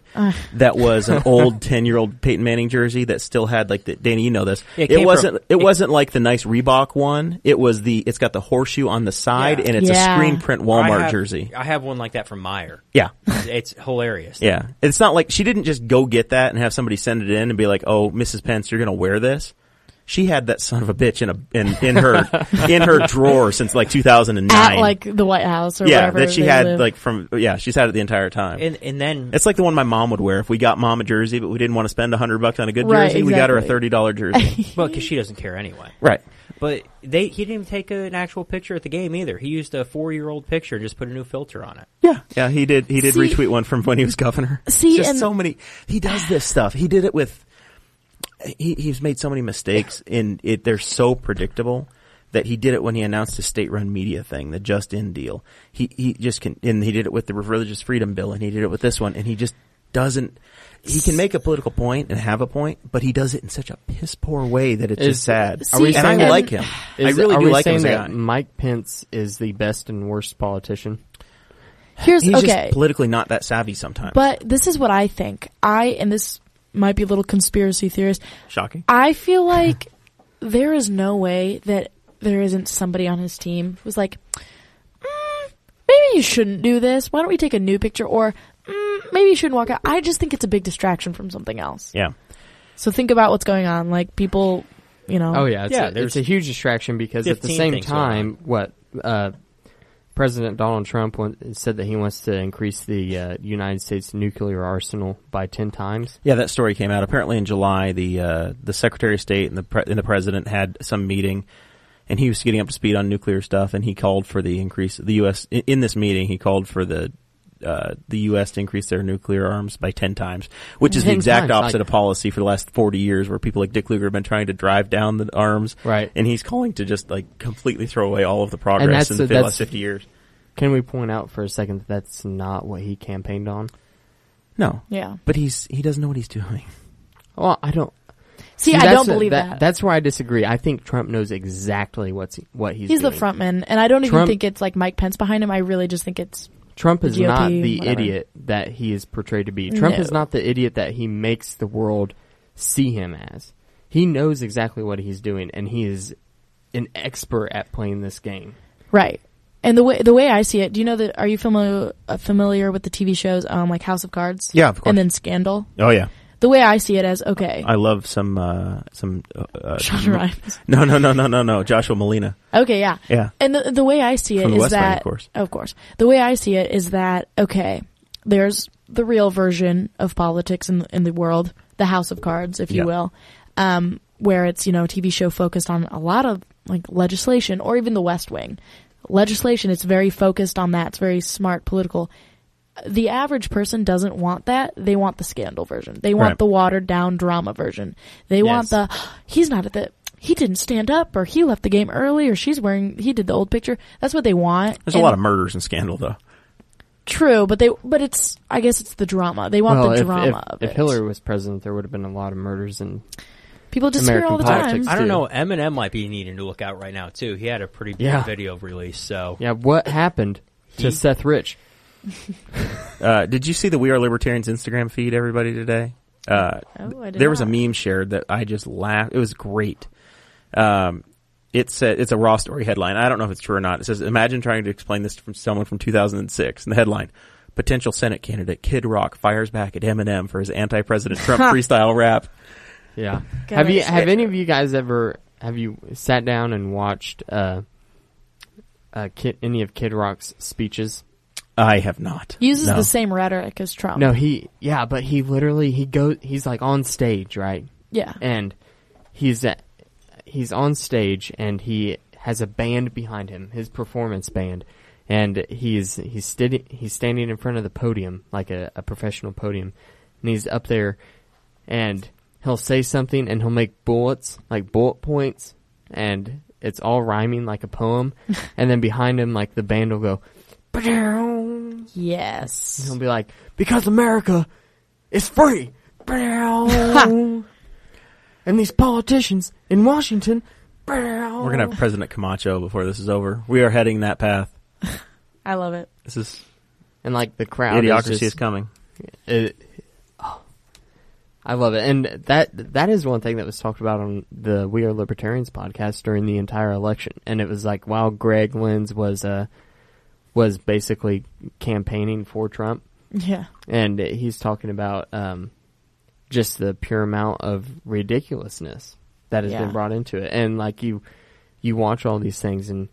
Speaker 1: that was an old ten-year-old Peyton Manning jersey that still had like the Danny. You know this.
Speaker 4: Yeah, it
Speaker 1: It,
Speaker 4: came from-
Speaker 1: wasn't. it
Speaker 4: it-
Speaker 1: wasn't like the nice Reebok one. It was the. It's got the horseshoe on the side,
Speaker 4: Yeah.
Speaker 1: and it's
Speaker 3: Yeah.
Speaker 1: a screen print
Speaker 4: I
Speaker 1: Walmart
Speaker 4: have-
Speaker 1: jersey.
Speaker 4: I have one like that from Meyer.
Speaker 1: Yeah.
Speaker 4: It's hilarious.
Speaker 1: Yeah. It's not like she didn't just go get that and have somebody send it in and be like, "Oh, Mrs. Pence, you're going to wear this." She had that son of a bitch in a in, in her in her drawer since like 2009.
Speaker 3: At like the White House or
Speaker 1: yeah,
Speaker 3: wherever
Speaker 1: that she
Speaker 3: they
Speaker 1: had
Speaker 3: live.
Speaker 1: like from yeah, she's had it the entire time.
Speaker 4: And and then
Speaker 1: it's like the one my mom would wear if we got mom a jersey, but we didn't want to spend a hundred bucks on a good jersey.
Speaker 3: Right,
Speaker 1: We got her a
Speaker 3: exactly.
Speaker 1: thirty dollar jersey.
Speaker 4: well, because she doesn't care anyway.
Speaker 1: right.
Speaker 4: But they he didn't even take an actual picture at the game either. He used a four year old picture and just put a new filter on it.
Speaker 1: Yeah. Yeah. He did. He did
Speaker 3: See-
Speaker 1: retweet one from when he was governor.
Speaker 3: See,
Speaker 1: just
Speaker 3: and-
Speaker 1: so many. He does this stuff. He did it with. He, he's made so many mistakes, and it they're so predictable that he did it when he announced the state-run media thing, the Just In deal. He he just can, and he did it with the religious freedom bill, and he did it with this one, and he just doesn't. He can make a political point and have a point, but he does it in such a piss poor way that it's
Speaker 2: Is-
Speaker 1: just sad.
Speaker 3: are we
Speaker 1: and I
Speaker 3: saying that-
Speaker 1: like him. I
Speaker 2: is-
Speaker 1: really
Speaker 2: are
Speaker 1: do
Speaker 2: we
Speaker 1: like him as
Speaker 2: saying
Speaker 1: a
Speaker 2: that
Speaker 1: guy.
Speaker 3: Mm.
Speaker 2: Mike Pence is the best and worst politician?
Speaker 3: Here's
Speaker 1: He's
Speaker 3: okay.
Speaker 1: just politically not that savvy sometimes.
Speaker 3: But this is what I think. I and this might be a little conspiracy theorist.
Speaker 1: Shocking.
Speaker 3: I feel like there is no way that there isn't somebody on his team who's like, mm, maybe you shouldn't do this. Why don't we take a new picture? Or mm, maybe you shouldn't walk out. I just think it's a big distraction from something else.
Speaker 1: Yeah.
Speaker 3: So think about what's going on. Like people, you know.
Speaker 2: Oh yeah, it's,
Speaker 4: Yeah,
Speaker 2: a, it's
Speaker 4: there's
Speaker 2: a huge distraction because at the
Speaker 4: 15
Speaker 2: same
Speaker 4: things going on.
Speaker 2: time, what uh, President Donald Trump want, said that he wants to increase the uh, United States nuclear arsenal by ten times.
Speaker 1: Yeah, that story came out apparently in July. The uh, the Secretary of State and the pre- and the President had some meeting, and he was getting up to speed on nuclear stuff. And he called for the increase. The U.S. in, in this meeting, he called for the uh, the U.S. to increase their nuclear arms by ten times, which is the
Speaker 2: 10
Speaker 1: exact
Speaker 2: times,
Speaker 1: opposite
Speaker 2: like-
Speaker 1: of policy for the last forty years, where people like Dick Lugar have been trying to drive down the arms.
Speaker 2: Right.
Speaker 1: and he's calling to just like completely throw away all of the progress
Speaker 2: that's-
Speaker 1: in the
Speaker 2: that's-
Speaker 1: last fifty years.
Speaker 2: Can we point out for a second that that's not what he campaigned on?
Speaker 1: No,
Speaker 3: Yeah.
Speaker 1: but he's he doesn't know what he's doing.
Speaker 2: Well, I don't.
Speaker 3: See,
Speaker 2: See,
Speaker 3: I
Speaker 2: that's
Speaker 3: don't
Speaker 2: a-
Speaker 3: believe that.
Speaker 2: That's where I disagree. I think Trump knows exactly what's what he's.
Speaker 3: He's the
Speaker 2: doing.
Speaker 3: frontman, and I don't even
Speaker 2: Trump-
Speaker 3: think it's like Mike Pence behind him. I really just think it's
Speaker 2: Trump is
Speaker 3: GOP,
Speaker 2: not the
Speaker 3: whatever.
Speaker 2: idiot that he is portrayed to be. Trump
Speaker 3: No.
Speaker 2: is not the idiot that he makes the world see him as. He knows exactly what he's doing, and he is an expert at playing this game.
Speaker 3: Right. And the way the way I see it, do you know that? Are you familiar uh, familiar with the TV shows um, like House of Cards?
Speaker 1: Yeah, of course.
Speaker 3: And then Scandal.
Speaker 1: Oh yeah,
Speaker 3: The way I see it as okay,
Speaker 1: I love some uh, some uh, uh,
Speaker 3: Shonda Rhimes.
Speaker 1: No, no, no, no, no, no. Joshua Molina.
Speaker 3: Okay, yeah,
Speaker 1: Yeah.
Speaker 3: And the the way I see it is
Speaker 1: From the West Wing,
Speaker 3: that,
Speaker 1: of course.
Speaker 3: of course, the way I see it is that okay, there's the real version of politics in in the world, the House of Cards, if
Speaker 1: Yeah.
Speaker 3: you will, um, where it's you know a TV show focused on a lot of like legislation or even the West Wing legislation. It's very focused on that. It's very smart political. The average person doesn't want that. They want the scandal version. They want
Speaker 1: Right.
Speaker 3: the watered down drama version. They want
Speaker 4: Yes.
Speaker 3: the he's not at the he didn't stand up or he left the game early or she's wearing he did the old picture that's what they want
Speaker 1: There's a
Speaker 3: And
Speaker 1: lot of murders and scandal, though.
Speaker 3: true but they but it's i guess it's the drama they want
Speaker 2: well,
Speaker 3: the
Speaker 2: if,
Speaker 3: drama
Speaker 2: if,
Speaker 3: of
Speaker 2: if
Speaker 3: it
Speaker 2: Hillary was president, there would have been a lot of murders, and
Speaker 3: people just hear it
Speaker 2: American
Speaker 3: all the
Speaker 2: politics.
Speaker 3: time
Speaker 4: I don't
Speaker 2: too.
Speaker 4: know. Eminem might be needing to look out right now too. He had a pretty big
Speaker 2: Yeah.
Speaker 4: video release, so
Speaker 2: yeah, what happened? to Seth Rich.
Speaker 1: Uh, did you see the We Are Libertarians Instagram feed, everybody, today? Uh,
Speaker 3: Oh, I did
Speaker 1: there was a
Speaker 3: not.
Speaker 1: meme shared that I just laughed. It was great. Um, it's a, it's a raw story headline. I don't know if it's true or not. It says, "Imagine trying to explain this from someone from 2006." And the headline: Potential Senate candidate Kid Rock fires back at Eminem for his anti-President Trump freestyle rap.
Speaker 2: Yeah.
Speaker 3: Got
Speaker 2: have
Speaker 3: it.
Speaker 2: you have any of you guys ever have you sat down and watched uh, uh Kid, any of Kid Rock's speeches?
Speaker 1: I have not.
Speaker 3: He uses
Speaker 1: No.
Speaker 3: the same rhetoric as Trump.
Speaker 2: No, he yeah, but he literally he goes he's like on stage, right?
Speaker 3: Yeah.
Speaker 2: and he's at, he's on stage and he has a band behind him, his performance band, and he's he's standing he's standing in front of the podium like a, a professional podium, and he's up there, and he'll say something and he'll make bullets like bullet points, and it's all rhyming like a poem, and then behind him like the band will go, "Ba-dow."
Speaker 3: Yes.
Speaker 2: he'll be like, because America is free. and these politicians in Washington.
Speaker 1: We're gonna
Speaker 2: Oh.
Speaker 1: have President Camacho before this is over. We are heading that path.
Speaker 3: I love it.
Speaker 1: This is
Speaker 2: And like the crowd.
Speaker 1: idiocracy
Speaker 2: Is
Speaker 1: is
Speaker 2: just,
Speaker 1: coming.
Speaker 2: it- oh. I love it. And that that is one thing that was talked about on the We Are Libertarians podcast during the entire election. And it was like while Greg Lenz was uh was basically campaigning for Trump,
Speaker 3: Yeah.
Speaker 2: and he's talking about um, just the pure amount of ridiculousness that has
Speaker 3: Yeah.
Speaker 2: been brought into it, and like you, you watch all these things and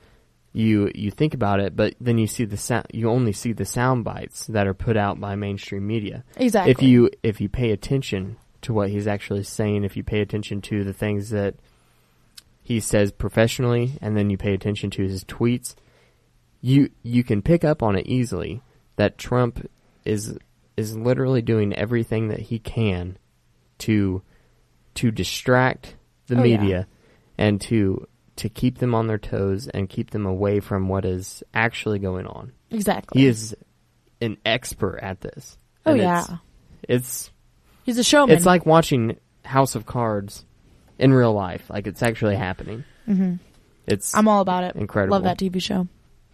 Speaker 2: you you think about it, but then you see the sound, you only see the sound bites that are put out by mainstream media.
Speaker 3: Exactly.
Speaker 2: If you if you pay attention to what he's actually saying, if you pay attention to the things that he says professionally, and then you pay attention to his tweets, you you can pick up on it easily that Trump is is literally doing everything that he can to to distract the
Speaker 3: Oh, yeah.
Speaker 2: media and to to keep them on their toes and keep them away from what is actually going on.
Speaker 3: Exactly.
Speaker 2: He is an expert at this.
Speaker 3: Oh,
Speaker 2: And
Speaker 3: yeah.
Speaker 2: it's- It's
Speaker 3: He's a showman.
Speaker 2: it's like watching House of Cards in real life. Like it's actually happening. Mm-hmm. It's
Speaker 3: I'm all about it.
Speaker 2: Incredible.
Speaker 3: Love that TV show.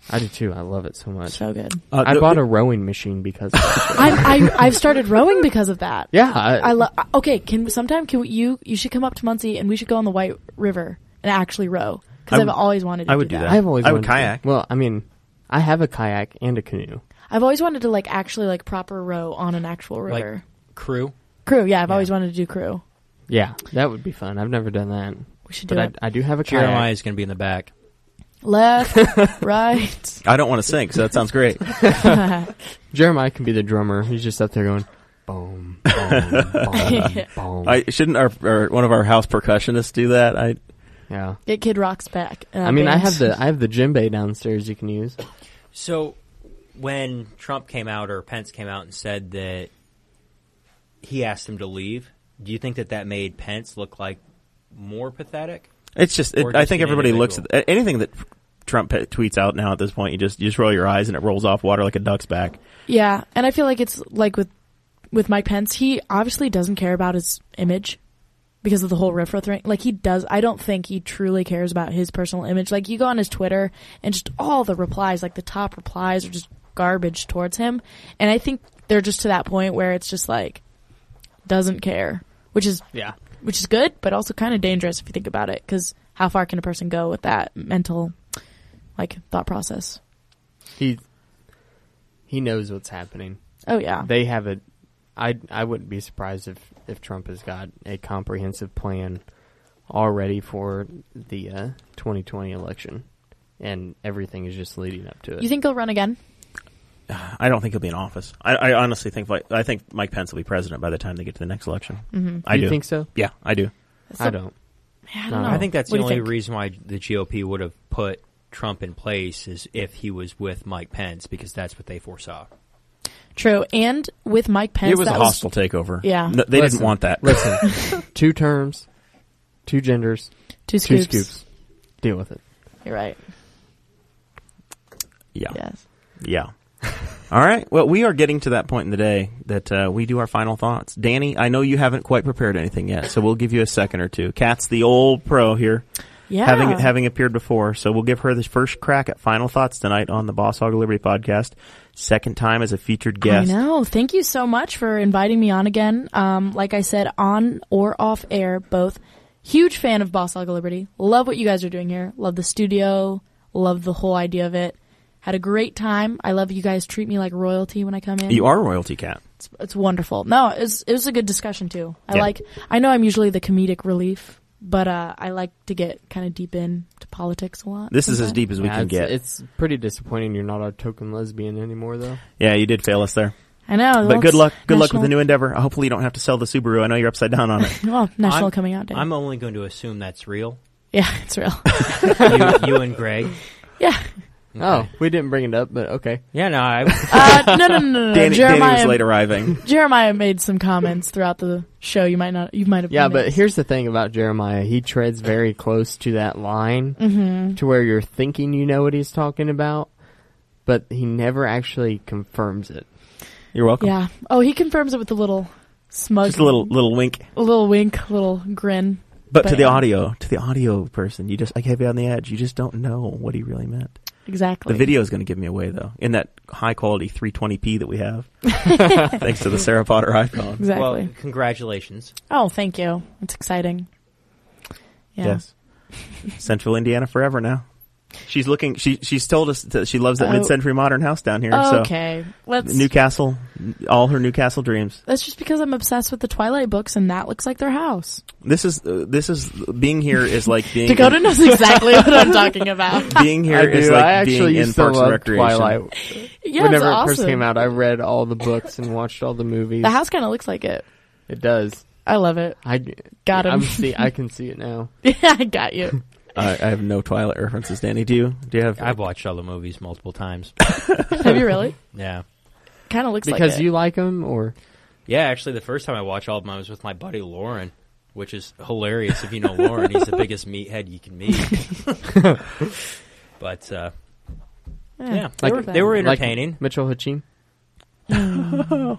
Speaker 2: I do too. I love it so much.
Speaker 3: So good.
Speaker 1: Uh,
Speaker 2: I
Speaker 1: the-
Speaker 2: bought a rowing machine because of it.
Speaker 3: I'm, I I've started rowing because of that.
Speaker 2: yeah, I,
Speaker 3: I love. Okay, can sometime can we, you you should come up to Muncie and we should go on the White River and actually row because
Speaker 1: I
Speaker 3: I've
Speaker 1: would-
Speaker 3: always wanted. to
Speaker 1: I would do that.
Speaker 2: I've always
Speaker 1: I would
Speaker 2: wanted to-
Speaker 1: kayak.
Speaker 2: well, I mean, I have a kayak and a canoe.
Speaker 3: I've always wanted to like actually like proper row on an actual river.
Speaker 4: Like crew.
Speaker 3: crew, yeah. I've always wanted to do crew.
Speaker 2: Yeah, that would be fun. I've never done that,
Speaker 3: We should do
Speaker 2: but I,
Speaker 3: it.
Speaker 2: I do have a kayak.
Speaker 4: Jeremiah is going to be in the back.
Speaker 3: Left, right.
Speaker 1: I don't want to sink, so that sounds great.
Speaker 2: Jeremiah can be the drummer. He's just up there going, boom, boom, boom, boom.
Speaker 1: I shouldn't our, our one of our house percussionists do that. I
Speaker 2: yeah.
Speaker 3: Get Kid Rock's back. uh,
Speaker 2: I mean, I
Speaker 3: band.
Speaker 2: have the I have the djembe downstairs you can use.
Speaker 4: So when Trump came out or Pence came out and said that he asked him to leave, do you think that that made Pence look like more pathetic?
Speaker 1: It's just, it,
Speaker 4: Or
Speaker 1: I
Speaker 4: just
Speaker 1: think
Speaker 4: an
Speaker 1: everybody looks at
Speaker 4: individual.
Speaker 1: a- anything that Trump pe- tweets out now at this point. You just you just roll your eyes and it rolls off water like a duck's back.
Speaker 3: Yeah, and I feel like it's like with with Mike Pence, he obviously doesn't care about his image because of the whole riffraff thing. Like he does, I don't think he truly cares about his personal image. Like you go on his Twitter and just all the replies, like the top replies, are just garbage towards him. And I think they're just to that point where it's just like doesn't care, which is
Speaker 2: Yeah.
Speaker 3: which is good, but also kind of dangerous if you think about it. Because how far can a person go with that mental like thought process?
Speaker 2: He he knows what's happening.
Speaker 3: Oh yeah,
Speaker 2: They have a I I wouldn't be surprised if if Trump has got a comprehensive plan already for the uh, 2020 election and everything is just leading up to it.
Speaker 3: you think he'll run again?
Speaker 1: I don't think he'll be in office. I, I honestly think like, I think Mike Pence will be president by the time they get to the next election. Mm-hmm. I
Speaker 2: You
Speaker 1: do
Speaker 2: think so?
Speaker 1: Yeah, I do.
Speaker 2: I
Speaker 3: I
Speaker 2: don't. don't
Speaker 3: don't
Speaker 2: know.
Speaker 3: know.
Speaker 2: Oh.
Speaker 4: I think that's
Speaker 3: What
Speaker 4: the
Speaker 3: do you
Speaker 4: only
Speaker 3: think?
Speaker 4: reason why the GOP would have put Trump in place is if he was with Mike Pence because that's what they foresaw.
Speaker 3: True. And with Mike Pence,
Speaker 1: it was a
Speaker 3: that
Speaker 1: hostile takeover.
Speaker 3: Yeah.
Speaker 1: No, they
Speaker 2: Listen.
Speaker 1: didn't want that.
Speaker 2: Listen. two terms, two genders,
Speaker 3: two scoops.
Speaker 2: two scoops. Deal with it.
Speaker 3: You're right.
Speaker 1: Yeah, yeah.
Speaker 3: Yes.
Speaker 1: All right. Well, we are getting to that point in the day that uh, we do our final thoughts. Danny, I know you haven't quite prepared anything yet, so we'll give you a second or two. Cat's the old pro here.
Speaker 3: Yeah.
Speaker 1: having having appeared before. So we'll give her the first crack at final thoughts tonight on the Boss Hog of Liberty podcast. Second time as a featured guest.
Speaker 3: I know. Thank you so much for inviting me on again. Um, like I said, on or off air, both. Huge fan of Boss Hog of Liberty. Love what you guys are doing here. Love the studio. Love the whole idea of it. Had a great time. I love you guys treat me like royalty when I come in.
Speaker 1: You are royalty cat.
Speaker 3: It's, it's wonderful. No, it was, it was a good discussion too. I
Speaker 1: Yeah.
Speaker 3: like. I know I'm usually the comedic relief, but uh, I like to get kind of deep in to politics a lot.
Speaker 1: This is as
Speaker 3: sometimes.
Speaker 1: deep as we
Speaker 2: Yeah,
Speaker 1: can
Speaker 2: it's,
Speaker 1: get.
Speaker 2: It's pretty disappointing you're not a token lesbian anymore, though.
Speaker 1: yeah, you did fail us there.
Speaker 3: I know.
Speaker 1: But
Speaker 3: well,
Speaker 1: good
Speaker 3: it's
Speaker 1: luck. Good luck with
Speaker 3: national-
Speaker 1: the new endeavor. Hopefully, you don't have to sell the Subaru. I know you're upside down on it.
Speaker 3: Well, national
Speaker 4: I'm-
Speaker 3: coming out day.
Speaker 4: I'm only going to assume that's real.
Speaker 3: yeah, it's real.
Speaker 4: You, you and Greg.
Speaker 3: yeah.
Speaker 2: Oh, we didn't bring it up, but okay.
Speaker 4: Yeah, no, I,
Speaker 3: Uh, no, no, no, no. no.
Speaker 1: Danny, Danny
Speaker 3: Jeremiah,
Speaker 1: was late arriving.
Speaker 3: Jeremiah made some comments throughout the show. You might not. You might have.
Speaker 2: Yeah, but
Speaker 3: missed.
Speaker 2: here's the thing about Jeremiah. He treads very close to that line
Speaker 3: Mm-hmm.
Speaker 2: to where you're thinking you know what he's talking about, but he never actually confirms it.
Speaker 1: You're welcome.
Speaker 3: Yeah. Oh, he confirms it with a little smug,
Speaker 1: Just a little little wink.
Speaker 3: a little wink, little grin.
Speaker 1: But to the
Speaker 3: Bam.
Speaker 1: audio, to the audio person, you just I gave you on the edge. You just don't know what he really meant.
Speaker 3: Exactly.
Speaker 1: The video is going to give me away though. In that high quality 320p that we have, thanks to the Sarah Potter iPhone.
Speaker 3: Exactly.
Speaker 4: well, congratulations.
Speaker 3: Oh, thank you. It's exciting. Yeah.
Speaker 1: Yes, Central Indiana forever now. She's looking. She she's told us that she loves that
Speaker 3: Oh.
Speaker 1: mid-century modern house down here.
Speaker 3: Okay.
Speaker 1: So
Speaker 3: Let's.
Speaker 1: Newcastle, all her Newcastle dreams.
Speaker 3: that's just because I'm obsessed with the Twilight books, and that looks like their house.
Speaker 1: This is uh, this is being here is like being
Speaker 3: Dakota knows exactly what I'm talking about.
Speaker 1: being here
Speaker 2: I
Speaker 1: is
Speaker 2: do.
Speaker 1: like
Speaker 2: I actually
Speaker 1: being in
Speaker 2: used to
Speaker 1: Parks and
Speaker 2: love
Speaker 1: Recreation.
Speaker 2: Twilight.
Speaker 3: Yeah,
Speaker 2: Whenever
Speaker 3: it's awesome.
Speaker 2: it first came out, I read all the books and watched all the movies.
Speaker 3: the house kind of looks like it.
Speaker 2: It does.
Speaker 3: I love it.
Speaker 2: I
Speaker 3: Got him.
Speaker 2: I'm see. I can see it now.
Speaker 3: Yeah, I got you.
Speaker 1: I, I have no Twilight references, Danny. Do you? Do you have?
Speaker 4: I've watched all the movies multiple times.
Speaker 3: Have you really?
Speaker 4: Yeah.
Speaker 3: Kind of looks
Speaker 2: Because
Speaker 3: like it.
Speaker 2: you like him, or
Speaker 4: Yeah, actually, the first time I watched all of them, I was with my buddy Lauren, which is hilarious if you know Lauren. He's the biggest meathead you can meet. but uh, yeah, they,
Speaker 3: they
Speaker 4: were,
Speaker 3: were bad.
Speaker 4: they were
Speaker 2: like
Speaker 4: entertaining.
Speaker 2: Mitchell Hutching.
Speaker 1: wow.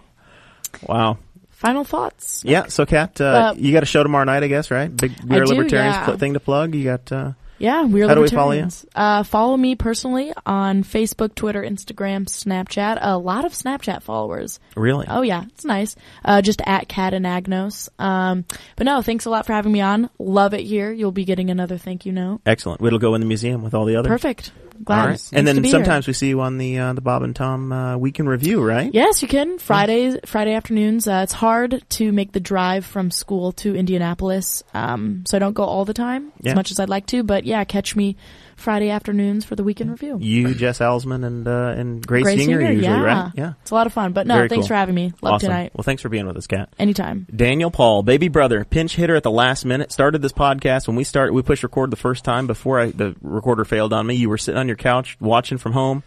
Speaker 3: Hmm. Final thoughts.
Speaker 1: Yeah. So, Cat, uh,
Speaker 3: Uh,
Speaker 1: you got a show tomorrow night, I guess, right? Big We're
Speaker 3: do,
Speaker 1: Libertarians
Speaker 3: yeah.
Speaker 1: pl- thing to plug. You got. Uh,
Speaker 3: Yeah, we're
Speaker 1: How do we follow you?
Speaker 3: libertarians. follow Uh, follow me personally on Facebook, Twitter, Instagram, Snapchat. A lot of Snapchat followers.
Speaker 1: Really?
Speaker 3: Oh yeah, it's nice. Uh, just at Cat and Agnos. Um, but no, thanks a lot for having me on. Love it here. You'll be getting another thank you note.
Speaker 1: Excellent. It'll go in the museum with all the others.
Speaker 3: Perfect. Glad.
Speaker 1: All right.
Speaker 3: Nice
Speaker 1: And
Speaker 3: to
Speaker 1: then
Speaker 3: be here.
Speaker 1: sometimes we see you on the uh, the Bob and Tom uh, weekend review, right?
Speaker 3: Yes, you can. Fridays, Friday afternoons. Uh, it's hard to make the drive from school to Indianapolis, um, so I don't go all the time
Speaker 1: Yeah.
Speaker 3: as much as I'd like to. But yeah, catch me Friday afternoons for the weekend review.
Speaker 1: You, Jess Alsman, and uh, and Grace,
Speaker 3: Grace
Speaker 1: Singer,
Speaker 3: Singer,
Speaker 1: usually,
Speaker 3: yeah.
Speaker 1: right? Yeah.
Speaker 3: It's a lot of fun. But no,
Speaker 1: Very
Speaker 3: thanks
Speaker 1: cool.
Speaker 3: for having me. Love
Speaker 1: awesome.
Speaker 3: tonight.
Speaker 1: Well, thanks for being with us, Cat.
Speaker 3: Anytime.
Speaker 1: Daniel Paul, baby brother, pinch hitter at the last minute, started this podcast. When we started, we pushed record the first time before I, the recorder failed on me. You were sitting on your couch watching from home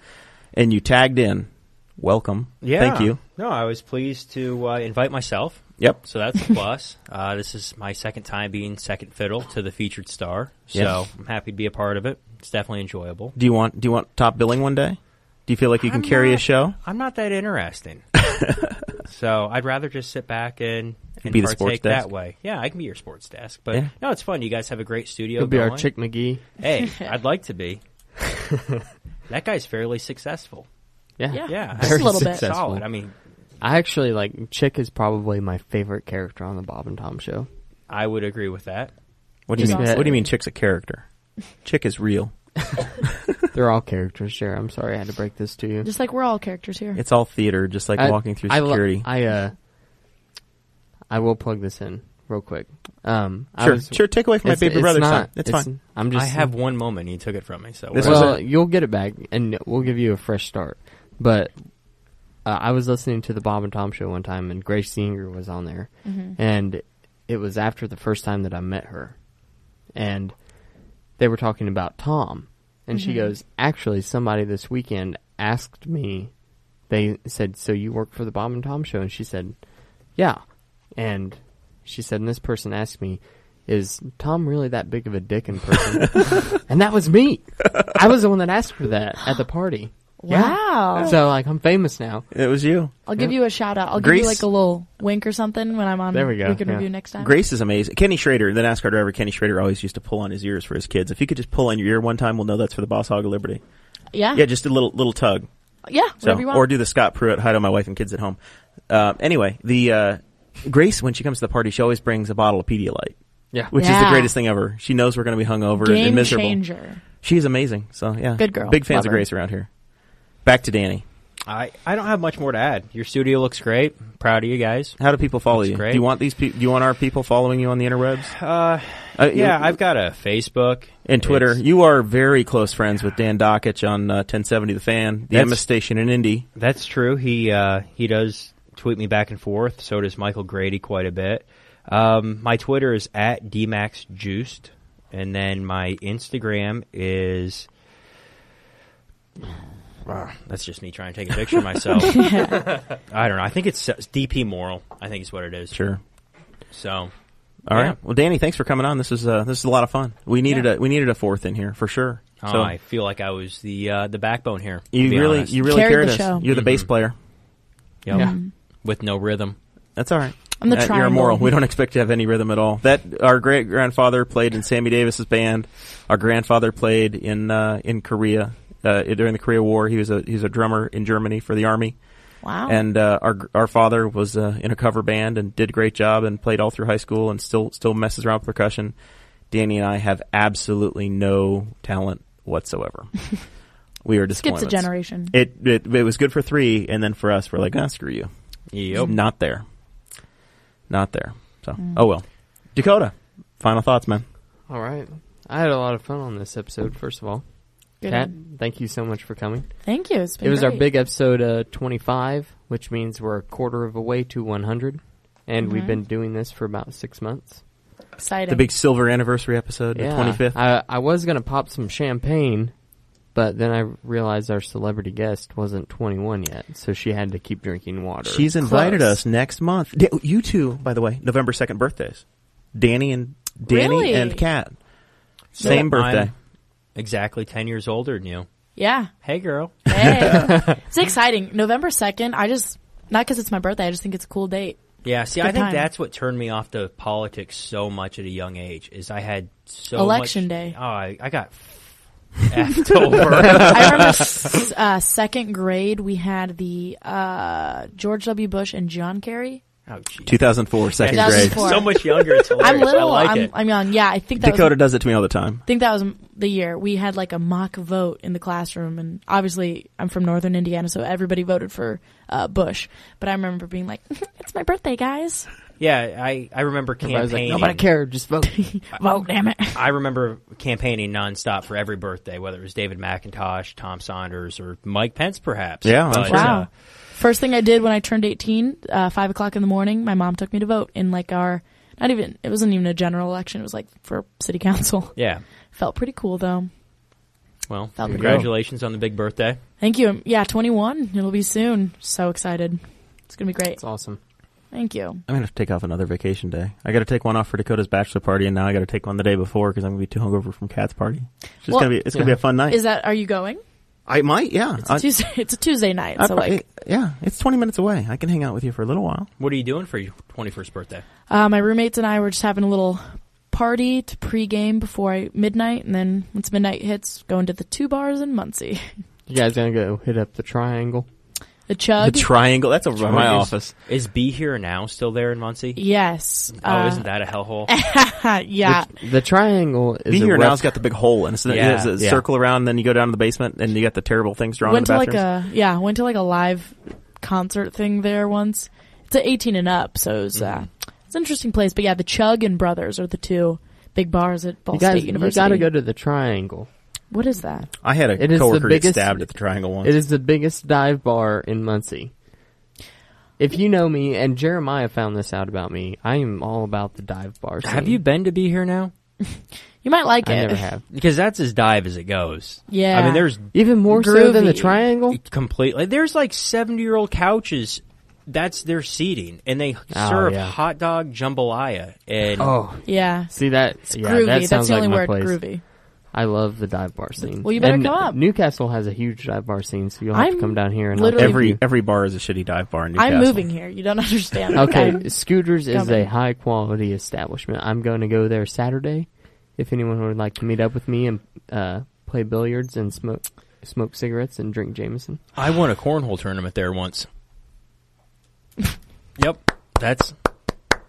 Speaker 1: and you tagged in. Welcome.
Speaker 4: Yeah.
Speaker 1: Thank you.
Speaker 4: No, I was pleased to uh, invite myself.
Speaker 1: Yep.
Speaker 4: So that's a plus. uh, this is my second time being second fiddle to the featured star. So
Speaker 1: Yes.
Speaker 4: I'm happy to be a part of it. It's definitely enjoyable.
Speaker 1: Do you want, do you want top billing one day? Do you feel like you can
Speaker 4: I'm
Speaker 1: carry a
Speaker 4: not-
Speaker 1: show?
Speaker 4: I'm not that interesting. so I'd rather just sit back and, and
Speaker 1: be the sports
Speaker 4: partake
Speaker 1: desk.
Speaker 4: that way. Yeah, I can be your sports desk. But
Speaker 1: Yeah.
Speaker 4: no, it's fun. You guys have a great studio.
Speaker 2: He'll be our
Speaker 4: going.
Speaker 2: Chick McGee.
Speaker 4: Hey, I'd like to be. that guy's fairly successful.
Speaker 2: Yeah.
Speaker 3: Yeah.
Speaker 4: Yeah,
Speaker 3: Just a little bit.
Speaker 2: successful.
Speaker 4: solid. I mean,
Speaker 2: I actually like Chick is probably my favorite character on the Bob and Tom show.
Speaker 4: I would agree with that.
Speaker 1: What do you
Speaker 3: Just
Speaker 1: mean?
Speaker 2: awesome.
Speaker 1: What do you mean chick's a character? Chick is real.
Speaker 2: They're all characters, Jer. I'm sorry I had to break this to you.
Speaker 3: Just like we're all characters here.
Speaker 1: It's all theater, just like
Speaker 2: I-
Speaker 1: walking through
Speaker 2: I lo-
Speaker 1: security.
Speaker 2: I uh, I will plug this in real quick. Um, I
Speaker 1: sure,
Speaker 2: was-
Speaker 1: sure. Take away from my
Speaker 2: it's-
Speaker 1: baby
Speaker 2: it's
Speaker 1: brother's
Speaker 2: not-
Speaker 1: time. It's, fine.
Speaker 2: I'm just.
Speaker 4: I have one moment. and You took it from me. So
Speaker 1: This
Speaker 4: we're-
Speaker 1: was
Speaker 2: well,
Speaker 1: it.
Speaker 2: you'll get it back, and we'll give you a fresh start. But uh, I was listening to the Bob and Tom show one time, and Grace Singer was on there, and it was after the first time that I met her, and they were talking about Tom, and
Speaker 3: Mm-hmm.
Speaker 2: she goes, "Actually, somebody this weekend asked me. They said, so you work for the Bob and Tom show?'" And she said, "Yeah," and she said, "And this person asked me." Is Tom really that big of a dick in person? and that was me. I was the one that asked for that at the party.
Speaker 3: Wow.
Speaker 2: So like I'm famous now.
Speaker 1: It was you.
Speaker 3: I'll give you a shout out. I'll give
Speaker 1: Greece.
Speaker 3: you like a little wink or something when I'm on.
Speaker 2: There we go,
Speaker 3: can
Speaker 2: yeah.
Speaker 3: review next time.
Speaker 1: Grace is amazing. Kenny Schrader, the NASCAR driver, Kenny Schrader always used to pull on his ears for his kids. If you could just pull on your ear one time, we'll know that's for the Boss Hog of Liberty.
Speaker 3: Yeah.
Speaker 1: Yeah, just a little little tug.
Speaker 3: Yeah,
Speaker 1: So,
Speaker 3: whatever you want.
Speaker 1: or do the Scott Pruitt "Hi to My Wife and Kids at Home." Uh, anyway, the uh, Grace, when she comes to the party, she always brings a bottle of Pedialyte,
Speaker 2: Yeah.
Speaker 1: which is the
Speaker 3: Yeah.
Speaker 1: greatest thing ever. She knows we're going to be hungover and-
Speaker 3: Game
Speaker 1: and miserable.
Speaker 3: changer.
Speaker 1: She's amazing. So yeah,
Speaker 3: Good girl.
Speaker 1: Big fans
Speaker 3: Love
Speaker 1: of
Speaker 3: her.
Speaker 1: Grace around here. Back to Danny.
Speaker 4: I, I don't have much more to add. Your studio looks great. Proud of you guys.
Speaker 1: How do people follow
Speaker 4: That's
Speaker 1: you?
Speaker 4: great.
Speaker 1: Do you want these? Pe- do you want our people following you on the interwebs?
Speaker 4: Uh,
Speaker 1: Uh,
Speaker 4: yeah,
Speaker 1: you-
Speaker 4: I've got a Facebook
Speaker 1: and Twitter.
Speaker 4: It's-
Speaker 1: you are very close friends with Dan Dockich on uh, 1070 The Fan, the
Speaker 4: That's-
Speaker 1: MS station in Indy.
Speaker 4: That's true. He uh, he does tweet me back and forth. So does Michael Grady quite a bit. Um, my Twitter is at dmaxjuiced, and then my Instagram is. Wow, that's just me trying to take a picture of myself. I don't know. I think it's uh, DP Moral. I think is what it is.
Speaker 1: Sure.
Speaker 4: So,
Speaker 1: All right.
Speaker 4: Yeah.
Speaker 1: Well, Danny, thanks for coming on. This is uh, this is a lot of fun. We needed
Speaker 4: Yeah.
Speaker 1: a we needed a fourth in here for sure.
Speaker 4: uh,
Speaker 1: so
Speaker 4: I feel like I was the uh, the backbone here. to
Speaker 1: you
Speaker 4: be
Speaker 1: really
Speaker 4: honest. Mm-hmm.
Speaker 1: you really
Speaker 3: Carried
Speaker 1: carried
Speaker 3: the
Speaker 1: us.
Speaker 3: show.
Speaker 1: You're the bass player.
Speaker 4: Yep.
Speaker 1: Yeah.
Speaker 4: with no rhythm.
Speaker 1: That's all right.
Speaker 3: I'm the
Speaker 1: Uh, you're
Speaker 3: triangle.
Speaker 1: immoral. We don't expect you to have any rhythm at all. That our great grandfather played in Sammy Davis's band. Our grandfather played in uh, in Korea uh, during the Korea War. He was a he was a drummer in Germany for the army.
Speaker 3: Wow.
Speaker 1: and uh, our our father was uh, in a cover band and did a great job and played all through high school and still still messes around with percussion. Danny and I have absolutely no talent whatsoever. we are
Speaker 3: skips a
Speaker 1: disappointed.
Speaker 3: generation.
Speaker 1: It, it it was good for three, and then for us, we're like, ah, screw you,
Speaker 4: Yep.
Speaker 1: not there, not there. So oh well. Dakota, final thoughts, man.
Speaker 2: All right. I had a lot of fun on this episode. First of all,
Speaker 3: Good.
Speaker 2: Kat, thank you so much for coming.
Speaker 3: Thank you. It's been
Speaker 2: It was our
Speaker 3: great.
Speaker 2: big episode uh, 25, which means we're a quarter of a way to 100, and
Speaker 3: Mm-hmm.
Speaker 2: we've been doing this for about six months.
Speaker 3: exciting.
Speaker 1: The big silver anniversary episode, the twenty fifth.
Speaker 2: I, I was gonna pop some champagne, but then I realized our celebrity guest wasn't 21 yet, so she had to keep drinking water.
Speaker 1: She's invited
Speaker 3: Close.
Speaker 1: us next month. Da- You two, by the way, November second birthdays. Danny and Danny
Speaker 3: Really?
Speaker 1: and Kat. Same
Speaker 4: I'm
Speaker 1: birthday.
Speaker 4: exactly ten years older than you.
Speaker 3: Yeah.
Speaker 4: Hey, girl.
Speaker 3: Hey. it's exciting. November second. I just not because it's my birthday. I just think it's a cool date.
Speaker 4: Yeah, see,
Speaker 3: Good
Speaker 4: I think
Speaker 3: time.
Speaker 4: that's what turned me off to politics so much at a young age. Is I had so
Speaker 3: Election
Speaker 4: much-
Speaker 3: day.
Speaker 4: Oh, I, I got effed over.
Speaker 3: I remember s- uh, second grade. We had the uh, George W. Bush and John Kerry.
Speaker 4: Oh, geez.
Speaker 1: 2004, second grade.
Speaker 3: 2004.
Speaker 4: so much younger. It's
Speaker 3: I'm
Speaker 4: hilarious.
Speaker 3: little.
Speaker 4: I like
Speaker 3: I'm,
Speaker 4: it.
Speaker 3: I'm young. Yeah, I think that
Speaker 1: Dakota
Speaker 3: was.
Speaker 1: does it to me all the time.
Speaker 3: I think that was the year we had like a mock vote in the classroom, and obviously I'm from Northern Indiana, so everybody voted for uh, Bush. But I remember being like, "It's my birthday, guys!
Speaker 4: yeah, I I remember
Speaker 2: I was like,
Speaker 4: campaigning.
Speaker 2: nobody cared, just vote.
Speaker 3: Vote, damn it!"
Speaker 4: I remember campaigning nonstop for every birthday, whether it was David McIntosh, Tom Saunders, or Mike Pence, perhaps.
Speaker 1: Yeah, I'm
Speaker 4: But,
Speaker 1: sure.
Speaker 3: Wow.
Speaker 4: uh,
Speaker 3: First thing I did when I turned 18, uh, 5 o'clock in the morning, my mom took me to vote in like our, not even, it wasn't even a general election. It was like for city council.
Speaker 4: yeah.
Speaker 3: Felt pretty cool though.
Speaker 4: Well,
Speaker 3: Felt the
Speaker 4: congratulations on the big birthday.
Speaker 3: Thank you. Yeah, 21. It'll be soon. So excited. It's going to be great.
Speaker 2: It's awesome.
Speaker 3: Thank you.
Speaker 1: I'm going to have to take off another vacation day. I got to take one off for Dakota's bachelor party, and now I got to take one the day before because I'm going to be too hungover from Kat's party. It's just
Speaker 3: Well,
Speaker 1: going to be it's going to
Speaker 2: yeah.
Speaker 1: be a fun night.
Speaker 3: Is that, are you going?
Speaker 1: I might, yeah.
Speaker 3: It's a
Speaker 1: I-
Speaker 3: Tuesday. It's a Tuesday night.
Speaker 1: I
Speaker 3: so
Speaker 1: probably-
Speaker 3: like,
Speaker 1: yeah, it's 20 minutes away. I can hang out with you for a little while.
Speaker 4: What are you doing for your 21st birthday?
Speaker 3: uh, my roommates and I were just having a little party to pregame before I, midnight. And then once midnight hits, going to the two bars in Muncie.
Speaker 2: You guys gonna go hit up the triangle?
Speaker 3: The chug.
Speaker 1: The triangle. That's over by my
Speaker 4: Triangles.
Speaker 1: office.
Speaker 4: Is Be Here Now still there in Muncie?
Speaker 3: yes.
Speaker 4: oh,
Speaker 3: Uh,
Speaker 4: isn't that a hellhole?
Speaker 3: yeah.
Speaker 2: The triangle is
Speaker 1: Be
Speaker 2: a
Speaker 1: here
Speaker 2: rough-
Speaker 1: now's got the big hole, and it's
Speaker 4: Yeah,
Speaker 1: it's a
Speaker 4: yeah.
Speaker 1: circle around. And then you go down to the basement, and you got the terrible things drawn
Speaker 3: went
Speaker 1: in
Speaker 3: to
Speaker 1: the
Speaker 3: like
Speaker 1: bathrooms.
Speaker 3: a yeah went to like a live concert thing there once it's a 18 and up so it's uh
Speaker 2: Mm-hmm.
Speaker 3: it's an interesting place but yeah the chug and brothers are the two big bars at ball
Speaker 2: You guys,
Speaker 3: state
Speaker 2: you
Speaker 3: university
Speaker 2: gotta go to the triangle.
Speaker 3: what is that
Speaker 1: I had
Speaker 2: It
Speaker 1: a
Speaker 2: is the
Speaker 1: coworker
Speaker 2: biggest-
Speaker 1: get stabbed at the triangle once.
Speaker 2: It is the biggest dive bar in Muncie. If you know me, and Jeremiah found this out about me, I am all about the dive bar. Scene.
Speaker 4: Have you been to Be Here Now?
Speaker 3: you might like
Speaker 2: I
Speaker 3: it
Speaker 2: never have.
Speaker 4: Because that's as dive as it goes.
Speaker 3: Yeah.
Speaker 4: I mean, there's
Speaker 2: Even more so than the
Speaker 3: Groovy.
Speaker 2: triangle.
Speaker 4: completely, there's like 70 year old couches. That's their seating. And they serve
Speaker 2: yeah.
Speaker 4: hot dog jambalaya. And
Speaker 2: Oh,
Speaker 3: yeah
Speaker 2: see that? yeah,
Speaker 3: groovy
Speaker 2: that
Speaker 3: that's
Speaker 2: sounds
Speaker 3: the
Speaker 2: like
Speaker 3: only
Speaker 2: my
Speaker 3: word
Speaker 2: place.
Speaker 3: groovy
Speaker 2: I love the dive bar scene.
Speaker 3: Well, you better
Speaker 2: and
Speaker 3: come up.
Speaker 2: Newcastle has a huge dive bar scene, so you'll have
Speaker 3: I'm
Speaker 2: to come down here and I'll
Speaker 3: literally-
Speaker 2: take
Speaker 1: Every
Speaker 2: you.
Speaker 1: every bar is a shitty dive bar in Newcastle.
Speaker 3: I'm moving here. You don't understand.
Speaker 2: Okay,
Speaker 3: I'm-
Speaker 2: Scooters is
Speaker 3: coming.
Speaker 2: a high quality establishment. I'm going to go there Saturday. If anyone would like to meet up with me and uh, play billiards and smoke smoke cigarettes and drink Jameson,
Speaker 4: I won a cornhole tournament there once. yep, that's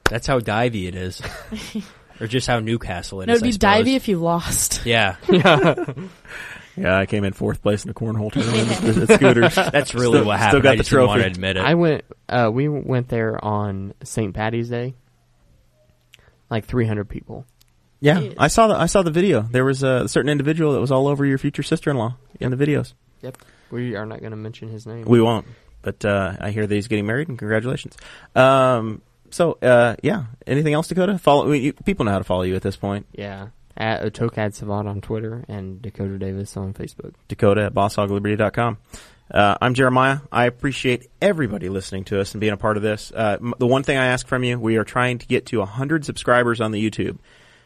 Speaker 4: that's how divey it is, or just how Newcastle it
Speaker 3: no,
Speaker 4: is.
Speaker 3: it'd be
Speaker 4: I suppose.
Speaker 3: divey if you lost.
Speaker 4: Yeah,
Speaker 1: Yeah, I came in fourth place in a cornhole tournament at Scooters.
Speaker 4: that's really
Speaker 1: Still-
Speaker 4: what happened.
Speaker 1: still got
Speaker 4: I
Speaker 1: the
Speaker 4: just didn't want to
Speaker 1: trophy.
Speaker 4: admit it.
Speaker 2: I went. Uh, we went there on St. Patty's Day. Like 300 people.
Speaker 1: Yeah,
Speaker 3: Jeez.
Speaker 1: I saw the I saw the video. There was a certain individual that was all over your future sister-in-law in the videos.
Speaker 2: Yep. We are not going to mention his name.
Speaker 1: We won't, but uh, I hear that he's getting married, and congratulations. Um, so uh, yeah, anything else, Dakota? Follow you, people know how to follow you at this point.
Speaker 2: Yeah. At Otokad Savant on Twitter and Dakota Davis on Facebook.
Speaker 1: Dakota at bosshogliberty.com. Uh, I'm Jeremiah. I appreciate everybody listening to us and being a part of this. Uh, m- the one thing I ask from you, we are trying to get to 100 subscribers on the YouTube.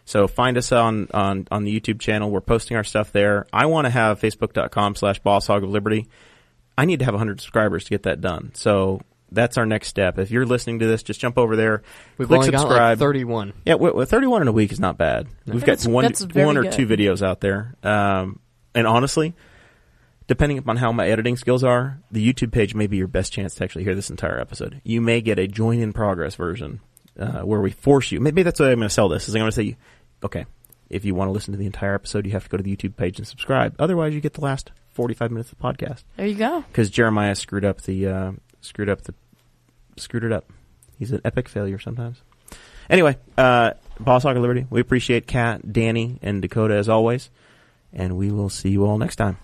Speaker 1: So find us on, on, on the YouTube channel. We're posting our stuff there. I want to have facebook.com slash bosshog of liberty. I need to have 100 subscribers to get that done. So that's our next step. If you're listening to this, just jump over there.
Speaker 2: We've
Speaker 1: click
Speaker 2: only
Speaker 1: subscribe.
Speaker 2: got like 31.
Speaker 1: Yeah, w- w- 31 in a week is not bad. We've got
Speaker 3: That's-
Speaker 1: one,
Speaker 3: that's very
Speaker 1: one or
Speaker 3: good.
Speaker 1: two videos out there. Um, and honestly, depending upon how my editing skills are, the YouTube page may be your best chance to actually hear this entire episode. You may get a join in progress version uh, where we force you. Maybe that's the way I'm going to sell this. Is I'm going to say, okay, if you want to listen to the entire episode, you have to go to the YouTube page and subscribe. Otherwise, you get the last 45 minutes of the podcast
Speaker 3: There you go.
Speaker 1: because Jeremiah screwed up the uh, screwed up the screwed it up. He's an epic failure sometimes. Anyway, uh, Boss Hog of Liberty, we appreciate Kat, Danny, and Dakota as always, and we will see you all next time.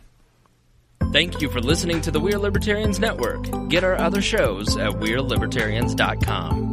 Speaker 5: Thank you for listening to the We're Libertarians Network. Get our other shows at We'reLibertarians.com.